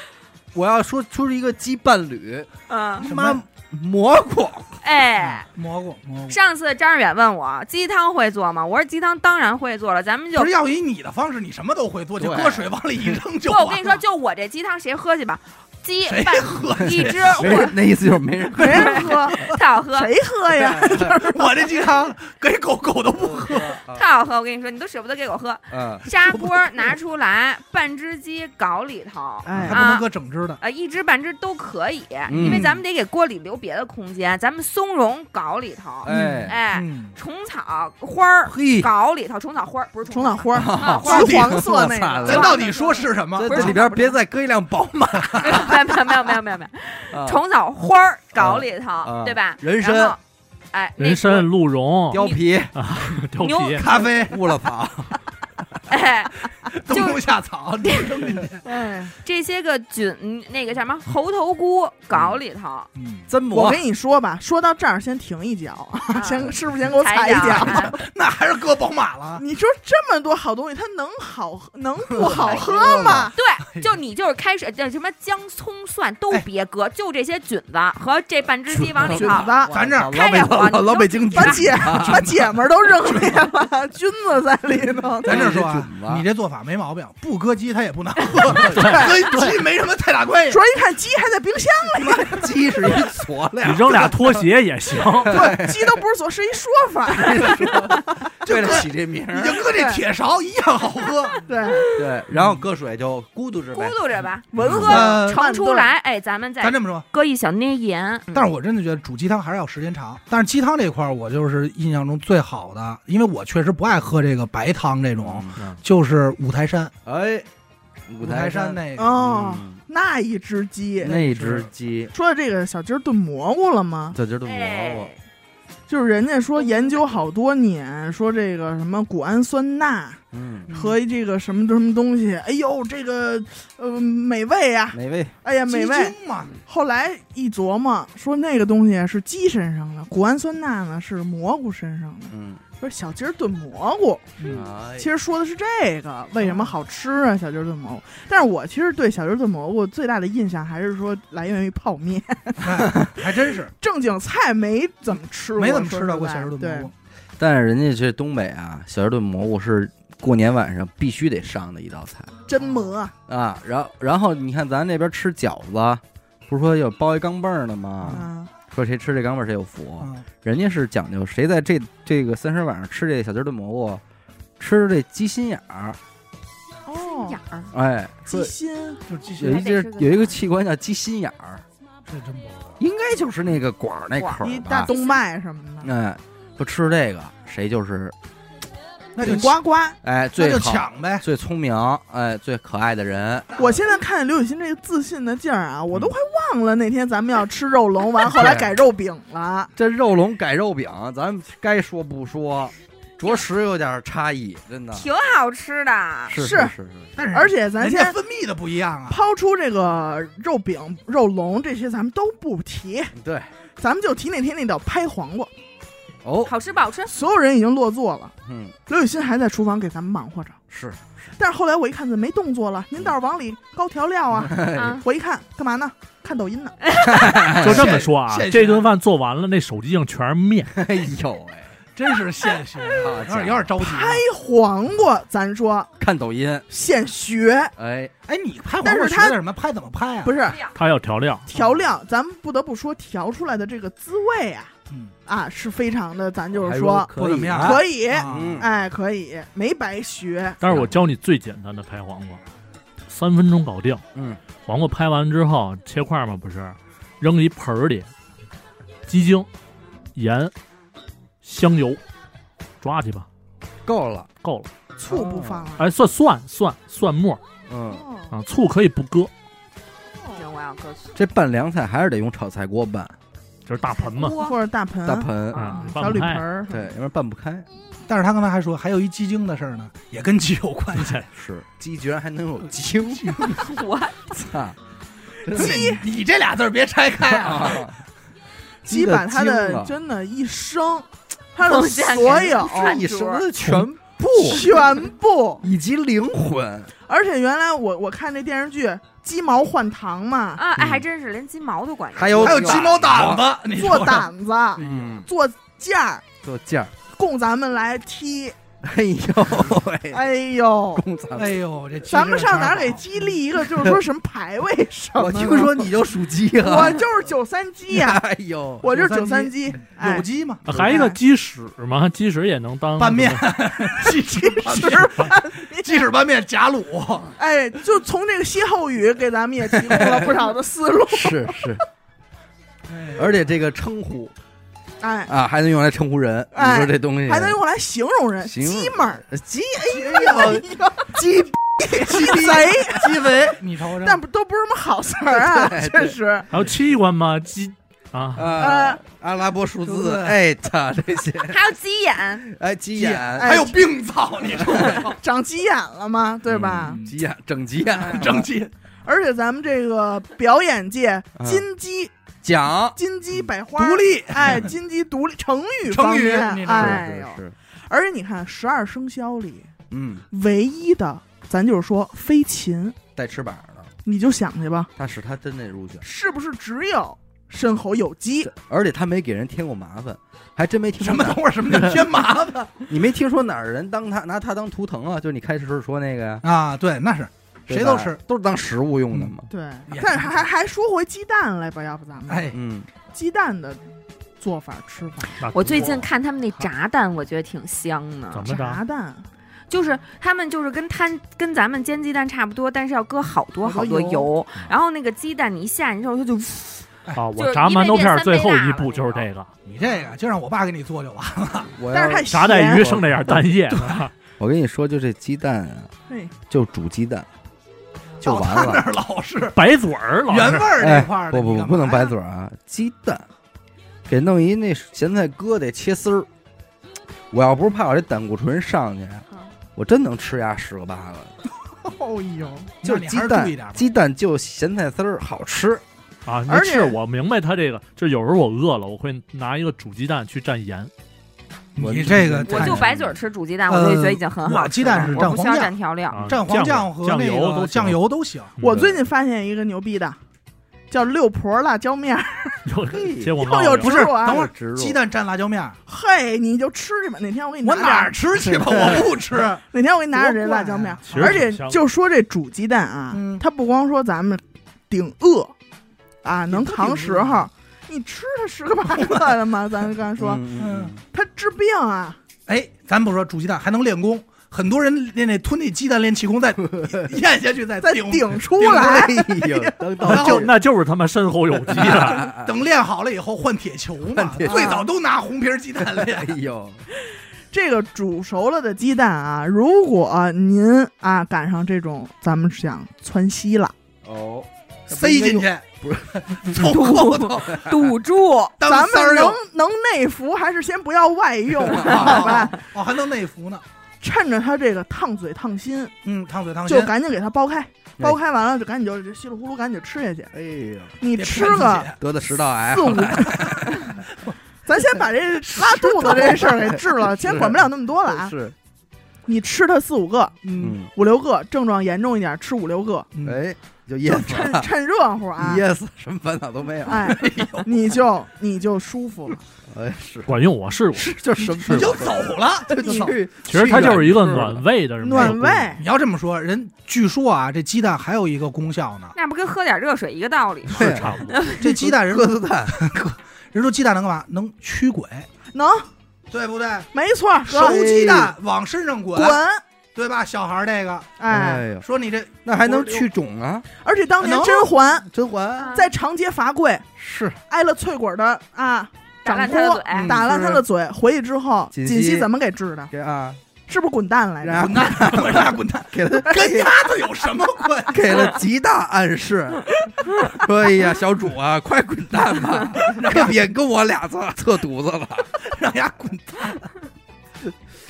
S1: 我要说出一个鸡伴侣，
S4: 嗯，
S1: 他
S3: 什
S1: 妈
S3: 么
S1: 蘑菇，
S4: 哎，
S3: 嗯蘑菇蘑菇。
S4: 上次张志远问我鸡汤会做吗？我说鸡汤当然会做了，咱们就
S3: 不是要以你的方式，你什么都会做，就
S1: 对
S3: 搁水往里一扔就
S4: 不，
S3: 完了。
S4: 我跟你说，就我这鸡汤谁喝去吧，鸡
S3: 啊谁
S4: 拌
S3: 喝？
S4: 一只
S1: 没人那意思就是没人
S2: 没人 喝，
S4: 太好喝，
S2: 谁喝 哎呀？
S3: 我这鸡汤给狗狗都不
S4: 啊
S1: 喝。
S4: 太好喝！我跟你说，你都舍不得给我喝。
S1: 嗯，
S4: 砂锅拿出来，半只鸡搞里头，
S3: 还
S2: 哎
S3: 不能搁整只的，
S4: 呃，一只半只都可以，
S1: 嗯
S4: 因为咱们得给锅里留别的空间。咱们松茸搞里头，
S1: 哎，
S4: 哎，
S3: 嗯，
S4: 虫草花儿
S1: 嘿，
S4: 搞里头，虫草花儿不是
S2: 虫
S4: 草
S2: 草花儿，
S4: 草啊花
S3: 到
S4: 儿，
S3: 底
S2: 橘黄色那
S1: 我操
S2: 个
S1: 咱
S3: 咱到底说是什么？
S1: 这
S4: 不是
S1: 这里边别再搁一辆宝马，
S4: 没有没有没有没有没有，
S1: 啊
S4: 虫草花儿搞里头，
S1: 啊
S4: 对吧？
S1: 人参
S4: 然后，哎，那
S5: 人参、鹿茸、
S1: 貂皮、
S5: 貂
S4: 牛
S5: 皮，
S3: 咖啡、
S1: 乌了草，
S4: 哎，
S3: 冬虫夏草，都扔进去。
S2: 哎，
S4: 这些个菌，嗯那个叫什么猴头菇搞里头，
S3: 嗯，
S1: 真
S2: 我
S1: 蘑
S2: 跟你说吧，说到这儿先停一脚，
S4: 啊
S2: 先师傅先给我
S4: 踩
S2: 踩
S4: 一
S2: 一
S4: 脚
S2: 脚。
S4: 哎
S3: 那还是搁宝马了。
S2: 你说这么多好东西，它能好喝能不好喝吗？
S1: 哎
S4: 对，就你就是开水，叫什么姜、葱、蒜都别搁，就这些菌子和这半只 鸡往里
S2: 菌
S4: 泡。
S2: 子
S1: 咱
S3: 咱这儿
S1: 老北
S4: 开着火
S1: 老老
S4: 你
S1: 北京
S4: 就
S1: 卷
S2: 把姐把姐们儿都扔里了，菌子在里头。
S3: 咱这儿说啊，
S1: 准吧？
S3: 你这做法没毛病，不搁鸡它也不能喝，跟鸡没什么太大关系
S2: 主。要一看鸡还在冰箱里，
S1: 鸡是一佐料
S5: 你扔俩拖鞋也行，
S2: 鸡都不是所是一说法。
S1: 为了起这名
S3: 你
S1: 儿，
S3: 就搁这铁勺一样好喝。
S2: 对，
S1: 对，然后搁水就咕嘟着
S4: 咕
S1: 呗。
S4: 嘟着吧，闻
S3: 呃
S4: 喝盛出来，哎，咱们
S3: 咱
S4: 再
S3: 这么说，
S4: 搁一小捏盐。
S3: 但是我真的觉得煮鸡汤还是要时间长。但是鸡汤这块儿，我就是印象中最好的，因为我确实不爱喝这个白汤这种，
S5: 嗯
S3: 就是五台山，
S1: 哎，五
S3: 五
S1: 台
S3: 台山那个。
S2: 哦，
S1: 嗯
S2: 那一只鸡。
S1: 那只鸡，
S2: 说到这个小鸡儿炖蘑菇了吗？
S1: 这就是蘑菇
S4: 哎，，
S2: 就是人家说研究好多年，说这个什么谷氨酸钠
S1: 嗯，
S2: 和这个什么什么东西，哎呦，这个呃美味呀、
S1: 美味，
S2: 哎呀美
S3: 鸡
S2: 味。
S3: 精嘛，
S2: 后来一琢磨，说那个东西是鸡身上的，谷氨酸钠呢是蘑菇身上的。
S1: 嗯，
S2: 说小鸡儿炖蘑菇，
S3: 嗯
S1: 哎
S2: 其实说的是这个
S3: 哦
S2: 为什么好吃啊？小鸡儿炖蘑菇。但是我其实对小鸡儿炖蘑菇最大的印象还是说来源于泡面，
S3: 哎还真是
S2: 正经菜没怎么吃过，
S3: 没怎么吃
S2: 说
S3: 到
S2: 实
S3: 过
S2: 在
S3: 现实炖蘑
S2: 对
S3: 菇。
S1: 但是人家这东北啊，小鸡炖蘑菇是过年晚上必须得上的一道菜
S2: 真
S3: 哦
S2: 蘑，
S1: 啊。然后，然后你看咱那边吃饺子，不是说有包一钢镚儿的吗？
S2: 嗯，
S1: 说谁吃这钢镚儿谁有福，
S3: 嗯，
S1: 人家是讲究谁在这这个三十晚上吃这小鸡炖蘑菇，吃这鸡心眼儿，
S2: 哦
S4: 眼，儿
S1: 哎，
S2: 鸡
S1: 说
S2: 心，
S3: 就是鸡心
S1: 有一
S4: 还得
S1: 只
S4: 是个
S1: 有一个器官叫鸡心眼儿，
S3: 这真不错。
S1: 应该就是那个管儿那
S3: 啊
S1: 口
S2: 一
S1: 儿
S2: 大
S1: 吧？
S2: 动脉什么的，
S1: 哎，不吃这个谁就是
S3: 那就
S2: 呱呱。
S1: 哎
S3: 那
S1: 最
S3: 就
S1: 好、
S3: 抢呗。
S1: 最聪明、哎最可爱的人。
S2: 我现在看见刘雨欣这个自信的劲儿啊，我都快忘了那天咱们要吃肉龙，完后来改肉饼了。
S1: 这肉龙改肉饼，咱们该说不说，着实有点差异，真的
S4: 挺好吃的，
S1: 是
S2: 是
S1: 是是，
S3: 但是
S2: 而且咱
S3: 人
S2: 先
S3: 家分泌的不一样啊，
S2: 抛出这个肉饼、肉龙这些，咱们都不提，
S1: 是对
S2: 咱们就提那天那道拍黄瓜，
S1: 哦，
S4: 好吃不好吃？
S2: 所有人已经落座了，
S1: 嗯
S2: 刘雨欣还在厨房给咱们忙活着。
S1: 是
S2: 但是后来我一看，怎么没动作了？您倒是往里高调料啊！
S1: 哎
S3: 嗯
S4: 啊，
S2: 我一看，干嘛呢？看抖音呢。
S5: 就这么说啊
S3: 现现，
S5: 这顿饭做完了，那手机上全是面，
S1: 哎呦喂、
S3: 真是现学， 有
S1: 好
S3: 点
S1: 家伙
S3: 有点着急。啊
S2: 拍黄瓜，咱说
S1: 看抖音，
S2: 现学，
S1: 哎，
S3: 哎，你拍黄
S2: 但是
S3: 瓜学
S2: 他
S3: 的什么？拍怎么拍啊？
S2: 不
S3: 是，
S2: 是
S5: 它要调料，
S2: 调料，咱们不得不说调出来的这个滋味啊
S3: 嗯，
S2: 啊是非常的，咱就
S1: 还
S2: 是说
S1: 可以
S3: 我怎么样
S1: 啊
S2: 可以，
S3: 啊
S1: 嗯
S2: 哎，可以，没白学。
S5: 但是我教你最简单的拍黄瓜，三分钟搞定。
S1: 嗯，
S5: 黄瓜拍完之后切块嘛，不是，扔一盆儿里，鸡精、盐、香油，抓去吧，
S1: 够了，
S5: 够了。
S2: 醋不放啊了。
S5: 哎，蒜蒜蒜蒜末
S1: 嗯，
S2: 哦
S5: 啊，醋可以不搁，
S4: 行，我要搁醋。
S1: 这拌凉菜还是得用炒菜锅拌，
S5: 就是大盆嘛，
S4: 锅
S2: 或者大盆、
S1: 大盆，
S5: 啊，
S4: 嗯
S5: 拌
S2: 小
S5: 不
S2: 铝盆
S5: 开。
S2: 儿，
S1: 对，要不然拌不开。
S3: 但是他刚才还说还有一鸡精的事儿呢，也跟鸡有关系。
S1: 是鸡居然还能有 精，
S4: 我
S1: 嗯操！
S3: 鸡， 你这俩字儿别拆开啊！
S1: 啊，
S2: 鸡把它
S1: 精
S2: 的
S1: 啊
S2: 真的一生，它的
S4: 奉献给
S2: 所有
S4: 这
S1: 你什么的全
S5: 全
S1: 部
S2: 全部，
S1: 以及灵魂，
S2: 而且原来我我看这电视剧《鸡毛换糖》嘛，
S4: 啊，哎，还真是连鸡毛都管用。
S1: 还有
S3: 还有鸡毛掸子，你
S2: 做
S3: 说
S2: 胆子、
S1: 嗯，
S2: 做架儿，
S1: 做件儿。
S2: 供咱们来踢。
S1: 哎呦 喂，
S2: 哎呦，
S1: 共产
S3: 哎呦，这鸡
S2: 咱们上哪儿
S3: 这
S2: 给
S3: 个事
S2: 鸡立一个，就是说什么排位什么？
S1: 啊 我听，说你就属鸡
S2: 我
S1: 了，
S2: 就是九三鸡呀、
S1: 哎呦，，
S2: 我就是九三鸡，
S3: 儿有
S2: 哎，
S3: 鸡吗？
S5: 还有一个鸡屎嘛，鸡屎也能当
S3: 拌面， 鸡翅拌
S2: 吃
S3: 面，
S2: 饭，
S3: 鸡翅拌面夹卤，
S2: 哎，就从这个歇后语给咱们也提供了不少的思路
S1: 是是，而且这个称呼
S2: 哎，
S1: 啊，还能用来称呼人，你
S2: 哎
S1: 说这东西
S2: 还能用来形容人，
S1: 形容
S2: 鸡们儿，
S1: 鸡
S2: 哎呦
S1: 鸡
S2: 鸡贼，
S1: 鸡为
S3: 你瞅瞅，
S2: 但不都不是什么好事儿啊，
S1: 对
S2: 确实，
S5: 还有器官嘛，鸡啊，
S1: 啊，阿拉伯数
S3: 数
S1: 字
S3: 字，
S1: 哎操这些，
S4: 还有鸡眼，
S1: 哎鸡
S3: 鸡
S1: 眼，
S2: 哎
S3: 还有病灶，你瞅瞅，
S2: 长鸡眼了嘛，对吧？
S1: 鸡眼整鸡眼
S3: 整鸡
S2: 而且咱们这个表演界
S1: 嗯
S2: 金鸡
S1: 讲
S2: 金鸡百花
S3: 独，立，
S2: 哎，金鸡独立成语方面
S3: 成语你这是
S2: 哎
S1: 是
S2: 呦
S1: 是，是，
S2: 而且你看十二生肖里
S1: 嗯，
S2: 唯一的，咱就是说飞禽，
S1: 带翅膀的，
S2: 你就想去吧，
S1: 但是他真得入选，
S2: 是不是只有深喉有鸡
S1: 这，而且他没给人添过麻烦，还真没听
S3: 什
S1: 说
S3: 么
S1: 哪
S3: 等会儿什么 叫添麻烦
S1: 你没听说哪儿人当他拿他当图腾啊？就是你开始说那个呀，
S3: 啊？对，那是
S1: 对
S3: 谁都
S1: 吧
S3: 吃，
S1: 都是当食物用的嘛。
S2: 对
S3: 也，
S2: 但是还还说回鸡蛋来吧，要不咱们
S3: 哎，
S1: 嗯，
S2: 鸡蛋的做法吃法，
S5: 那
S4: 我最近看他们那炸蛋，我觉得挺香
S5: 怎
S4: 呢，
S5: 么着？
S2: 炸蛋
S4: 就是他们就是跟摊跟咱们煎鸡蛋差不多，但是要搁好多
S2: 好
S4: 好
S2: 多
S4: 多
S2: 油
S4: 油，嗯然后那个鸡蛋你一下，你之后它就
S5: 啊，
S4: 就是
S5: 我
S4: 一
S5: 炸馒头片
S4: 倍变三
S5: 儿
S4: 倍
S5: 最后一
S4: 大
S5: 步
S4: 了
S5: 就是
S4: 那
S5: 这个
S3: 你这个就让我爸给你做就完了。
S1: 嗯我
S2: 但是
S1: 要
S2: 太
S5: 炸带
S2: 咸
S5: 鱼，剩那点蛋液呢。
S1: 我跟你说，就这鸡蛋啊，
S2: 对，
S1: 就煮鸡蛋就
S3: 到
S1: 完
S3: 哦他那
S1: 了。
S3: 儿老 是
S5: 白嘴儿老
S3: 原
S5: 是
S3: 味儿
S1: 哎
S3: 这块儿
S1: 不
S3: 的，
S1: 不
S3: 你
S1: 不，
S3: 干
S1: 不能
S3: 嘛呀
S1: 白嘴儿啊，鸡蛋给弄一那咸菜疙瘩切丝儿。我要不是怕我这胆固醇上去
S4: 嗯，
S1: 我真能吃呀十个八个。
S2: 哦呦，
S3: 那
S1: 就
S3: 你
S1: 鸡
S3: 还是注意点
S1: 蛋，
S3: 吧
S1: 鸡蛋就咸菜丝儿好吃。
S5: 啊，
S2: 而
S5: 那
S2: 且
S5: 是我明白他这个，就有时候我饿了，我会拿一个煮鸡蛋去蘸盐。
S1: 我
S3: 你这个
S4: 我
S3: 太
S4: 就白嘴儿吃煮鸡蛋，我就觉得已经很好吃了。
S3: 呃我鸡蛋是
S4: 嗯我不需要
S3: 蘸黄
S4: 蘸调料，
S5: 啊
S3: 蘸黄
S5: 酱
S3: 和
S5: 酱
S3: 那
S5: 油
S1: 啊
S5: 都
S3: 个
S5: 行
S3: 酱，油都行。
S5: 嗯
S2: 我最近发现一个牛逼的，叫六婆辣椒面儿，
S5: 又接广 告
S2: 又有
S5: 了
S3: 不是
S2: 植入啊
S3: 等会儿
S1: 植入
S3: 鸡蛋蘸辣椒面儿，
S2: 嘿，你就吃去吧。哪天我给你
S3: 我
S2: 拿
S3: 哪儿
S2: 点，
S3: 吃去了？我不吃。
S2: 哪天我给你拿点这辣椒面儿。
S5: 其实
S2: 而
S5: 挺
S2: 且
S5: 香的
S2: 就说这煮鸡蛋啊，
S3: 嗯
S2: 它不光说咱们顶饿啊，能扛时
S3: 顶
S2: 候，你吃它十个八个 的嘛。咱刚才说
S1: 嗯
S3: 嗯
S2: 它治病啊，
S3: 哎，咱不说煮鸡蛋还能练功，很多人练那吞那鸡蛋练气功，再 咽下去再
S2: 再
S3: 顶。
S2: 顶出
S3: 顶
S2: 来。
S1: 哎呀，当
S5: 那
S1: 到
S5: 就那就是他妈身后有 鸡了。
S3: 等练好了以后换铁球嘛，
S1: 铁
S2: 球
S3: 最早都拿红皮儿 鸡蛋
S1: 哎
S3: 练。
S1: 呦，
S2: 这个煮熟了的鸡蛋啊，如果您啊赶上这种咱们想窜稀了，
S1: 哦，
S3: 塞进去，
S1: 不是
S3: 从后 头
S4: 堵住。
S3: 当
S2: 咱
S3: 塞儿
S2: 们能
S3: 用，
S2: 能内服还是先不要外用， 好吧？
S3: 哦，哦还能内服呢。
S2: 趁着它这个烫嘴烫心，
S3: 嗯，烫嘴烫心
S2: 就，赶紧给它剥开，剥开完了就赶紧就就稀里糊涂赶紧就吃下去。
S1: 哎呦，
S2: 你
S3: 别
S2: 吃
S3: 骗自
S2: 个
S3: 己
S1: 得的食道癌
S2: 四，五个， 咱先把这拉肚子这事儿给治了，先管不了那么多了啊。
S1: 是，
S2: 你吃它四五个、
S3: 嗯，
S1: 嗯，
S2: 五六个，症状严重一点吃五六个，
S3: 嗯，
S1: 哎，就噎死
S2: 趁
S1: 了，
S2: 趁热乎啊
S1: 一，噎死，什么烦恼都没有，
S3: 啊
S2: 哎，你就你就舒服了。
S1: 哎，是
S5: 管用，我试过。
S1: 是，就什么
S3: 你就走了，
S1: 就
S3: 你
S1: 去，
S5: 其实它就是一个暖胃的这么一个
S2: 暖
S5: 功能
S2: 胃，
S3: 你要这么说，人据说啊，这鸡蛋还有一个功效 呢。
S4: 那不跟喝点热水一个道理吗？
S1: 对
S5: 是差 不多。
S3: 这鸡蛋人
S1: 鸽子蛋，
S3: 人说鸡蛋能干嘛？能驱鬼，
S2: 能，
S3: 对不对？
S2: 没错，
S3: 熟
S2: 哥
S3: 鸡蛋往身上滚
S2: 滚，，
S3: 对吧？小孩儿这个
S2: 哎，
S1: 呦，
S3: 说你这
S1: 那还能去肿啊？
S3: 哎
S2: 而且当年
S3: 能
S2: 甄嬛
S1: 甄嬛
S2: 在长街罚跪，
S1: 是
S2: 挨了翠果的啊，
S4: 打
S2: 掌
S4: 烂他的
S2: 掴
S4: 嘴，
S1: 嗯
S2: 打烂他的嘴，回去之后，
S1: 锦
S2: 锦
S1: 溪
S2: 溪怎么给治的？
S1: 给啊，
S2: 是不是滚蛋来
S1: 让
S2: 着？
S3: 滚蛋，滚蛋，滚 蛋，
S1: 给了
S3: 跟鸭子有什么关系？
S1: 给了极大暗示。哎呀，小主啊，快滚蛋 吧！可别跟我俩测测犊子了。
S3: 让鸭滚蛋！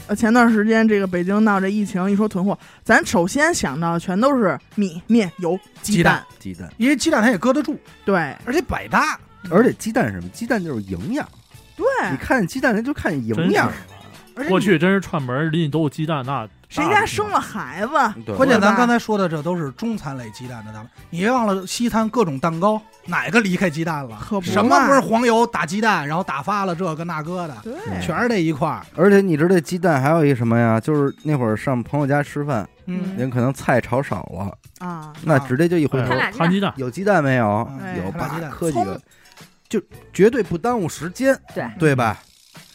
S2: 呃，前段时间这个北京闹这疫情，一说囤货，咱首先想到全都是米、面、油、
S3: 鸡蛋
S2: 蛋。
S1: 鸡蛋，
S3: 因为鸡蛋它也搁得住，
S2: 对
S3: 而且百搭。
S1: 而且鸡蛋是什么？鸡蛋就是营养。
S2: 对，
S3: 哎
S1: 你看鸡蛋，它就看营
S5: 真
S1: 养。
S3: 而且
S5: 过
S3: 你
S5: 去真是串门儿邻居都有鸡蛋，那
S2: 谁家生了孩子？
S1: 对
S3: 关键
S2: 对吧
S3: 咱刚才说的这都是中餐类鸡蛋的，咱们你别忘了西餐各种蛋糕，哪个离开鸡蛋了？
S2: 可不
S3: 什么
S2: 嘛
S3: 不是黄油打鸡蛋，然后打发了这个那个的，
S2: 对，
S3: 全是这一块儿。
S1: 哎而且你知道这鸡蛋还有一什么呀？就是那会儿上朋友家吃饭，
S3: 嗯，
S1: 人可能菜炒少了，
S2: 啊，
S1: 那直接就一回头
S4: 他，俩
S5: 哎摊鸡蛋，
S1: 有鸡蛋没有？
S3: 嗯
S2: 哎
S1: 有
S3: 他俩
S1: 吧
S3: 鸡？蛋
S1: 磕几个，就绝对不耽误时间，
S4: 对
S1: 对吧？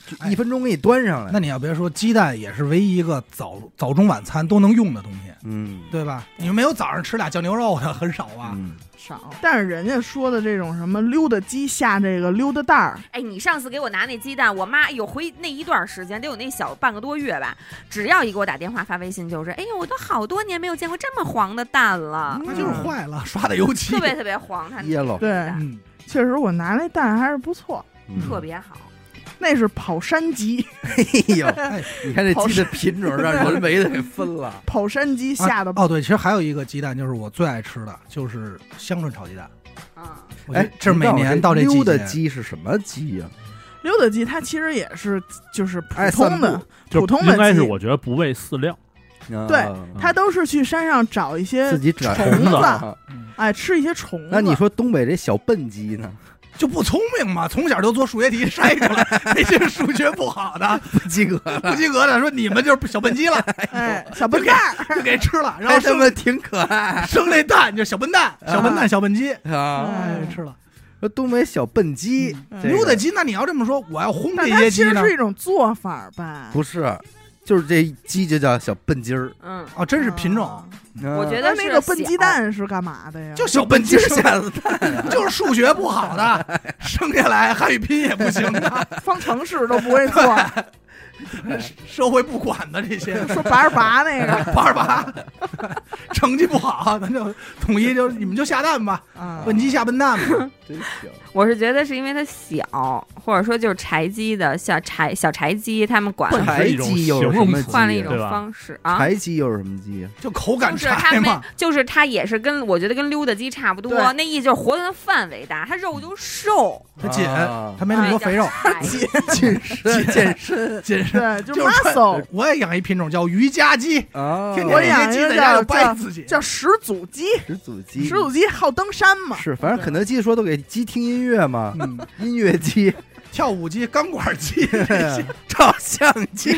S1: 就
S3: 哎
S1: 一分钟给你端上来
S3: 那。你要别说，鸡蛋也是唯一一个早早中晚餐都能用的东西，
S1: 嗯，
S3: 对吧？你们没有早上吃俩酱牛肉的很少啊。
S1: 嗯，
S2: 少。但是人家说的这种什么溜达鸡下这个溜达蛋儿，
S4: 哎，你上次给我拿那鸡蛋，我妈有回那一段时间，得有那小半个多月吧，只要一给我打电话发微信，就是，哎呦，我都好多年没有见过这么黄的蛋了，
S3: 那就是坏了， 刷的油漆
S4: 嗯特。别特别黄，它
S1: 噎了。
S2: 对，
S3: 嗯，
S2: 确实我拿那蛋还是不错，
S1: 嗯
S4: 特别好。
S2: 那是跑山鸡，
S1: 哎呦，
S3: 哎
S1: 你看这鸡的品种让人为的给分了。
S2: 跑山鸡下的
S3: 哦，对，其实还有一个鸡蛋就是我最爱吃的，就是香椿炒鸡蛋。
S4: 啊，
S3: 我觉得
S1: 哎，
S3: 这是每年
S1: 到
S3: 到这季
S1: 溜达
S3: 节，
S1: 鸡是什么鸡呀？
S2: 溜达鸡，它其实也是就是普
S1: 哎散
S2: 通的
S1: 步，
S5: 就
S2: 普通的
S5: 应该是
S2: 鸡
S5: 我觉得不喂饲料，
S2: 对
S1: 啊
S2: 他都是去山上找一些
S1: 自己找
S2: 虫
S5: 虫
S2: 子，
S1: 啊
S2: 哎，吃一些虫子。
S1: 那你说东北这小笨鸡呢？
S3: 就不聪明嘛，从小就做数学题 筛出来，那些数学不好 的、
S1: 不及格，
S3: 不及格的，说你们就是小笨鸡了，
S2: 哎，小笨蛋儿，
S3: 就给吃了，然后
S1: 还哎他
S3: 生
S1: 妈挺可爱
S3: 生那蛋就小笨蛋，小笨蛋，小笨鸡，
S1: 啊！
S3: 哎，吃了
S1: 说东北小笨鸡，
S2: 嗯
S1: 这个
S3: 牛的鸡。那你要这么说，我要轰这
S2: 但它
S3: 些
S2: 其
S3: 鸡
S2: 实
S3: 呢？
S2: 是一种做法儿吧？
S1: 不是，就是这鸡就叫小笨鸡儿。
S4: 嗯，
S3: 哦，真是品
S2: 啊
S1: 我
S3: 种，。
S4: 我觉
S2: 那
S4: 得
S2: 那
S4: 是
S2: 个笨
S4: 小
S2: 鸡，蛋是干嘛的呀？
S3: 就小笨鸡 生
S1: 下子
S3: 就是数学不好 的，生下来汉语拼音也不行的，
S2: 啊方程式都不会做，
S3: 社会不管的这些
S2: 说拔是拔那 个
S3: 八十八，成绩不好，咱就统一就你们就下蛋吧，
S2: 啊，
S3: 笨鸡下笨蛋嘛，
S1: 真行，
S4: 我是觉得是因为它小，或者说就是柴鸡的小柴小柴鸡，他们管
S5: 笨
S1: 柴
S5: 是一种
S1: 鸡又
S5: 形
S1: 有什
S5: 容
S1: 么
S5: 词
S1: 鸡
S4: 换了一
S1: 啊
S4: 种
S5: 对吧
S4: 方式啊。
S1: 柴鸡又是什么鸡啊？
S3: 就口感
S4: 就是它
S3: 柴
S4: 们
S2: 啊
S3: 嘛，，
S4: 就是它也是跟我觉得跟溜达鸡差不多，
S2: 对
S4: 那意思就是活动的范围大，它肉就瘦，
S3: 它紧，
S1: 啊
S3: 它没那么多肥肉，
S4: 哎叫柴
S3: 紧
S1: 对 健身
S3: 紧身。
S2: 对，就
S3: 就是穿
S2: muscle
S3: 我也养一品种叫瑜伽鸡，
S1: 啊！
S3: 天
S2: 嗯我
S3: 天
S2: 养
S3: 那些鸡在家就掰自己，
S2: 叫始祖鸡，
S1: 始祖鸡，
S2: 始祖鸡好登山嘛，
S1: 是，反正肯德基说都给鸡听音乐嘛，
S3: 嗯，
S1: 音乐鸡、
S3: 跳舞鸡、钢管 鸡，
S1: 照相机，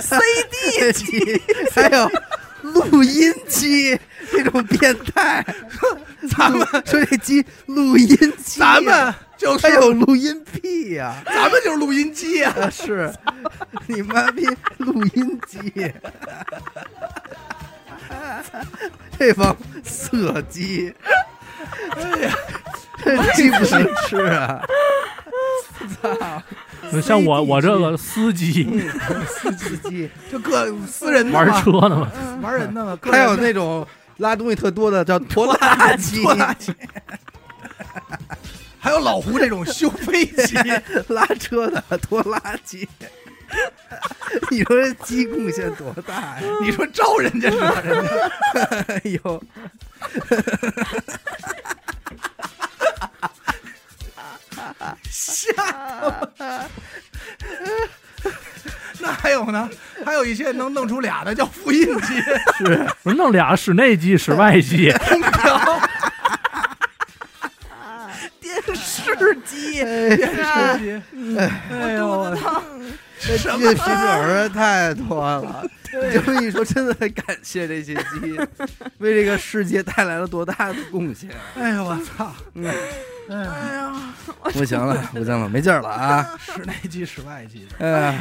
S2: CD
S1: 鸡，还有录音机，这种变态，
S3: 咱们
S1: 说这鸡录音机，
S3: 咱们就是
S2: 哎
S1: 还有录音屁呀、
S3: 咱们就是录音机啊，
S1: 啊！ 是，你妈逼录音机，这帮色鸡，
S3: 哎
S1: 这鸡不能吃啊！
S5: 那像我我这个司机
S1: 司 机
S3: 就各私人的
S5: 玩
S3: 嘛，
S5: 车呢嘛，
S2: 嗯
S3: 玩人的 嘛，
S1: 还有那种拉东西特多的叫拖拉机，
S3: 拖拉机， 还有老胡这种修飞 机，
S1: 拉车的拖拉 机。你说这鸡贡献多大呀？
S3: 你说招人家惹人家，
S1: 哎呦，
S3: 那还有呢？还有一些能弄出俩的叫复印 机、
S5: 是不是弄俩室内机、室外机，
S3: 空调、
S2: 电视机，
S3: 电视机，哎呦我
S1: 这这品种儿太多 了。你这么一说，真的得感谢这些鸡，为这个世界带来了多大的贡献。
S3: 哎呦我操！
S1: 嗯
S3: 哎呀，
S2: 哎呀，
S1: 不行 了，不行了，没劲儿了啊！
S3: 室内机、室外机，
S1: 哎，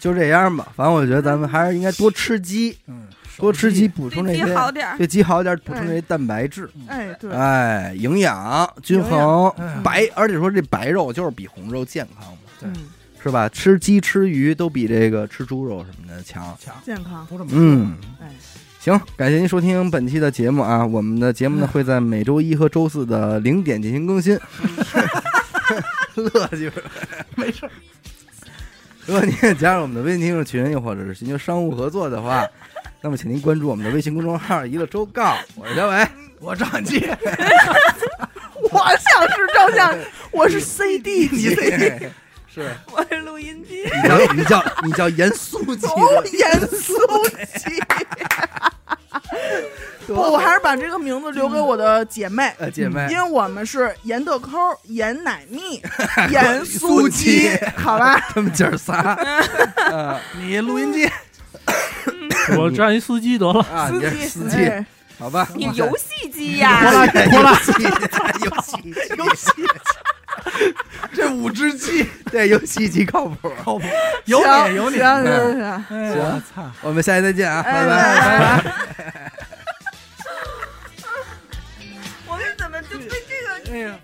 S1: 就这样吧。反正我觉得咱们还是应该多吃鸡，
S3: 嗯，
S1: 多吃鸡，补充这
S4: 对
S1: 些
S4: 鸡好点儿。嗯
S1: 对鸡好点儿，补充这些蛋白质。
S2: 哎对，
S3: 啊
S1: 哎，营养均
S2: 营
S1: 衡
S3: 哎，
S1: 白，而且说这白肉就是比红肉健康嘛，
S2: 嗯，
S1: 是吧？吃鸡吃鱼都比这个吃猪肉什么的强。
S3: 强，
S2: 健康，
S3: 都这么说
S1: 嗯，
S2: 哎，
S1: 行，感谢您收听本期的节目啊！我们的节目呢
S3: 嗯
S1: 会在每周一和周四的零点进行更新。 乐就是
S3: 没事儿，
S1: 如果您也加入我们的微信听众群，又或者是寻求商务合作的话，那么请您关注我们的微信公众号“娱乐周告”，我是小伟。
S3: 我张机，
S2: 我想是照 相，我是 CD
S3: 你
S2: 机，
S3: 这
S1: 是
S4: 我是录音机，
S1: 你叫你叫你叫严肃鸡，
S2: 哦，严肃机，不，
S1: 多
S2: 我还是把这个名字留给我的姐妹。
S1: 呃姐妹
S2: 因为我们是盐豆抠、盐奶 蜜、盐酥
S1: 鸡
S2: 鸡，好吧？
S1: 他们姐儿仨啊
S3: 你录音机，
S5: 我站一司机得了。
S1: 啊，你是司机，
S2: 哎
S1: 好吧？
S4: 你游戏机
S1: 拖
S4: 呀，
S1: 拉拖拉机，游戏游戏，
S3: 这五只鸡，
S1: 对游戏机靠谱。
S3: 靠谱，有
S2: 行
S3: 你有你，
S2: 行行行。
S3: 哎呀我操。
S1: 我们下期再见啊，
S2: 哎
S1: 拜拜。
S2: 拜
S3: 拜
S4: 我们怎么就被这个？
S3: 哎呀，